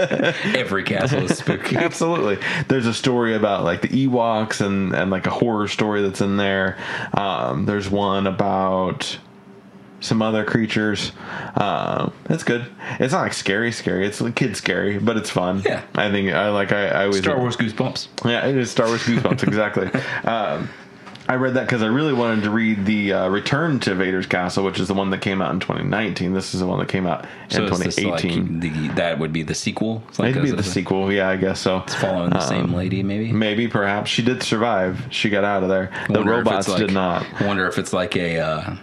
Speaker 5: Every castle is spooky.
Speaker 2: Absolutely. There's a story about like the Ewoks and and like a horror story that's in there. Um, there's one about some other creatures. Um, it's good. It's not like scary, scary. It's like kid scary, but it's fun.
Speaker 5: Yeah.
Speaker 2: I think I like. I, I always
Speaker 5: Star Wars goosebumps.
Speaker 2: yeah, it is Star Wars Goosebumps, exactly. um, I read that because I really wanted to read the uh, Return to Vader's Castle, which is the one that came out in 2019. This is the one that came out in
Speaker 5: So is this
Speaker 2: 2018.
Speaker 5: like the, that would be the sequel? It's like
Speaker 2: It'd be
Speaker 5: is
Speaker 2: the
Speaker 5: this a-
Speaker 2: sequel, yeah, I guess so.
Speaker 5: It's following the
Speaker 2: Um,
Speaker 5: same lady, maybe.
Speaker 2: Maybe, perhaps she did survive. She got out of there. The
Speaker 5: Wonder if it's
Speaker 2: robots
Speaker 5: like-
Speaker 2: did not.
Speaker 5: Wonder if it's like a, uh,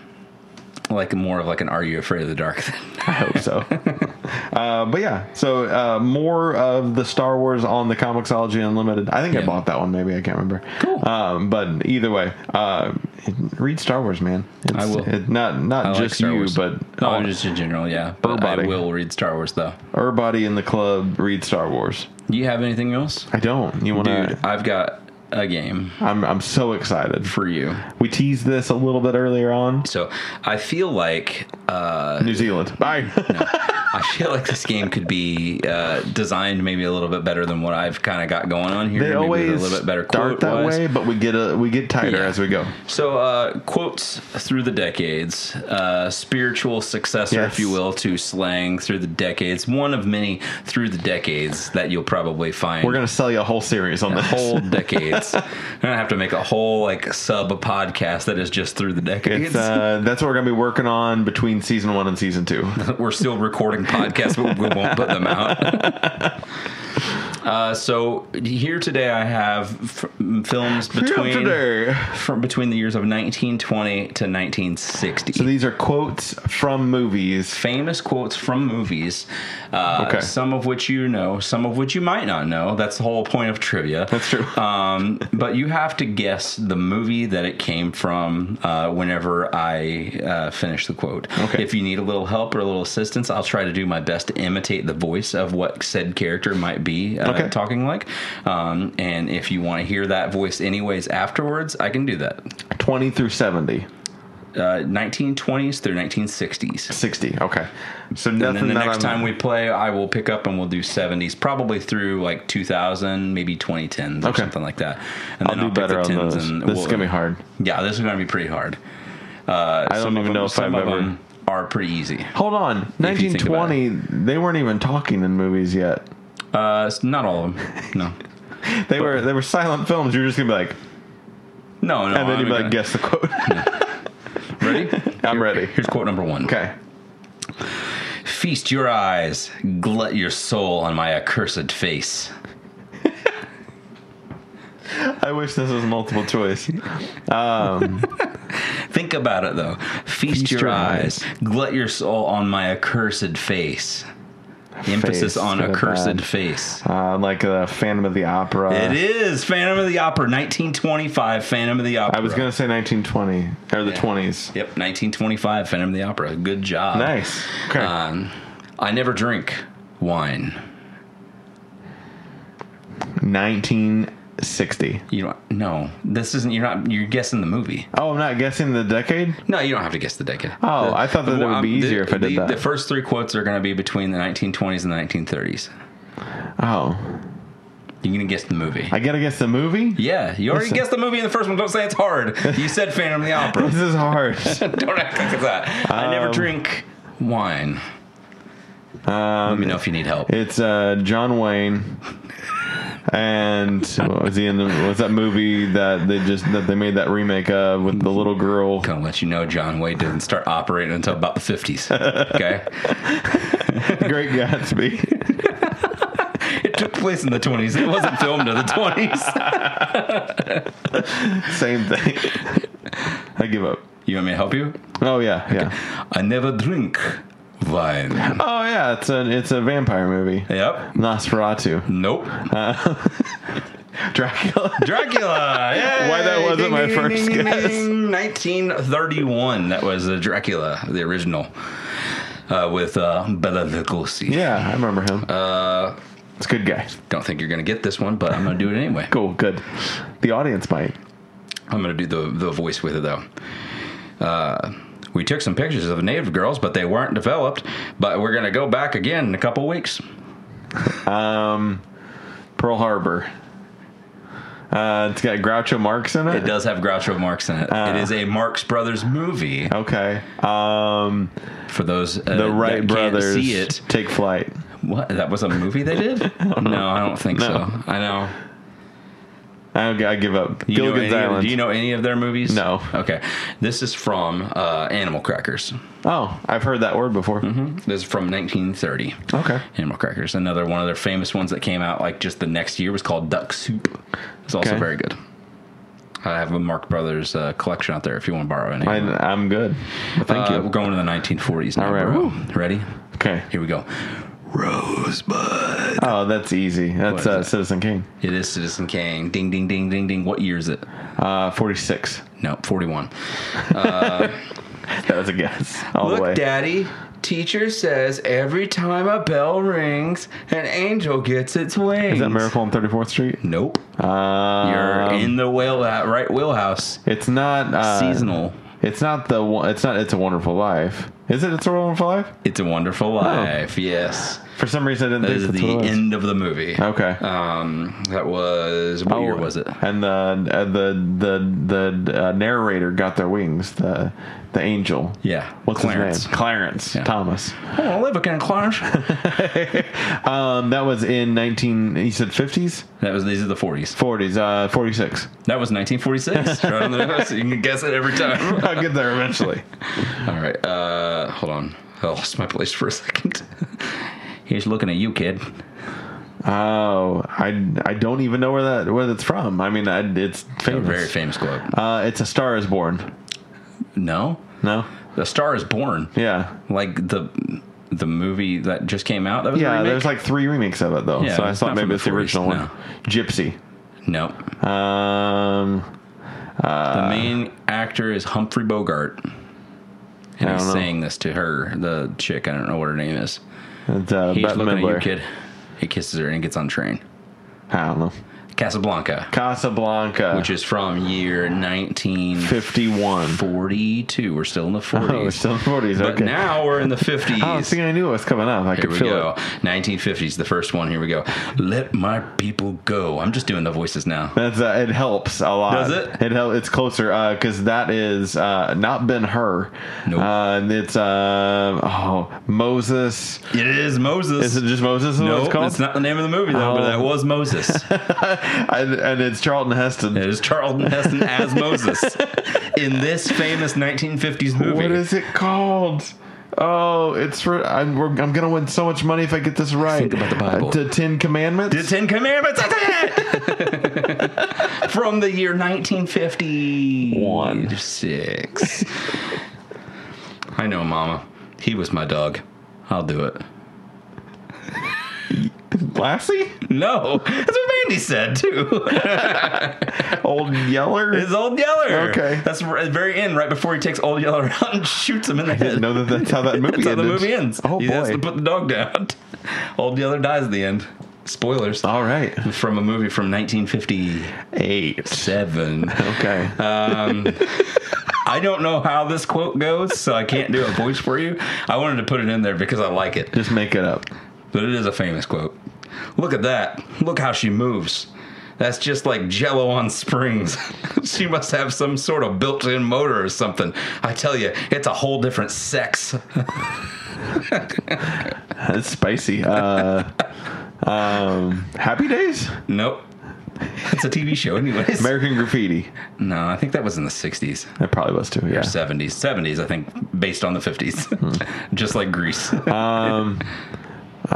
Speaker 5: like more of like an "Are you afraid of the dark?" thing.
Speaker 2: I hope so. uh, but yeah, so uh, more of the Star Wars on the Comixology Unlimited. I think I
Speaker 5: Yeah.
Speaker 2: bought that one. Maybe I can't remember.
Speaker 5: Cool.
Speaker 2: Um, but either way, uh, read Star Wars, man. It's,
Speaker 5: I will.
Speaker 2: It, not not
Speaker 5: I
Speaker 2: just
Speaker 5: like Star
Speaker 2: you,
Speaker 5: Wars.
Speaker 2: but
Speaker 5: no,
Speaker 2: all-
Speaker 5: just in general, yeah. But I
Speaker 2: Everybody.
Speaker 5: will read Star Wars though.
Speaker 2: everybody in the club read Star Wars.
Speaker 5: Do you have anything else,
Speaker 2: I don't. You want
Speaker 5: dude?
Speaker 2: to?
Speaker 5: I've got a game
Speaker 2: I'm I'm so excited.
Speaker 5: for you.
Speaker 2: We teased this a little bit earlier on.
Speaker 5: So I feel like uh,
Speaker 2: New Zealand. Bye.
Speaker 5: I feel like this game could be uh, designed maybe a little bit better than what I've kind of got going on here.
Speaker 2: they
Speaker 5: maybe
Speaker 2: always
Speaker 5: with a little bit better
Speaker 2: start that
Speaker 5: quote-wise.
Speaker 2: way, but we get a we get tighter
Speaker 5: Yeah.
Speaker 2: as we go.
Speaker 5: So, uh, quotes through the decades, uh, spiritual successor,
Speaker 2: Yes.
Speaker 5: if you will, to slang through the decades. One of many through the decades that you'll probably find.
Speaker 2: We're gonna sell you a whole series on
Speaker 5: the
Speaker 2: this.
Speaker 5: whole decades. I'm gonna have to make a whole like sub podcast that is just through the decades.
Speaker 2: It's, uh, that's what we're gonna be working on between season one and season two.
Speaker 5: We're still recording podcasts, but we won't put them out. Uh, so here today, I have f- films between
Speaker 2: today.
Speaker 5: from between the years of 1920 to 1960.
Speaker 2: So these are quotes from movies.
Speaker 5: famous quotes from movies, uh,
Speaker 2: Okay.
Speaker 5: some of which you know, some of which you might not know. That's the whole point of trivia.
Speaker 2: That's true.
Speaker 5: Um, but you have to guess the movie that it came from uh, whenever I uh, finish the quote.
Speaker 2: Okay.
Speaker 5: If you need a little help or a little assistance, I'll try to do my best to imitate the voice of what said character might be uh,
Speaker 2: Okay.
Speaker 5: talking like. Um, and if you want to hear that voice anyways afterwards, I can do that.
Speaker 2: 20 through 70.
Speaker 5: Uh, 1920s through 1960s.
Speaker 2: 60. Okay. So
Speaker 5: And
Speaker 2: nothing
Speaker 5: then the
Speaker 2: that
Speaker 5: next
Speaker 2: I'm-
Speaker 5: time we play, I will pick up and we'll do 70s, probably through like 2000, maybe 2010s or
Speaker 2: Okay.
Speaker 5: something like that. And
Speaker 2: I'll
Speaker 5: then
Speaker 2: do
Speaker 5: pick
Speaker 2: better
Speaker 5: the
Speaker 2: on
Speaker 5: 10s
Speaker 2: those.
Speaker 5: and
Speaker 2: This is gonna be hard.
Speaker 5: Yeah, this is going to be pretty hard. Uh,
Speaker 2: I don't
Speaker 5: some of
Speaker 2: even
Speaker 5: them-
Speaker 2: know if
Speaker 5: some
Speaker 2: I've
Speaker 5: of
Speaker 2: ever-
Speaker 5: them are pretty easy.
Speaker 2: Hold on.
Speaker 5: If you think about
Speaker 2: 1920, they weren't even talking in movies yet.
Speaker 5: Uh, s- not all of them. No.
Speaker 2: They were they were silent films. You're just going to be like,
Speaker 5: No, no.
Speaker 2: and then
Speaker 5: I'm
Speaker 2: you'd be
Speaker 5: gonna-
Speaker 2: like, guess the quote.
Speaker 5: Ready?
Speaker 2: I'm ready.
Speaker 5: Here's quote number one.
Speaker 2: Okay.
Speaker 5: Feast your eyes, glut your soul on my accursed face.
Speaker 2: I wish this was multiple choice.
Speaker 5: Think about it though. Feast, your, eyes, glut your soul on my accursed face. Emphasis
Speaker 2: Face,
Speaker 5: on
Speaker 2: good or
Speaker 5: accursed
Speaker 2: bad.
Speaker 5: face.
Speaker 2: Uh, like the Phantom of the Opera.
Speaker 5: it is Phantom of the Opera, 1925. Phantom of the Opera.
Speaker 2: I was going to say 1920 or the
Speaker 5: Yeah.
Speaker 2: 20s.
Speaker 5: Yep, 1925. Phantom of the Opera. Good job.
Speaker 2: Nice. Okay.
Speaker 5: Um, I never drink wine.
Speaker 2: 1960.
Speaker 5: You don't. No, this isn't. You're not. You're guessing the movie.
Speaker 2: Oh, I'm not guessing the decade?
Speaker 5: No, you don't have to guess the decade.
Speaker 2: Oh,
Speaker 5: The-
Speaker 2: I thought that it would be
Speaker 5: um, the-
Speaker 2: easier if I did
Speaker 5: the,
Speaker 2: that.
Speaker 5: The first three quotes are going to be between the 1920s and the 1930s.
Speaker 2: Oh.
Speaker 5: You're going to guess the movie.
Speaker 2: I got to guess the movie?
Speaker 5: Yeah, you already
Speaker 2: Listen.
Speaker 5: guessed the movie in the first one. Don't say it's hard. You said Phantom of the Opera.
Speaker 2: This is hard.
Speaker 5: Don't act like that. I never
Speaker 2: Um,
Speaker 5: drink wine.
Speaker 2: um,
Speaker 5: Let me know if you need help.
Speaker 2: It's uh, John Wayne, and what was he in? The, was that movie that they just that they made that remake of with the little girl?
Speaker 5: Gonna let you know John Wayne didn't start operating until about the 50s. Okay,
Speaker 2: Great Gatsby.
Speaker 5: it took place in the 20s. It wasn't filmed in the 20s.
Speaker 2: Same thing. I give up.
Speaker 5: You want me to help you?
Speaker 2: Oh yeah, yeah.
Speaker 5: I never drink wine.
Speaker 2: Oh yeah, it's a it's a vampire movie.
Speaker 5: Yep.
Speaker 2: Nosferatu,
Speaker 5: Nope.
Speaker 2: Dracula.
Speaker 5: Dracula. Yay!
Speaker 2: Why that wasn't my first guess.
Speaker 5: 1931. That was the Dracula, the original, uh, with uh, Bela Lugosi.
Speaker 2: Yeah, I remember him. Uh, it's a good guy.
Speaker 5: Don't think you're gonna get this one, but I'm gonna do it anyway.
Speaker 2: Cool, good. The audience might.
Speaker 5: I'm gonna do the the voice with it though. Uh, we took some pictures of native girls, but they weren't developed. But we're gonna go back again in a couple weeks.
Speaker 2: Pearl Harbor. Uh, it's got Groucho Marx in it.
Speaker 5: It does have Groucho Marx in it.
Speaker 2: Ah.
Speaker 5: it is a Marx Brothers movie.
Speaker 2: Okay. Um,
Speaker 5: For those uh,
Speaker 2: the Wright
Speaker 5: that
Speaker 2: brothers
Speaker 5: can't see it,
Speaker 2: take flight.
Speaker 5: What? That was a movie they did? no, I don't think so. I know.
Speaker 2: I, I give up.
Speaker 5: Do you know
Speaker 2: Gilligan's
Speaker 5: any of-
Speaker 2: Island.
Speaker 5: do you know any of their movies?
Speaker 2: No.
Speaker 5: Okay. This is from uh, Animal Crackers.
Speaker 2: Oh, I've heard that word before.
Speaker 5: This is from 1930.
Speaker 2: Okay.
Speaker 5: Animal Crackers. Another one of their famous ones that came out like just the next year was called Duck Soup. It's also
Speaker 2: Okay.
Speaker 5: very good. I have a Mark Brothers uh, collection out there if you want to borrow any.
Speaker 2: I, I'm good. Well, thank
Speaker 5: Uh, We're
Speaker 2: you.
Speaker 5: going to the 1940s now.
Speaker 2: All right,
Speaker 5: bro.
Speaker 2: woo.
Speaker 5: Ready?
Speaker 2: Okay.
Speaker 5: Here we go. Rosebud.
Speaker 2: Oh, that's easy.
Speaker 5: What
Speaker 2: That's
Speaker 5: is
Speaker 2: uh,
Speaker 5: it?
Speaker 2: Citizen King.
Speaker 5: It is Citizen Kane. Ding, ding, ding, ding, ding. What year is it?
Speaker 2: Uh, 46.
Speaker 5: No, 41.
Speaker 2: That was a guess. All the way.
Speaker 5: Look, Daddy, teacher says every time a bell rings, an angel gets its wings.
Speaker 2: Is that Miracle on 34th Street?
Speaker 5: Nope.
Speaker 2: Um,
Speaker 5: You're in the whale, right wheelhouse.
Speaker 2: It's not uh,
Speaker 5: Seasonal.
Speaker 2: It's not the. one- It's not. It's a Wonderful Life. Is it? It's a Wonderful Life.
Speaker 5: It's a Wonderful Life. Yes.
Speaker 2: For some reason, I didn't
Speaker 5: That
Speaker 2: think
Speaker 5: is
Speaker 2: oh. that's what it
Speaker 5: the
Speaker 2: was.
Speaker 5: end of the movie.
Speaker 2: Okay.
Speaker 5: Um, that was, what year was it?
Speaker 2: And the uh, the the the uh, narrator got their wings. The the angel.
Speaker 5: Yeah.
Speaker 2: What's
Speaker 5: Clarence.
Speaker 2: his name? Clarence
Speaker 5: Yeah.
Speaker 2: Thomas.
Speaker 5: Oh, live again, Clarence.
Speaker 2: Um, that was in nineteen. You said fifties,
Speaker 5: that was, these are the 40s.
Speaker 2: forties, uh, forty six.
Speaker 5: That was 1946. right on the nose. You can guess it every time.
Speaker 2: I'll get there eventually.
Speaker 5: All right. Uh, hold on. I lost my place for a second. He's looking at you, kid.
Speaker 2: Oh, I, I don't even know where that where that's from. I mean, I, it's
Speaker 5: A
Speaker 2: famous.
Speaker 5: very famous quote.
Speaker 2: Uh, it's a Star is Born.
Speaker 5: No,
Speaker 2: No.
Speaker 5: The Star Is Born.
Speaker 2: Yeah.
Speaker 5: Like the the movie that just came out. That was
Speaker 2: Yeah,
Speaker 5: a remake?
Speaker 2: there's like three remakes of it though,
Speaker 5: Yeah,
Speaker 2: so I
Speaker 5: it's
Speaker 2: thought
Speaker 5: not from
Speaker 2: maybe
Speaker 5: the
Speaker 2: it's the original
Speaker 5: 40s,
Speaker 2: one. Gypsy.
Speaker 5: no.
Speaker 2: Um,
Speaker 5: The
Speaker 2: Uh,
Speaker 5: main actor is Humphrey Bogart, and
Speaker 2: I
Speaker 5: he's
Speaker 2: don't know.
Speaker 5: saying this to her, the chick. I don't know what her name is.
Speaker 2: it's, uh,
Speaker 5: He's
Speaker 2: Bette
Speaker 5: looking at you,
Speaker 2: Midler.
Speaker 5: kid. He kisses her and he gets on train.
Speaker 2: I don't know.
Speaker 5: Casablanca,
Speaker 2: Casablanca,
Speaker 5: which is from year 1942.
Speaker 2: 51.
Speaker 5: We're still in the 40s.
Speaker 2: Oh, it's still 40s.
Speaker 5: but
Speaker 2: okay.
Speaker 5: now we're in the 50s.
Speaker 2: Oh, see, I knew it was coming up. I
Speaker 5: Here
Speaker 2: could
Speaker 5: we
Speaker 2: feel
Speaker 5: go.
Speaker 2: it.
Speaker 5: 1950s, the first one. Here we go. Let my people go. I'm just doing the voices now.
Speaker 2: That's uh, it helps a lot.
Speaker 5: Does it?
Speaker 2: It help. It's closer because that is uh, not Ben Hur.
Speaker 5: Nope.
Speaker 2: Uh, and it's uh, oh Moses.
Speaker 5: It is Moses.
Speaker 2: Is it just Moses? Is what
Speaker 5: no,
Speaker 2: it's called.
Speaker 5: it's not the name of the movie though, but
Speaker 2: Oh.
Speaker 5: that was Moses. it
Speaker 2: and, and it's Charlton Heston.
Speaker 5: is Charlton Heston as Moses in this famous 1950s movie.
Speaker 2: What is it called? Oh, it's for I'm, we're, I'm gonna win so much money if I get this right. Think
Speaker 5: about the Bible.
Speaker 2: the Ten Commandments.
Speaker 5: The Ten Commandments that's it! from the year 1951 six. I know, Mama. He was my dog. I'll do it.
Speaker 2: Lassie,
Speaker 5: No, that's what Mandy said too.
Speaker 2: Old Yeller.
Speaker 5: It's Old Yeller.
Speaker 2: Okay.
Speaker 5: that's r- at the very end, right before he takes Old Yeller out and shoots him in the head.
Speaker 2: didn't know that that's how that movie
Speaker 5: That's how the
Speaker 2: ended.
Speaker 5: movie ends.
Speaker 2: Oh
Speaker 5: he has
Speaker 2: boy!
Speaker 5: to put the dog down. Old Yeller dies at the end. Spoilers.
Speaker 2: All right,
Speaker 5: From a movie from 1957.
Speaker 2: eight. Okay.
Speaker 5: Um, I don't know how this quote goes, so I can't do a voice for you. I wanted to put it in there because I like it,
Speaker 2: Just make it up.
Speaker 5: but it is a famous quote. Look at that. Look how she moves. That's just like jello on springs. she must have some sort of built in motor or something. I tell you, it's a whole different sex.
Speaker 2: That's spicy. Uh, um, Happy Days,
Speaker 5: Nope. It's a TV show, anyways.
Speaker 2: American Graffiti.
Speaker 5: no, I think that was in the 60s,
Speaker 2: That probably was too. Yeah.
Speaker 5: 70s, 70s, I think, based on the 50s. Just like Greece.
Speaker 2: Um, uh,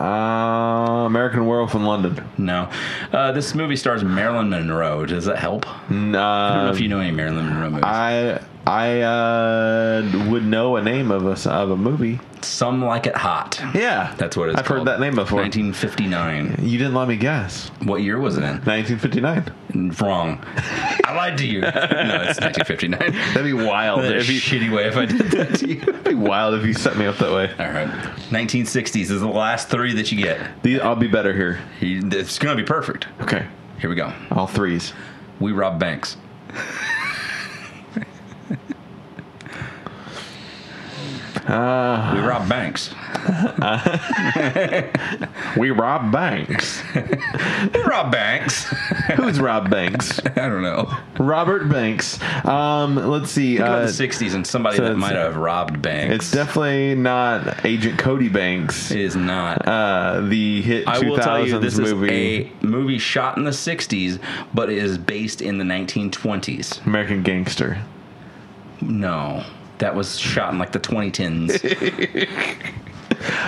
Speaker 2: American Werewolf in London.
Speaker 5: no. Uh, this movie stars Marilyn Monroe. Does that help? I
Speaker 2: N- uh,
Speaker 5: don't know if you know any Marilyn Monroe movies.
Speaker 2: I I uh, would know a name of a of a movie.
Speaker 5: Some Like It Hot.
Speaker 2: Yeah,
Speaker 5: That's what it's
Speaker 2: I've
Speaker 5: called.
Speaker 2: heard that name before.
Speaker 5: 1959.
Speaker 2: you didn't let me guess.
Speaker 5: What year was it in?
Speaker 2: 1959.
Speaker 5: Wrong. I lied to you. No, it's 1959.
Speaker 2: That'd be wild.
Speaker 5: That
Speaker 2: That'd be,
Speaker 5: shitty way if I did that to you.
Speaker 2: that'd be wild if you set me up that way.
Speaker 5: All right. 1960s is the last three that you get.
Speaker 2: The, I'll be better here.
Speaker 5: He, it's going to be perfect.
Speaker 2: Okay,
Speaker 5: Here we go.
Speaker 2: all threes.
Speaker 5: We rob banks. we rob banks.
Speaker 2: We rob banks.
Speaker 5: We rob banks.
Speaker 2: Who's Rob Banks?
Speaker 5: I don't know.
Speaker 2: Robert Banks. Um, let's see.
Speaker 5: About
Speaker 2: Uh,
Speaker 5: the '60s and somebody
Speaker 2: so
Speaker 5: that
Speaker 2: it's-
Speaker 5: might have robbed banks.
Speaker 2: it's definitely not Agent Cody Banks.
Speaker 5: It is not.
Speaker 2: Uh, the hit 2000s
Speaker 5: I will tell you, this
Speaker 2: movie
Speaker 5: is a movie shot in the '60s, but it is based in the 1920s.
Speaker 2: American Gangster.
Speaker 5: No, that was shot in like the 2010s.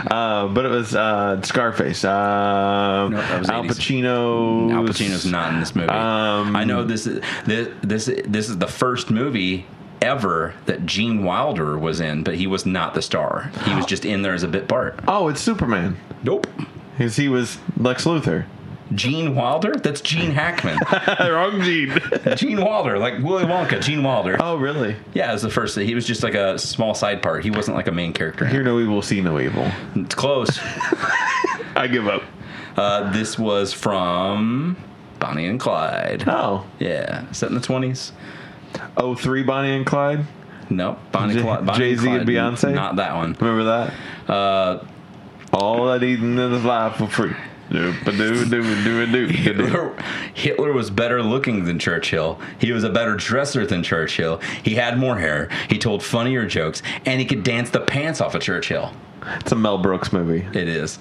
Speaker 2: Uh, but it was uh, Scarface. Um,
Speaker 5: No, that was
Speaker 2: Al
Speaker 5: 80s.
Speaker 2: Pacino.
Speaker 5: Al Pacino's not in this movie.
Speaker 2: Um,
Speaker 5: I know this is this, this this is the first movie ever that Gene Wilder was in, but he was not the star. He was just in there as a bit part.
Speaker 2: Oh, it's Superman.
Speaker 5: Nope.
Speaker 2: Because he was Lex Luthor.
Speaker 5: Gene Wilder? That's Gene Hackman.
Speaker 2: Wrong Gene.
Speaker 5: Gene Wilder, like Willy Wonka, Gene Wilder.
Speaker 2: oh, really?
Speaker 5: Yeah, it was the first. He was just like a small side part. He wasn't like a main character.
Speaker 2: Hear no evil, see no evil.
Speaker 5: It's close.
Speaker 2: I give up.
Speaker 5: Uh, this was from Bonnie and Clyde.
Speaker 2: Oh.
Speaker 5: Yeah, set in the 20s.
Speaker 2: Oh, three Bonnie and Clyde.
Speaker 5: Nope. Bonnie,
Speaker 2: J-
Speaker 5: Clyde, Bonnie
Speaker 2: Jay-Z and
Speaker 5: Clyde,
Speaker 2: Beyonce?
Speaker 5: Not that one.
Speaker 2: Remember that?
Speaker 5: Uh,
Speaker 2: All I need in this life for free. Doop-a-doo-a-doo-a-doo-a-doo.
Speaker 5: Hitler, Hitler was better looking than Churchill. He was a better dresser than Churchill. He had more hair. He told funnier jokes, and he could dance the pants off of Churchill.
Speaker 2: It's a Mel Brooks movie.
Speaker 5: It is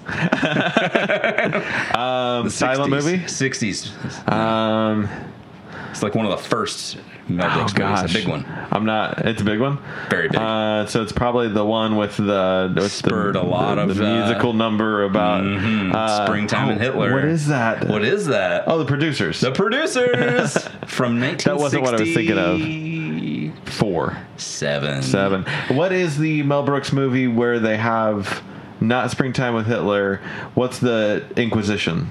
Speaker 2: Um, silent movie.
Speaker 5: sixties.
Speaker 2: Um,
Speaker 5: It's like one of the first Mel Brooks movies, a big one.
Speaker 2: I'm not. It's a big one.
Speaker 5: Very big.
Speaker 2: Uh, so it's probably the one with the with the-
Speaker 5: Spurred a lot
Speaker 2: the,
Speaker 5: of,
Speaker 2: the
Speaker 5: uh,
Speaker 2: musical number about uh,
Speaker 5: Mm-hmm. Springtime and
Speaker 2: oh,
Speaker 5: Hitler.
Speaker 2: What is that?
Speaker 5: What is that?
Speaker 2: oh, the producers.
Speaker 5: The producers from 1960.
Speaker 2: wasn't what I was thinking of.
Speaker 5: of.
Speaker 2: four,
Speaker 5: Seven.
Speaker 2: seven. What is the Mel Brooks movie where they have not Springtime with Hitler? What's the Inquisition?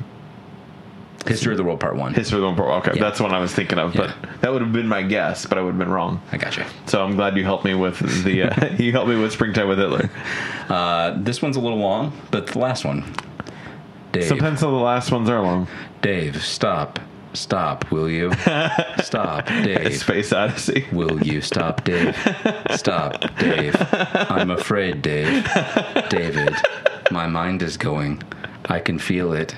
Speaker 5: History of the World Part One.
Speaker 2: History of the World. Okay,
Speaker 5: Yeah.
Speaker 2: that's the one I was thinking of,
Speaker 5: Yeah.
Speaker 2: but that would have been my guess, but I would have been wrong.
Speaker 5: I gotcha.
Speaker 2: So I'm glad you helped me with the uh, you helped me with Springtime with Hitler.
Speaker 5: Uh, this one's a little long, but the last one. Dave.
Speaker 2: Sometimes the last ones are long.
Speaker 5: Dave, stop. Stop, will you? Stop, Dave.
Speaker 2: Space Odyssey.
Speaker 5: Will you stop, Dave? Stop, Dave. I'm afraid, Dave. David, my mind is going. I can feel it.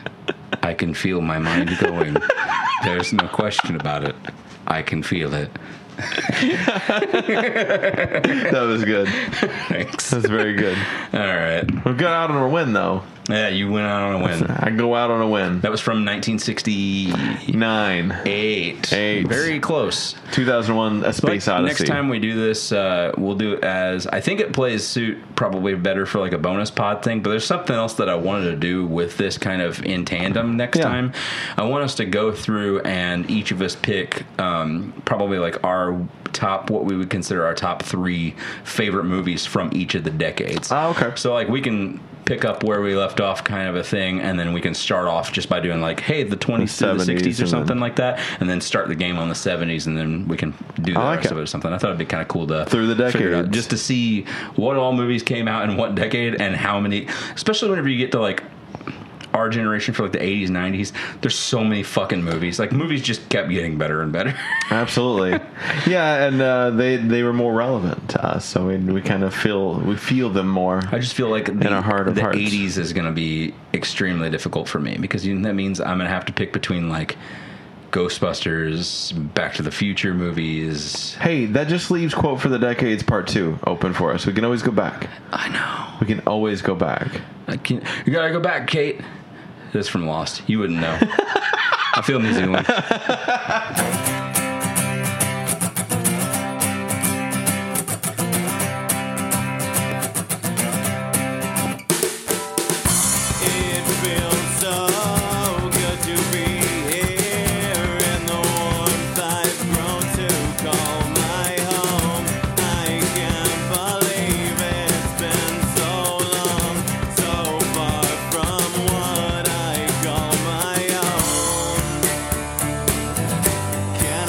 Speaker 5: I can feel my mind going. There's no question about it. I can feel it.
Speaker 2: That was good.
Speaker 5: Thanks. All
Speaker 2: That's very good.
Speaker 5: right.
Speaker 2: We got out on a win though.
Speaker 5: Yeah, you went out on a win.
Speaker 2: I go out on a win.
Speaker 5: That was from 1968.
Speaker 2: Nine. Eight.
Speaker 5: Very close.
Speaker 2: 2001: A
Speaker 5: But
Speaker 2: Space Odyssey.
Speaker 5: Next time we do this, uh, we'll do it as I think it plays suit probably better for like a bonus pod thing. But there's something else that I wanted to do with this kind of in tandem next
Speaker 2: Yeah.
Speaker 5: time. I want us to go through and each of us pick um, probably like our top what we would consider our top three favorite movies from each of the decades.
Speaker 2: Ah, okay.
Speaker 5: So like we can pick up where we left off kind of a thing and then we can start off just by doing like hey the 20s to the
Speaker 2: 70s
Speaker 5: 60s or
Speaker 2: and
Speaker 5: something
Speaker 2: then-
Speaker 5: like that and then start the game on the 70s and then we can do the
Speaker 2: I like
Speaker 5: rest
Speaker 2: it.
Speaker 5: of it or something i thought it'd be kind of cool to
Speaker 2: Through the
Speaker 5: figure it out,
Speaker 2: decades.
Speaker 5: just to see what all movies came out in what decade and how many especially whenever you get to like our generation for like the 80s 90s there's so many fucking movies like movies just kept getting better and better
Speaker 2: Absolutely. yeah, and uh, they they were more relevant to us, so we we kind of feel we feel them more.
Speaker 5: I just feel like the,
Speaker 2: our heart of
Speaker 5: the
Speaker 2: hearts.
Speaker 5: 80s is going to be extremely difficult for me because you, that means I'm going to have to pick between like Ghostbusters, Back to the Future movies.
Speaker 2: Hey, that just leaves quote for the decades part two open for us. We can always go back.
Speaker 5: I know.
Speaker 2: We can always go back.
Speaker 5: I can't. You gotta go back, Kate. This is from Lost. You wouldn't know. I feel New Zealand.
Speaker 3: It feels so good to be here in the warmth I've grown to call my home. I can't believe it's been so long, so far from what I call my own. Can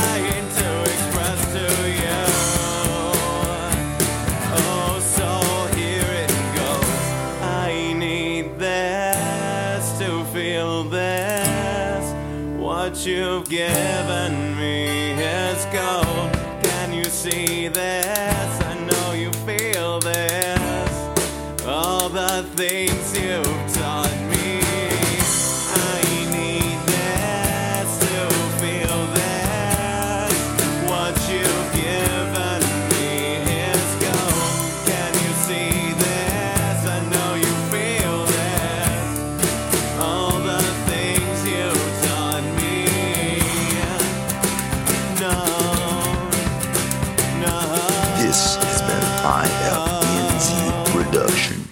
Speaker 3: Oh, What you've given me is gold. Can you see this? I know you feel this. All the things you've taught me. I need this to feel this. What you've given me is gold. Can you see this? I know you feel this. All the things you taught me. No, no.
Speaker 6: This has been an IFNZ production.